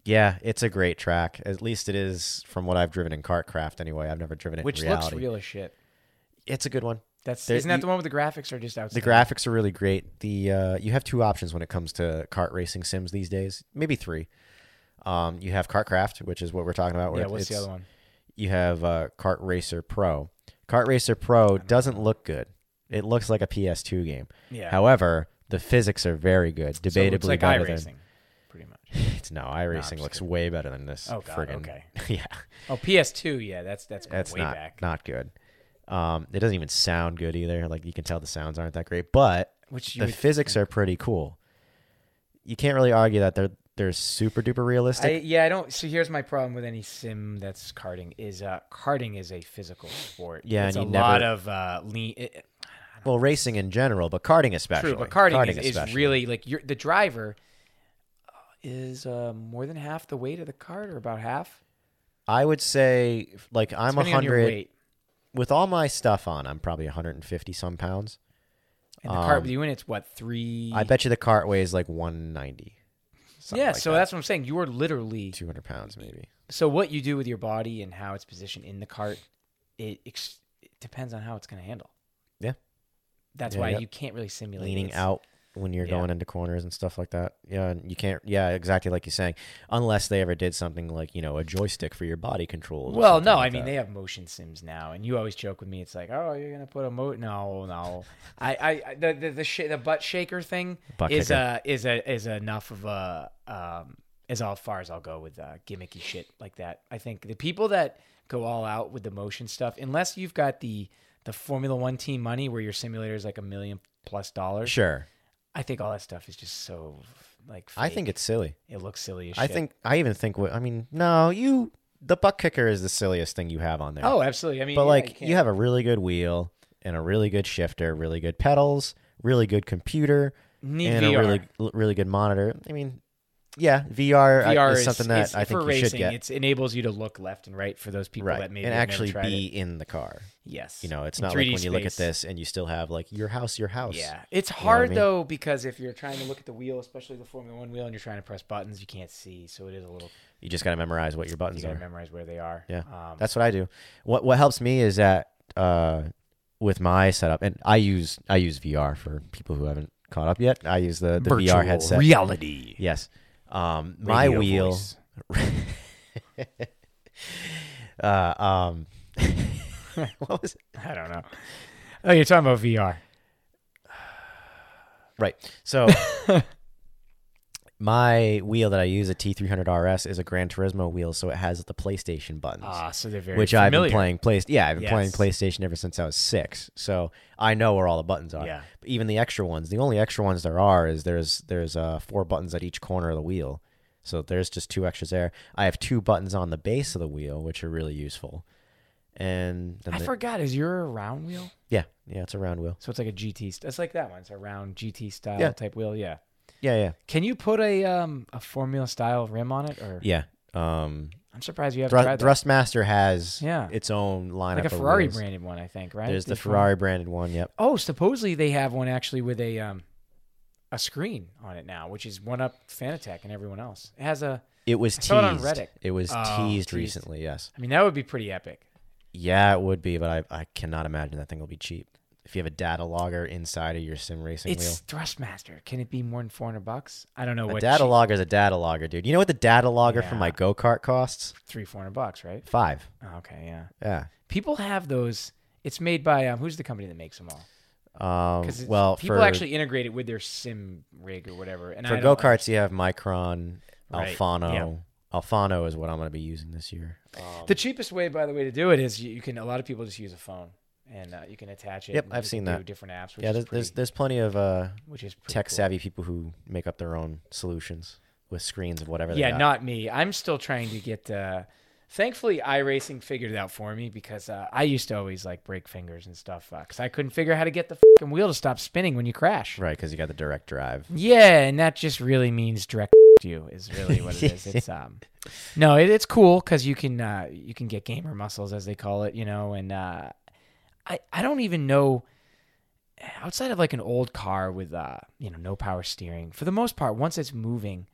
S1: yeah it's a great track at least it is from what i've driven in kartcraft anyway i've never driven it
S2: which
S1: in reality
S2: looks real as shit.
S1: it's a good one
S2: That's
S1: There-
S2: isn't that
S1: you-
S2: the one with the graphics are just
S1: the
S2: outstanding?
S1: graphics are really great the uh, you have two options when it comes to kart racing sims these days maybe three um, you have kartcraft which is what we're talking about where
S2: Yeah, what's the
S1: it's-
S2: other one?
S1: you have uh, kart racer pro kart racer pro doesn't look good it looks like a ps2 game
S2: Yeah,
S1: however the physics are very good debatably
S2: So it looks like
S1: better than
S2: iRacing, pretty much.
S1: [laughs] It's no iRacing
S2: just
S1: looks
S2: kidding.
S1: way better than this.
S2: Oh god,
S1: friggin-
S2: okay.
S1: [laughs] yeah,
S2: Oh, PS2, yeah, that's that's going
S1: that's
S2: way
S1: not
S2: back.
S1: not good. Um, it doesn't even sound good either. Like you can tell the sounds aren't that great, but
S2: Which you
S1: the
S2: would
S1: physics are pretty cool. You can't really argue that they're they're super duper
S2: I,
S1: realistic.
S2: yeah, I don't. So here's my problem with any sim that's karting is uh, karting is a physical sport.
S1: Yeah,
S2: it's
S1: and
S2: a
S1: you never-
S2: lot of uh, lean. It, it-
S1: well, racing in general, but karting especially.
S2: true, but karting, is, is
S1: especially.
S2: really like you're, the driver uh, is uh, more than half the weight of the cart, or about half.
S1: I would say like I'm
S2: depending on your
S1: hundred
S2: weight.
S1: with all my stuff on. I'm probably 150 some pounds.
S2: and the cart
S1: um,
S2: with you in it's what three?
S1: I bet you the cart weighs like 190. something
S2: Yeah,
S1: like
S2: so
S1: that.
S2: that's what I'm saying. You are literally
S1: 200 pounds maybe.
S2: so what you do with your body and how it's positioned in the cart, it, ex- it depends on how it's going to handle.
S1: Yeah.
S2: that's
S1: Yeah,
S2: why
S1: yeah.
S2: you can't really simulate
S1: leaning
S2: It's-
S1: out when you're
S2: yeah.
S1: going into corners and stuff like that. Yeah, and you can't. Yeah, exactly like you're saying. Unless they ever did something like you know a joystick for your body controls. or
S2: Well,
S1: something
S2: no,
S1: like
S2: I
S1: that.
S2: mean they have motion sims now, and you always joke with me. It's like, oh, you're gonna put a mo?
S1: [laughs]
S2: No, no. I, I, I the the the, sh- the butt shaker thing
S1: Butt
S2: is
S1: kicker.
S2: uh is a is enough of a um as all far as I'll go with uh, gimmicky shit like that. I think the people that go all out with the motion stuff, unless you've got the the Formula One team money where your simulator is like a million plus dollars,
S1: sure.
S2: I think all that stuff is just so like.
S1: I
S2: fake.
S1: think it's silly.
S2: it looks silly as shit.
S1: I think I even think. what I mean, no, you the butt kicker is the silliest thing you have on there.
S2: Oh, absolutely. I mean,
S1: but
S2: yeah,
S1: like you,
S2: can't-
S1: have a really good wheel and a really good shifter, really good pedals, really good computer,
S2: need
S1: and
S2: VR.
S1: a really really good monitor. I mean, yeah, VR, I-
S2: VR
S1: is,
S2: is
S1: something that
S2: is-
S1: I
S2: for
S1: think you
S2: racing.
S1: should get.
S2: It enables you to look left and right for those people
S1: right,
S2: that maybe
S1: and
S2: have never
S1: actually
S2: tried
S1: be
S2: it.
S1: in the car.
S2: yes.
S1: You know, it's
S2: In
S1: not
S2: 3D
S1: like when you look at
S2: space.
S1: this and you still have like your house, your house.
S2: Yeah, it's
S1: what I
S2: hard
S1: mean?
S2: though because if you're trying to look at the wheel, especially the Formula One wheel, and you're trying to press buttons, you can't see. So it is a little.
S1: You just got to memorize what your
S2: You
S1: buttons
S2: gotta
S1: are.
S2: memorize where they are.
S1: Yeah,
S2: um,
S1: That's what I do. What what helps me is that uh, with my setup, and I use I use VR for people who haven't caught up yet. I use the, the VR headset.
S2: reality.
S1: yes, um, my
S2: Radio
S1: wheel.
S2: voice. [laughs]
S1: uh, um, [laughs] what was it?
S2: I don't know. Oh, you're talking about VR.
S1: Right.
S2: [laughs]
S1: So my wheel that I use, a T300 RS, is a Gran Turismo wheel, so it has the PlayStation buttons.
S2: Ah, so they're very
S1: which I've
S2: familiar.
S1: been playing play. Yeah, I've been playing
S2: Yes.
S1: PlayStation ever since I was six, so I know where all the buttons are.
S2: Yeah.
S1: But even the extra ones, the only extra ones there are is there's there's uh, four buttons at each corner of the wheel, so there's just two extras there. I have two buttons on the base of the wheel, which are really useful. And then
S2: I
S1: the-
S2: forgot. Is your a round wheel?
S1: yeah, yeah, it's a round wheel.
S2: So it's like a GT. st- It's like that one. It's a round GT style
S1: Yeah.
S2: type wheel. Yeah.
S1: Yeah, yeah,
S2: Can you put a um a Formula style rim on it? Or
S1: yeah. Um,
S2: I'm surprised you haven't
S1: Thru-
S2: tried that.
S1: Thrustmaster has
S2: Yeah.
S1: its own lineup.
S2: like a
S1: of
S2: Ferrari
S1: wheels.
S2: branded one, I think. Right?
S1: There's the
S2: These ones-
S1: Ferrari branded one. Yep.
S2: Oh, supposedly they have one actually with a um a screen on it now, which is one up Fanatec and everyone else. It has a.
S1: It was
S2: saw it on
S1: teased.
S2: Reddit.
S1: It was
S2: Oh,
S1: teased,
S2: teased.
S1: recently. Yes.
S2: I mean, that would be pretty epic.
S1: Yeah, it would be, but I, I cannot imagine that thing will be cheap. If you have a data logger inside of your sim racing wheel,
S2: It's Thrustmaster. Can it be more than four hundred bucks? I don't know
S1: a
S2: what
S1: data
S2: cheap-
S1: logger is a data logger, dude. You know what the data logger for
S2: Yeah.
S1: my go kart costs?
S2: three four hundred bucks, right?
S1: Five.
S2: Oh, okay, yeah.
S1: Yeah.
S2: People have those. It's made by um, who's the company that makes them all?
S1: Um,
S2: Because
S1: well,
S2: people
S1: for
S2: actually integrate it with their sim rig or whatever. And
S1: for
S2: I
S1: go
S2: don't-
S1: karts, you have Micron,
S2: Right,
S1: Alfano. Alfano is what I'm going to be using this year.
S2: the cheapest way, by the way, to do it is you, you can. A lot of people just use a phone and uh, you can attach it.
S1: Yep,
S2: and
S1: I've
S2: you can
S1: seen
S2: do
S1: that.
S2: Different apps. Which
S1: yeah, there's,
S2: is
S1: there's
S2: pretty-
S1: there's plenty of uh,
S2: which is pretty
S1: tech
S2: cool.
S1: savvy people who make up their own solutions with screens of whatever.
S2: Yeah,
S1: they got.
S2: not me. I'm still trying to get. Uh, thankfully, iRacing figured it out for me because uh, I used to always like break fingers and stuff because I couldn't figure out how to get the fucking wheel to stop spinning when you crash.
S1: right because you got the direct drive.
S2: Yeah, and that just really means direct [laughs] you is really what it is. It's um, no, it, it's cool because you can uh, you can get gamer muscles as they call it, you know. And uh, I I don't even know outside of like an old car with uh you know no power steering for the most part once it's moving,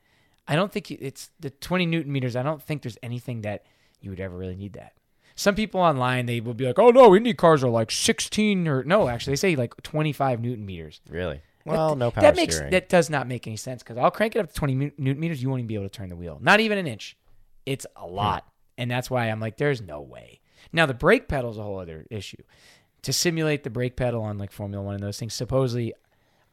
S2: I don't think you- it's the twenty newton meters. I don't think there's anything that you would ever really need that. Some people online they will be like, oh no, Indy cars are like sixteen or no, actually they say like twenty five newton meters.
S1: Really?
S2: That-
S1: Well, no power
S2: That makes
S1: steering.
S2: that does not make any sense because I'll crank it up to 20 mu- newton meters. You won't even be able to turn the wheel. Not even an inch. It's a
S1: Hmm.
S2: lot, and that's why I'm like, there's no way. Now the brake pedal's a whole other issue. To simulate the brake pedal on like Formula One and those things, supposedly,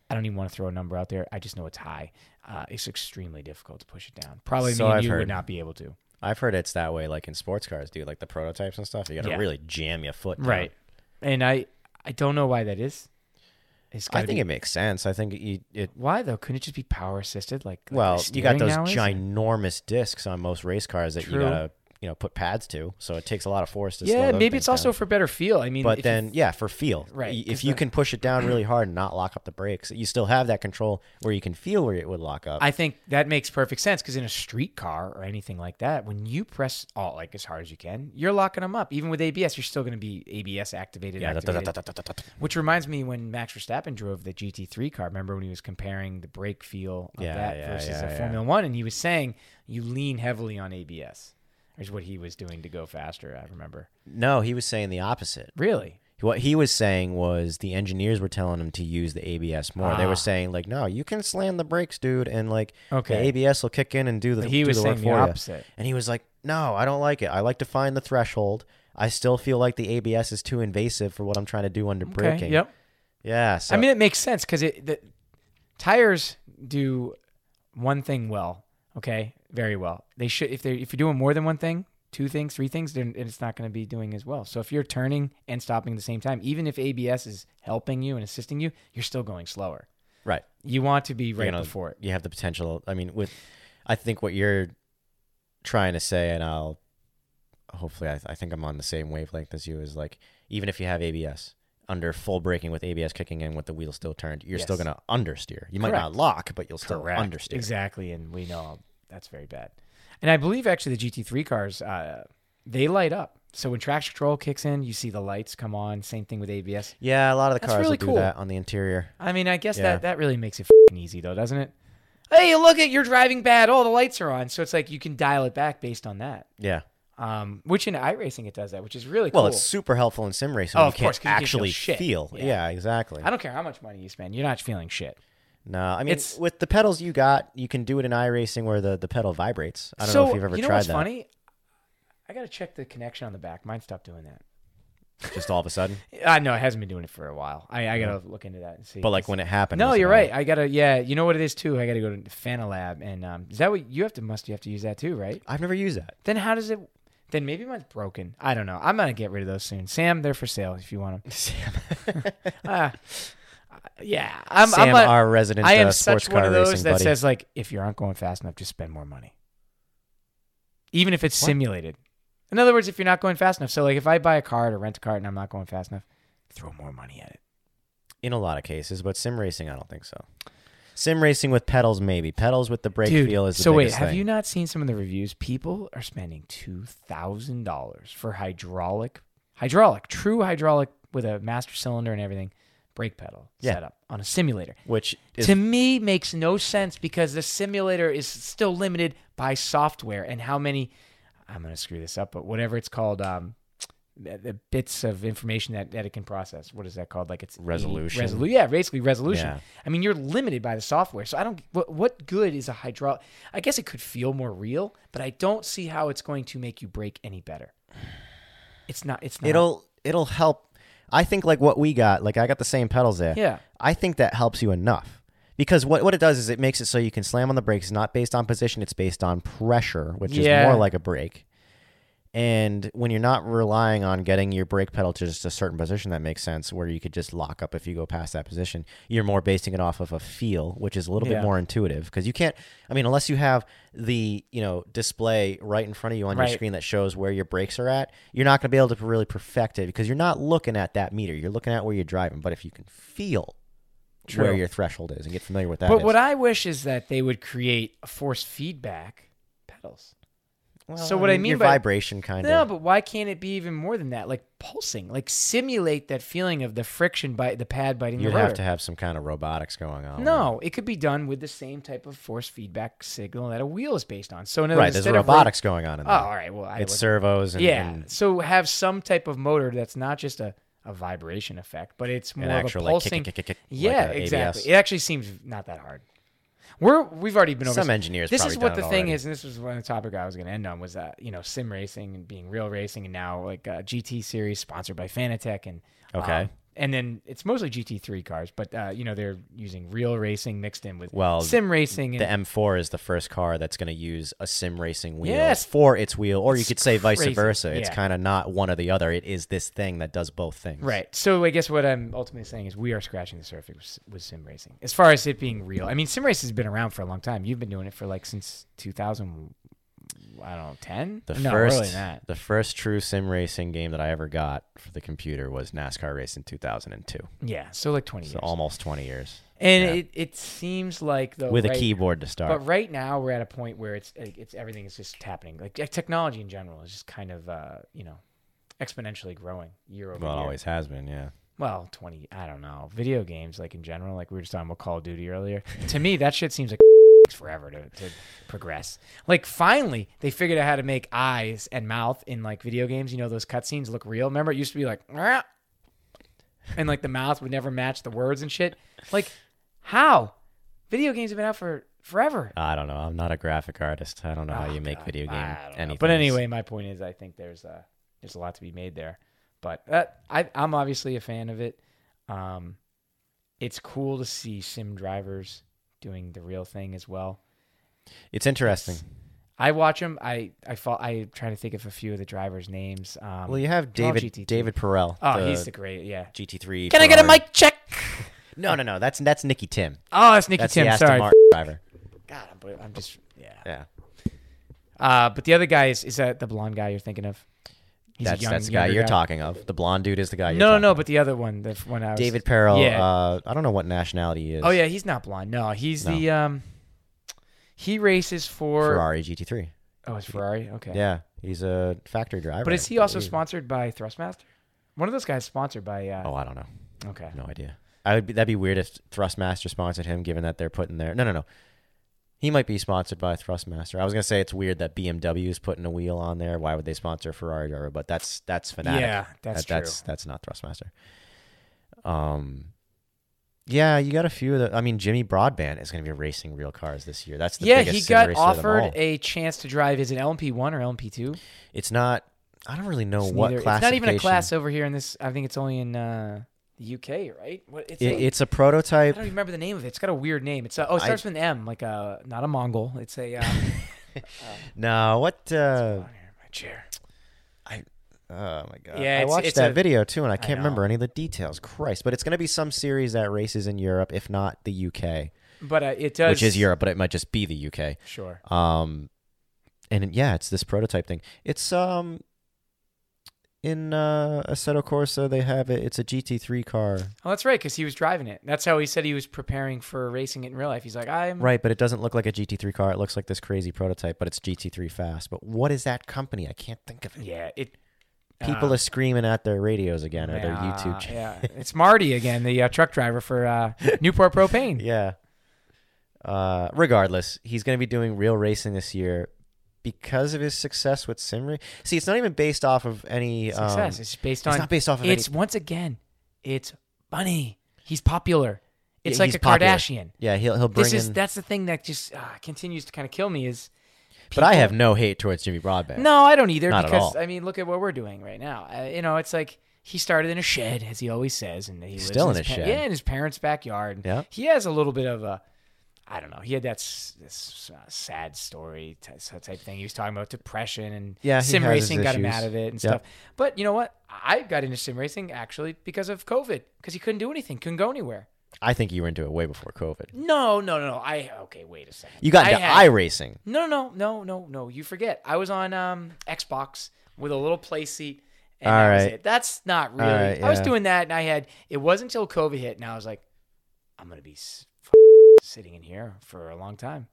S2: I don't even want to throw a number out there. I just know it's high. Uh, it's extremely difficult to push it down. Probably
S1: So
S2: me and
S1: I've
S2: you
S1: heard.
S2: would not be able to.
S1: I've heard it's that way, like in sports cars, dude. Like the prototypes and stuff, you gotta
S2: Yeah.
S1: really jam your foot. down.
S2: Right, and I I don't know why that is. It's
S1: I
S2: gotta
S1: think
S2: be-
S1: it makes sense. I think you, it.
S2: why though? Couldn't it just be power assisted? Like, like
S1: Well,
S2: the
S1: you got
S2: steering
S1: those
S2: now is?
S1: ginormous discs on most race cars that
S2: True.
S1: you gotta, you know, put pads to. So it takes a lot of force to. slow
S2: Yeah,
S1: those
S2: maybe it's
S1: things
S2: also
S1: down.
S2: for better feel. I mean, if
S1: But
S2: you-
S1: then, yeah, for feel.
S2: Right,
S1: Y-
S2: 'cause
S1: If you
S2: the-
S1: can push it
S2: [clears throat]
S1: down really hard and not lock up the brakes, you still have that control where you can feel where it would lock up.
S2: I think that makes perfect sense because in a street car or anything like that, when you press all like as hard as you can, you're locking them up. Even with ABS, you're still going to be ABS activated.
S1: yeah. da- da- da-
S2: activated.
S1: da- da- da- da- da.
S2: Which reminds me when Max Verstappen drove the GT3 car, remember when he was comparing the brake feel of
S1: Yeah,
S2: that
S1: yeah,
S2: versus
S1: yeah,
S2: a
S1: yeah.
S2: Formula One, and he was saying you lean heavily on ABS, is what he was doing to go faster. I remember.
S1: No, he was saying the opposite.
S2: Really?
S1: What he was saying was the engineers were telling him to use the ABS more. They
S2: Ah.
S1: were saying like, no, you can slam the brakes, dude, and like
S2: Okay.
S1: the ABS will kick in and do the.
S2: But he
S1: do
S2: was
S1: the work
S2: saying the
S1: for ya.
S2: opposite.
S1: And he was like, no, I don't like it. I like to find the threshold. I still feel like the ABS is too invasive for what I'm trying to do under
S2: Okay.
S1: braking.
S2: Yep.
S1: Yeah. So
S2: I mean, it makes sense because it the tires do one thing well, okay, very well. They should if they if you're doing more than one thing, two things, three things, then it's not going to be doing as well. So if you're turning and stopping at the same time, even if ABS is helping you and assisting you, you're still going slower.
S1: right.
S2: You want to be right
S1: you know,
S2: before it.
S1: You have the potential. I mean, with, I think what you're trying to say, and I'll hopefully, I, I think I'm on the same wavelength as you, is like, even if you have ABS under full braking with ABS kicking in with the wheel still turned, you're still
S2: Yes.
S1: going to understeer. You might
S2: Correct.
S1: not lock, but you'll still understeer.
S2: Exactly, and we know That's very bad. And I believe actually the GT3 cars, uh, they light up. So when traction control kicks in, you see the lights come on. Same thing with ABS.
S1: Yeah, a lot of the
S2: That's
S1: cars
S2: really
S1: will do
S2: cool.
S1: that on the interior.
S2: I mean, I guess
S1: Yeah.
S2: that, that really makes it fing easy though, doesn't it? Hey, look at you're driving bad. All the lights are on, so it's like you can dial it back based on that.
S1: Yeah.
S2: Um, which in iRacing it does that, which is really cool.
S1: Well, it's super helpful in sim racing.
S2: Oh,
S1: when
S2: of
S1: you
S2: course, 'cause
S1: can't
S2: you can't feel
S1: actually
S2: shit.
S1: Yeah.
S2: Yeah.
S1: exactly.
S2: I don't care how much money you spend, you're not feeling shit.
S1: No, I mean,
S2: It's-
S1: with the pedals you got, you can do it in iRacing where the, the pedal vibrates. I don't
S2: so,
S1: know if you've ever
S2: you know
S1: tried
S2: what's
S1: that.
S2: funny? I gotta check the connection on the back. Mine stopped doing that.
S1: Just all of a sudden,
S2: I know it hasn't been doing it for a while. I, I gotta look into that and see.
S1: but like when it happened.
S2: no,
S1: was
S2: you're
S1: annoying.
S2: right. I gotta. Yeah, you know what it is too. I gotta go to Fanalab, and um, is that what you have to? Must you have to use that too, right?
S1: I've never used that.
S2: Then how does it? Then maybe mine's broken. I don't know. I'm gonna get rid of those soon. Sam, they're for sale if you want
S1: [laughs]
S2: them. [laughs]
S1: Sam,
S2: Uh, yeah, I'm.
S1: Sam
S2: I'm a,
S1: our resident
S2: I am
S1: uh, sports
S2: such
S1: car
S2: one of those
S1: racing
S2: that
S1: buddy.
S2: says like, if you aren't going fast enough, just spend more money. Even if it's
S1: What?
S2: simulated. In other words, if you're not going fast enough, so like if I buy a car or rent a car and I'm not going fast enough, throw more money at it.
S1: in a lot of cases, but sim racing, I don't think so. Sim racing with pedals, maybe pedals with the brake
S2: Dude,
S1: feel is the
S2: so wait,
S1: biggest
S2: have
S1: thing.
S2: you not seen some of the reviews? People are spending two thousand dollars for hydraulic, hydraulic, true hydraulic with a master cylinder and everything, brake pedal
S1: Yeah.
S2: setup on a simulator.
S1: Which is
S2: to me makes no sense because the simulator is still limited by software and how many i'm going to screw this up but whatever it's called um the the bits of information that, that it can process what is that called like it's E?
S1: Resolution.
S2: resolu- yeah basically resolution
S1: Yeah.
S2: i mean you're limited by the software so i don't what, what good is a hydraulic i guess it could feel more real but i don't see how it's going to make you break any better it's not it's not
S1: it'll it'll help. I think like what we got, like I got the same pedals there.
S2: yeah
S1: I think that helps you enough because what, what it does is it makes it so you can slam on the brakes not based on position it's based on pressure which
S2: Yeah.
S1: is more like a brake and when you're not relying on getting your brake pedal to just a certain position that makes sense where you could just lock up if you go past that position you're more basing it off of a feel which is a little
S2: Yeah.
S1: bit more intuitive because you can't i mean unless you have the you know display right in front of you on
S2: Right.
S1: your screen that shows where your brakes are at you're not going to be able to really perfect it because you're not looking at that meter you're looking at where you're driving but if you can feel where
S2: True.
S1: your threshold is and get familiar with that.
S2: but what i wish is that they would create a force feedback pedals so what I mean
S1: your
S2: by-
S1: vibration kind
S2: No,
S1: of
S2: but why can't it be even more than that? Like pulsing, like simulate that feeling of the friction by the pad biting
S1: you'd
S2: the rotor.
S1: have to have some kind of robotics going on.
S2: no, it could be done with the same type of force feedback signal that a wheel is based on. So in other
S1: right?
S2: words,
S1: There's
S2: instead of
S1: robotics going on in
S2: ra-
S1: there.
S2: oh, all right. Well, I
S1: it's
S2: was-
S1: servos and,
S2: yeah.
S1: and,
S2: so have some type of motor that's not just a, a vibration effect, but it's more
S1: and
S2: of
S1: actual
S2: a
S1: like kick,
S2: pulsing.
S1: kick, kick, kick, kick, like a
S2: yeah, exactly. It
S1: ABS.
S2: actually seems not that hard. We're we've already been over
S1: Some engineers
S2: this
S1: probably
S2: is what
S1: done
S2: the
S1: it
S2: thing
S1: already.
S2: is, and this was one of the topic I was going to end on was that you know sim racing and being real racing, and now like uh, GT series sponsored by Fanatec, and
S1: Okay.
S2: um, and then it's mostly GT3 cars, but uh, you know they're using real racing mixed in with
S1: Well,
S2: sim racing.
S1: The
S2: And,
S1: M4 is the first car that's going to use a sim racing wheel
S2: Yes.
S1: for its wheel, or you
S2: It's
S1: could say
S2: crazy.
S1: vice versa. It's
S2: Yeah.
S1: kind of not one or the other. It is this thing that does both things.
S2: Right. So I guess what I'm ultimately saying is we are scratching the surface with sim racing. As far as it being real, I mean, sim racing has been around for a long time. You've been doing it for like since 2000, I don't know, 10?
S1: The
S2: no,
S1: first,
S2: earlier than that.
S1: the first true sim racing game that I ever got for the computer was NASCAR Race in 2002.
S2: Yeah. So like 20
S1: So
S2: years.
S1: almost 20 years.
S2: and
S1: yeah.
S2: it, it seems like though
S1: with
S2: right-
S1: a keyboard to start.
S2: But right now we're at a point where it's like, it's everything is just happening. Like like, technology in general is just kind of uh, you know exponentially growing year over
S1: well, it
S2: year.
S1: always has been, yeah.
S2: Well, twenty. I don't know. Video games, like in general, like we were just talking about Call of Duty earlier. to me, that shit seems like [laughs] takes forever to, to progress. Like finally, they figured out how to make eyes and mouth in like video games. You know, those cutscenes look real. Remember, it used to be like, [laughs] "Meow." and like the mouth would never match the words and shit. Like, how? Video games have been out for forever.
S1: I don't know. I'm not a graphic artist. I don't know how
S2: Oh,
S1: you make
S2: God,
S1: video game
S2: I don't know.
S1: anything.
S2: But anyway, my point is, I think there's a there's a lot to be made there. But uh, I, I'm obviously a fan of it. Um, it's cool to see sim drivers doing the real thing as well.
S1: it's interesting.
S2: I watch them. I I fall, I trying to think of a few of the drivers' names. Um,
S1: Well, you have
S2: they're all
S1: David
S2: GT3.
S1: David Perel.
S2: Oh, he's the great. Yeah.
S1: GT3.
S2: Can I get a
S1: Ferrari-
S2: mic check?
S1: No, no, no. That's that's Nicky Tim.
S2: Oh, it's Nicky
S1: That's
S2: Tim.
S1: the Aston
S2: Sorry.
S1: Martin driver.
S2: God, I'm, bl- I'm just yeah.
S1: Yeah,
S2: Uh, but the other guy is is that the blonde guy you're thinking of? He's a
S1: that's
S2: young-
S1: that's the guy
S2: younger
S1: you're talking of. The blonde dude is the guy. You're
S2: No, no,
S1: talking
S2: no.
S1: of.
S2: But the other one, the f- one I was
S1: David Perel.
S2: Yeah.
S1: Uh, I don't know what nationality he is.
S2: Oh yeah, he's not blonde. No, he's the um, He races for.
S1: Ferrari GT3.
S2: Oh, it's Ferrari. Okay.
S1: Yeah, he's a factory driver.
S2: But
S1: I
S2: is he also
S1: believe.
S2: sponsored by Thrustmaster? One of those guys sponsored by. Uh,
S1: Oh, I don't know.
S2: okay.
S1: No idea. I would be, that'd be weird if Thrustmaster sponsored him, given that they're putting their no, no, no. He might be sponsored by Thrustmaster. I was gonna say it's weird that BMW is putting a wheel on there. Why would they sponsor a Ferrari driver? But that's that's fanatic.
S2: Yeah,
S1: That-
S2: that's true.
S1: That's that's not Thrustmaster. Um, yeah, you got a few of the. I mean, Jimmy Broadband is gonna be racing real cars this year. That's the
S2: yeah,
S1: biggest
S2: he
S1: sim
S2: got
S1: racer of them all.
S2: offered a chance to drive. Is it LMP1 or LMP2?
S1: It's not. I don't really know
S2: It's
S1: what
S2: neither-
S1: class.
S2: It's not even a class over here in this. I think it's only in uh, the UK, right? What, it's
S1: It,
S2: like-
S1: it's a
S2: I
S1: prototype.
S2: don't remember the name of it. It's got a weird name. It's uh, oh, it
S1: I-
S2: starts with an M, like a not a Mongol. It's a. Uh,
S1: [laughs] No, what? Uh,
S2: oh, here, my chair.
S1: Oh my god!
S2: Yeah,
S1: I
S2: it's-
S1: watched
S2: it's
S1: that
S2: a-
S1: video too, and I can't
S2: know.
S1: remember any of the details. Christ! But it's going to be some series that races in Europe, if not the UK,
S2: But uh, it does.
S1: which is Europe, but it might just be the UK.
S2: Sure.
S1: Um, and yeah, it's this prototype thing. It's um, in uh, Assetto Corsa they have it. It's a GT3 car,
S2: Oh, that's right, because he was driving it. That's how he said he was preparing for racing it in real life. He's like, I'm.
S1: right? But it doesn't look like a GT3 car. It looks like this crazy prototype, but it's GT3 fast. But what is that company? I can't think of it.
S2: Yeah. It.
S1: People
S2: uh,
S1: are screaming at their radios again or their
S2: yeah,
S1: YouTube. channel.
S2: Yeah, it's Marty again, the uh, truck driver for uh,
S1: [laughs]
S2: Newport Propane.
S1: Yeah. Uh, regardless, he's going to be doing real racing this year because of his success with Simri. See, it's not even based off of any um,
S2: Success. it's based
S1: It's
S2: on.
S1: not based off of
S2: it's
S1: any.
S2: once again, it's Bunny. He's popular. It's
S1: Yeah,
S2: like
S1: he's
S2: a
S1: popular.
S2: Kardashian.
S1: Yeah, he'll he'll bring
S2: This is
S1: in.
S2: that's the thing that just uh, continues to kind of kill me is.
S1: but I
S2: people-
S1: have no hate towards Jimmy Broadbent.
S2: No, I don't either.
S1: Not at
S2: because
S1: all.
S2: I mean, look at what we're doing right now. Uh, you know, it's like he started in a shed, as he always says, and he lives
S1: still in
S2: his
S1: a
S2: pa-
S1: shed.
S2: Yeah, in his parents' backyard.
S1: Yeah.
S2: he has a little bit of a. I don't know. He had that s- this uh, sad story ty- so- type thing. He was talking about depression and
S1: Yeah, he
S2: sim
S1: has his
S2: racing got him
S1: issues.
S2: out of it and
S1: Yep.
S2: stuff. But you know what? I got into sim racing actually because of COVID because he couldn't do anything, couldn't go anywhere.
S1: I think you were into it way before COVID.
S2: No, no, no, no. I okay. Wait a second.
S1: You got
S2: I
S1: into
S2: had-
S1: iRacing.
S2: no, no, no, no, no. You forget. I was on um, Xbox with a little play seat. And
S1: All
S2: that was
S1: right.
S2: it. That's not really.
S1: right,
S2: I was
S1: yeah.
S2: doing that, and I had. It wasn't until COVID hit, and I was like, I'm gonna be s- f- sitting in here for a long time.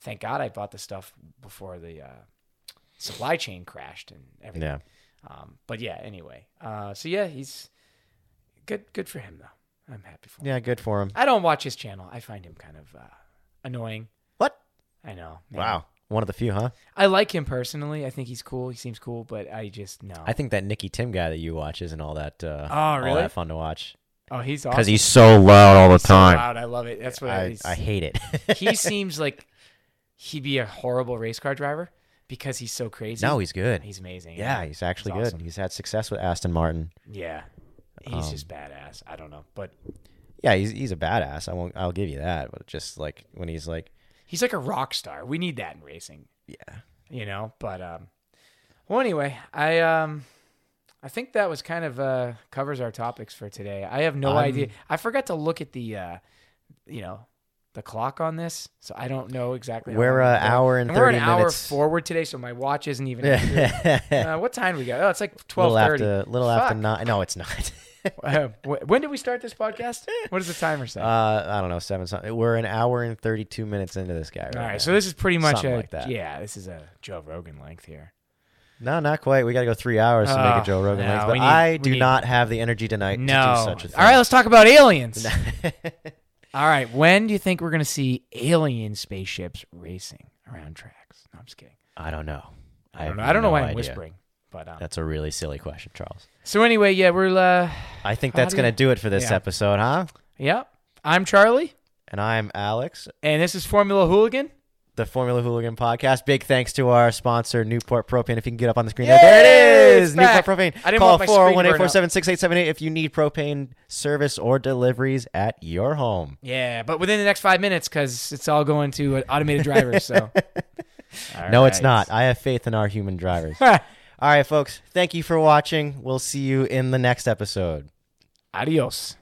S2: Thank God I bought the stuff before the uh, supply chain crashed and everything.
S1: Yeah.
S2: Um, but yeah, anyway. Uh, so yeah, he's good. Good for him, though. I'm happy for him.
S1: Yeah, good for him.
S2: I don't watch his channel. I find him kind of uh, annoying.
S1: What?
S2: I know. man.
S1: Wow. One of the few, huh?
S2: I like him personally. I think he's cool. He seems cool, but I just no.
S1: I think that Nicky Tim guy that you watch isn't all that uh,
S2: Oh,
S1: all
S2: really?
S1: that fun to watch
S2: oh, he's awesome.
S1: because he's so loud all the
S2: So
S1: time.
S2: loud. I love it. That's what I,
S1: I, I hate it. [laughs]
S2: he seems like. He'd be a horrible race car driver because he's so crazy.
S1: no, he's good.
S2: he's amazing.
S1: Yeah, he's actually
S2: He's
S1: good.
S2: awesome.
S1: He's had success with Aston Martin.
S2: yeah, he's
S1: Um,
S2: just badass. I don't know, but
S1: Yeah, he's he's a badass. I won't. I'll give you that. But just like when he's like,
S2: he's like a rock star. We need that in racing,
S1: yeah,
S2: you know. But um, well, anyway, I um, I think that was kind of uh covers our topics for today. I have no
S1: I'm-
S2: idea. I forgot to look at the uh, you know, the clock on this, so I don't know exactly. how
S1: we're an
S2: long we're going.
S1: hour and,
S2: and we're
S1: thirty
S2: an hour
S1: minutes. [laughs]
S2: forward today, so my watch isn't even. accurate.
S1: Yeah.
S2: uh, what time do we got? Oh, it's like twelve
S1: little
S2: thirty.
S1: after little after nine. No, it's
S2: [laughs]
S1: not.
S2: when did we start this podcast? What does the timer
S1: [laughs]
S2: say?
S1: uh, I don't know. Seven. Something. We're an hour and thirty-two minutes into this guy. Right.
S2: All
S1: now.
S2: right, so this is pretty much
S1: something
S2: a,
S1: like that.
S2: yeah, this is a Joe Rogan length here.
S1: no, not quite. We got to go three hours to make
S2: Oh,
S1: a Joe Rogan.
S2: no,
S1: length,
S2: we
S1: but
S2: need-
S1: I
S2: we
S1: do
S2: need-
S1: not have the energy tonight to do
S2: No.
S1: such a thing.
S2: All right, let's talk
S1: [laughs]
S2: about aliens.
S1: right.
S2: All right, when do you think we're gonna see alien spaceships racing around tracks? No, I'm just kidding.
S1: I don't know.
S2: I don't
S1: have
S2: know. I don't know
S1: no
S2: why I'm
S1: idea.
S2: whispering, but um,
S1: That's a really silly question, Charles.
S2: so anyway, yeah, we're uh,
S1: I think
S2: How
S1: that's
S2: do
S1: gonna
S2: you-
S1: do it for this
S2: Yeah.
S1: episode, huh?
S2: yeah. I'm Charlie,
S1: And I'm Alex.
S2: and this is Formula Hooligan.
S1: the Formula Hooligan podcast. Big thanks to our sponsor, Newport Propane. If you can get up on the screen,
S2: Yeah,
S1: there it
S2: it's
S1: is.
S2: back.
S1: Newport Propane.
S2: I didn't
S1: Call
S2: want my screen
S1: 401
S2: burn
S1: 847
S2: out.
S1: 6878 if you need propane service or deliveries at your home.
S2: Yeah, but within the next five minutes, because it's all going to an automated drivers. So
S1: [laughs]
S2: All
S1: no, it's
S2: right.
S1: not. I have faith in our human drivers. All right, folks. Thank you for watching. We'll see you in the next episode.
S2: [laughs] Adios.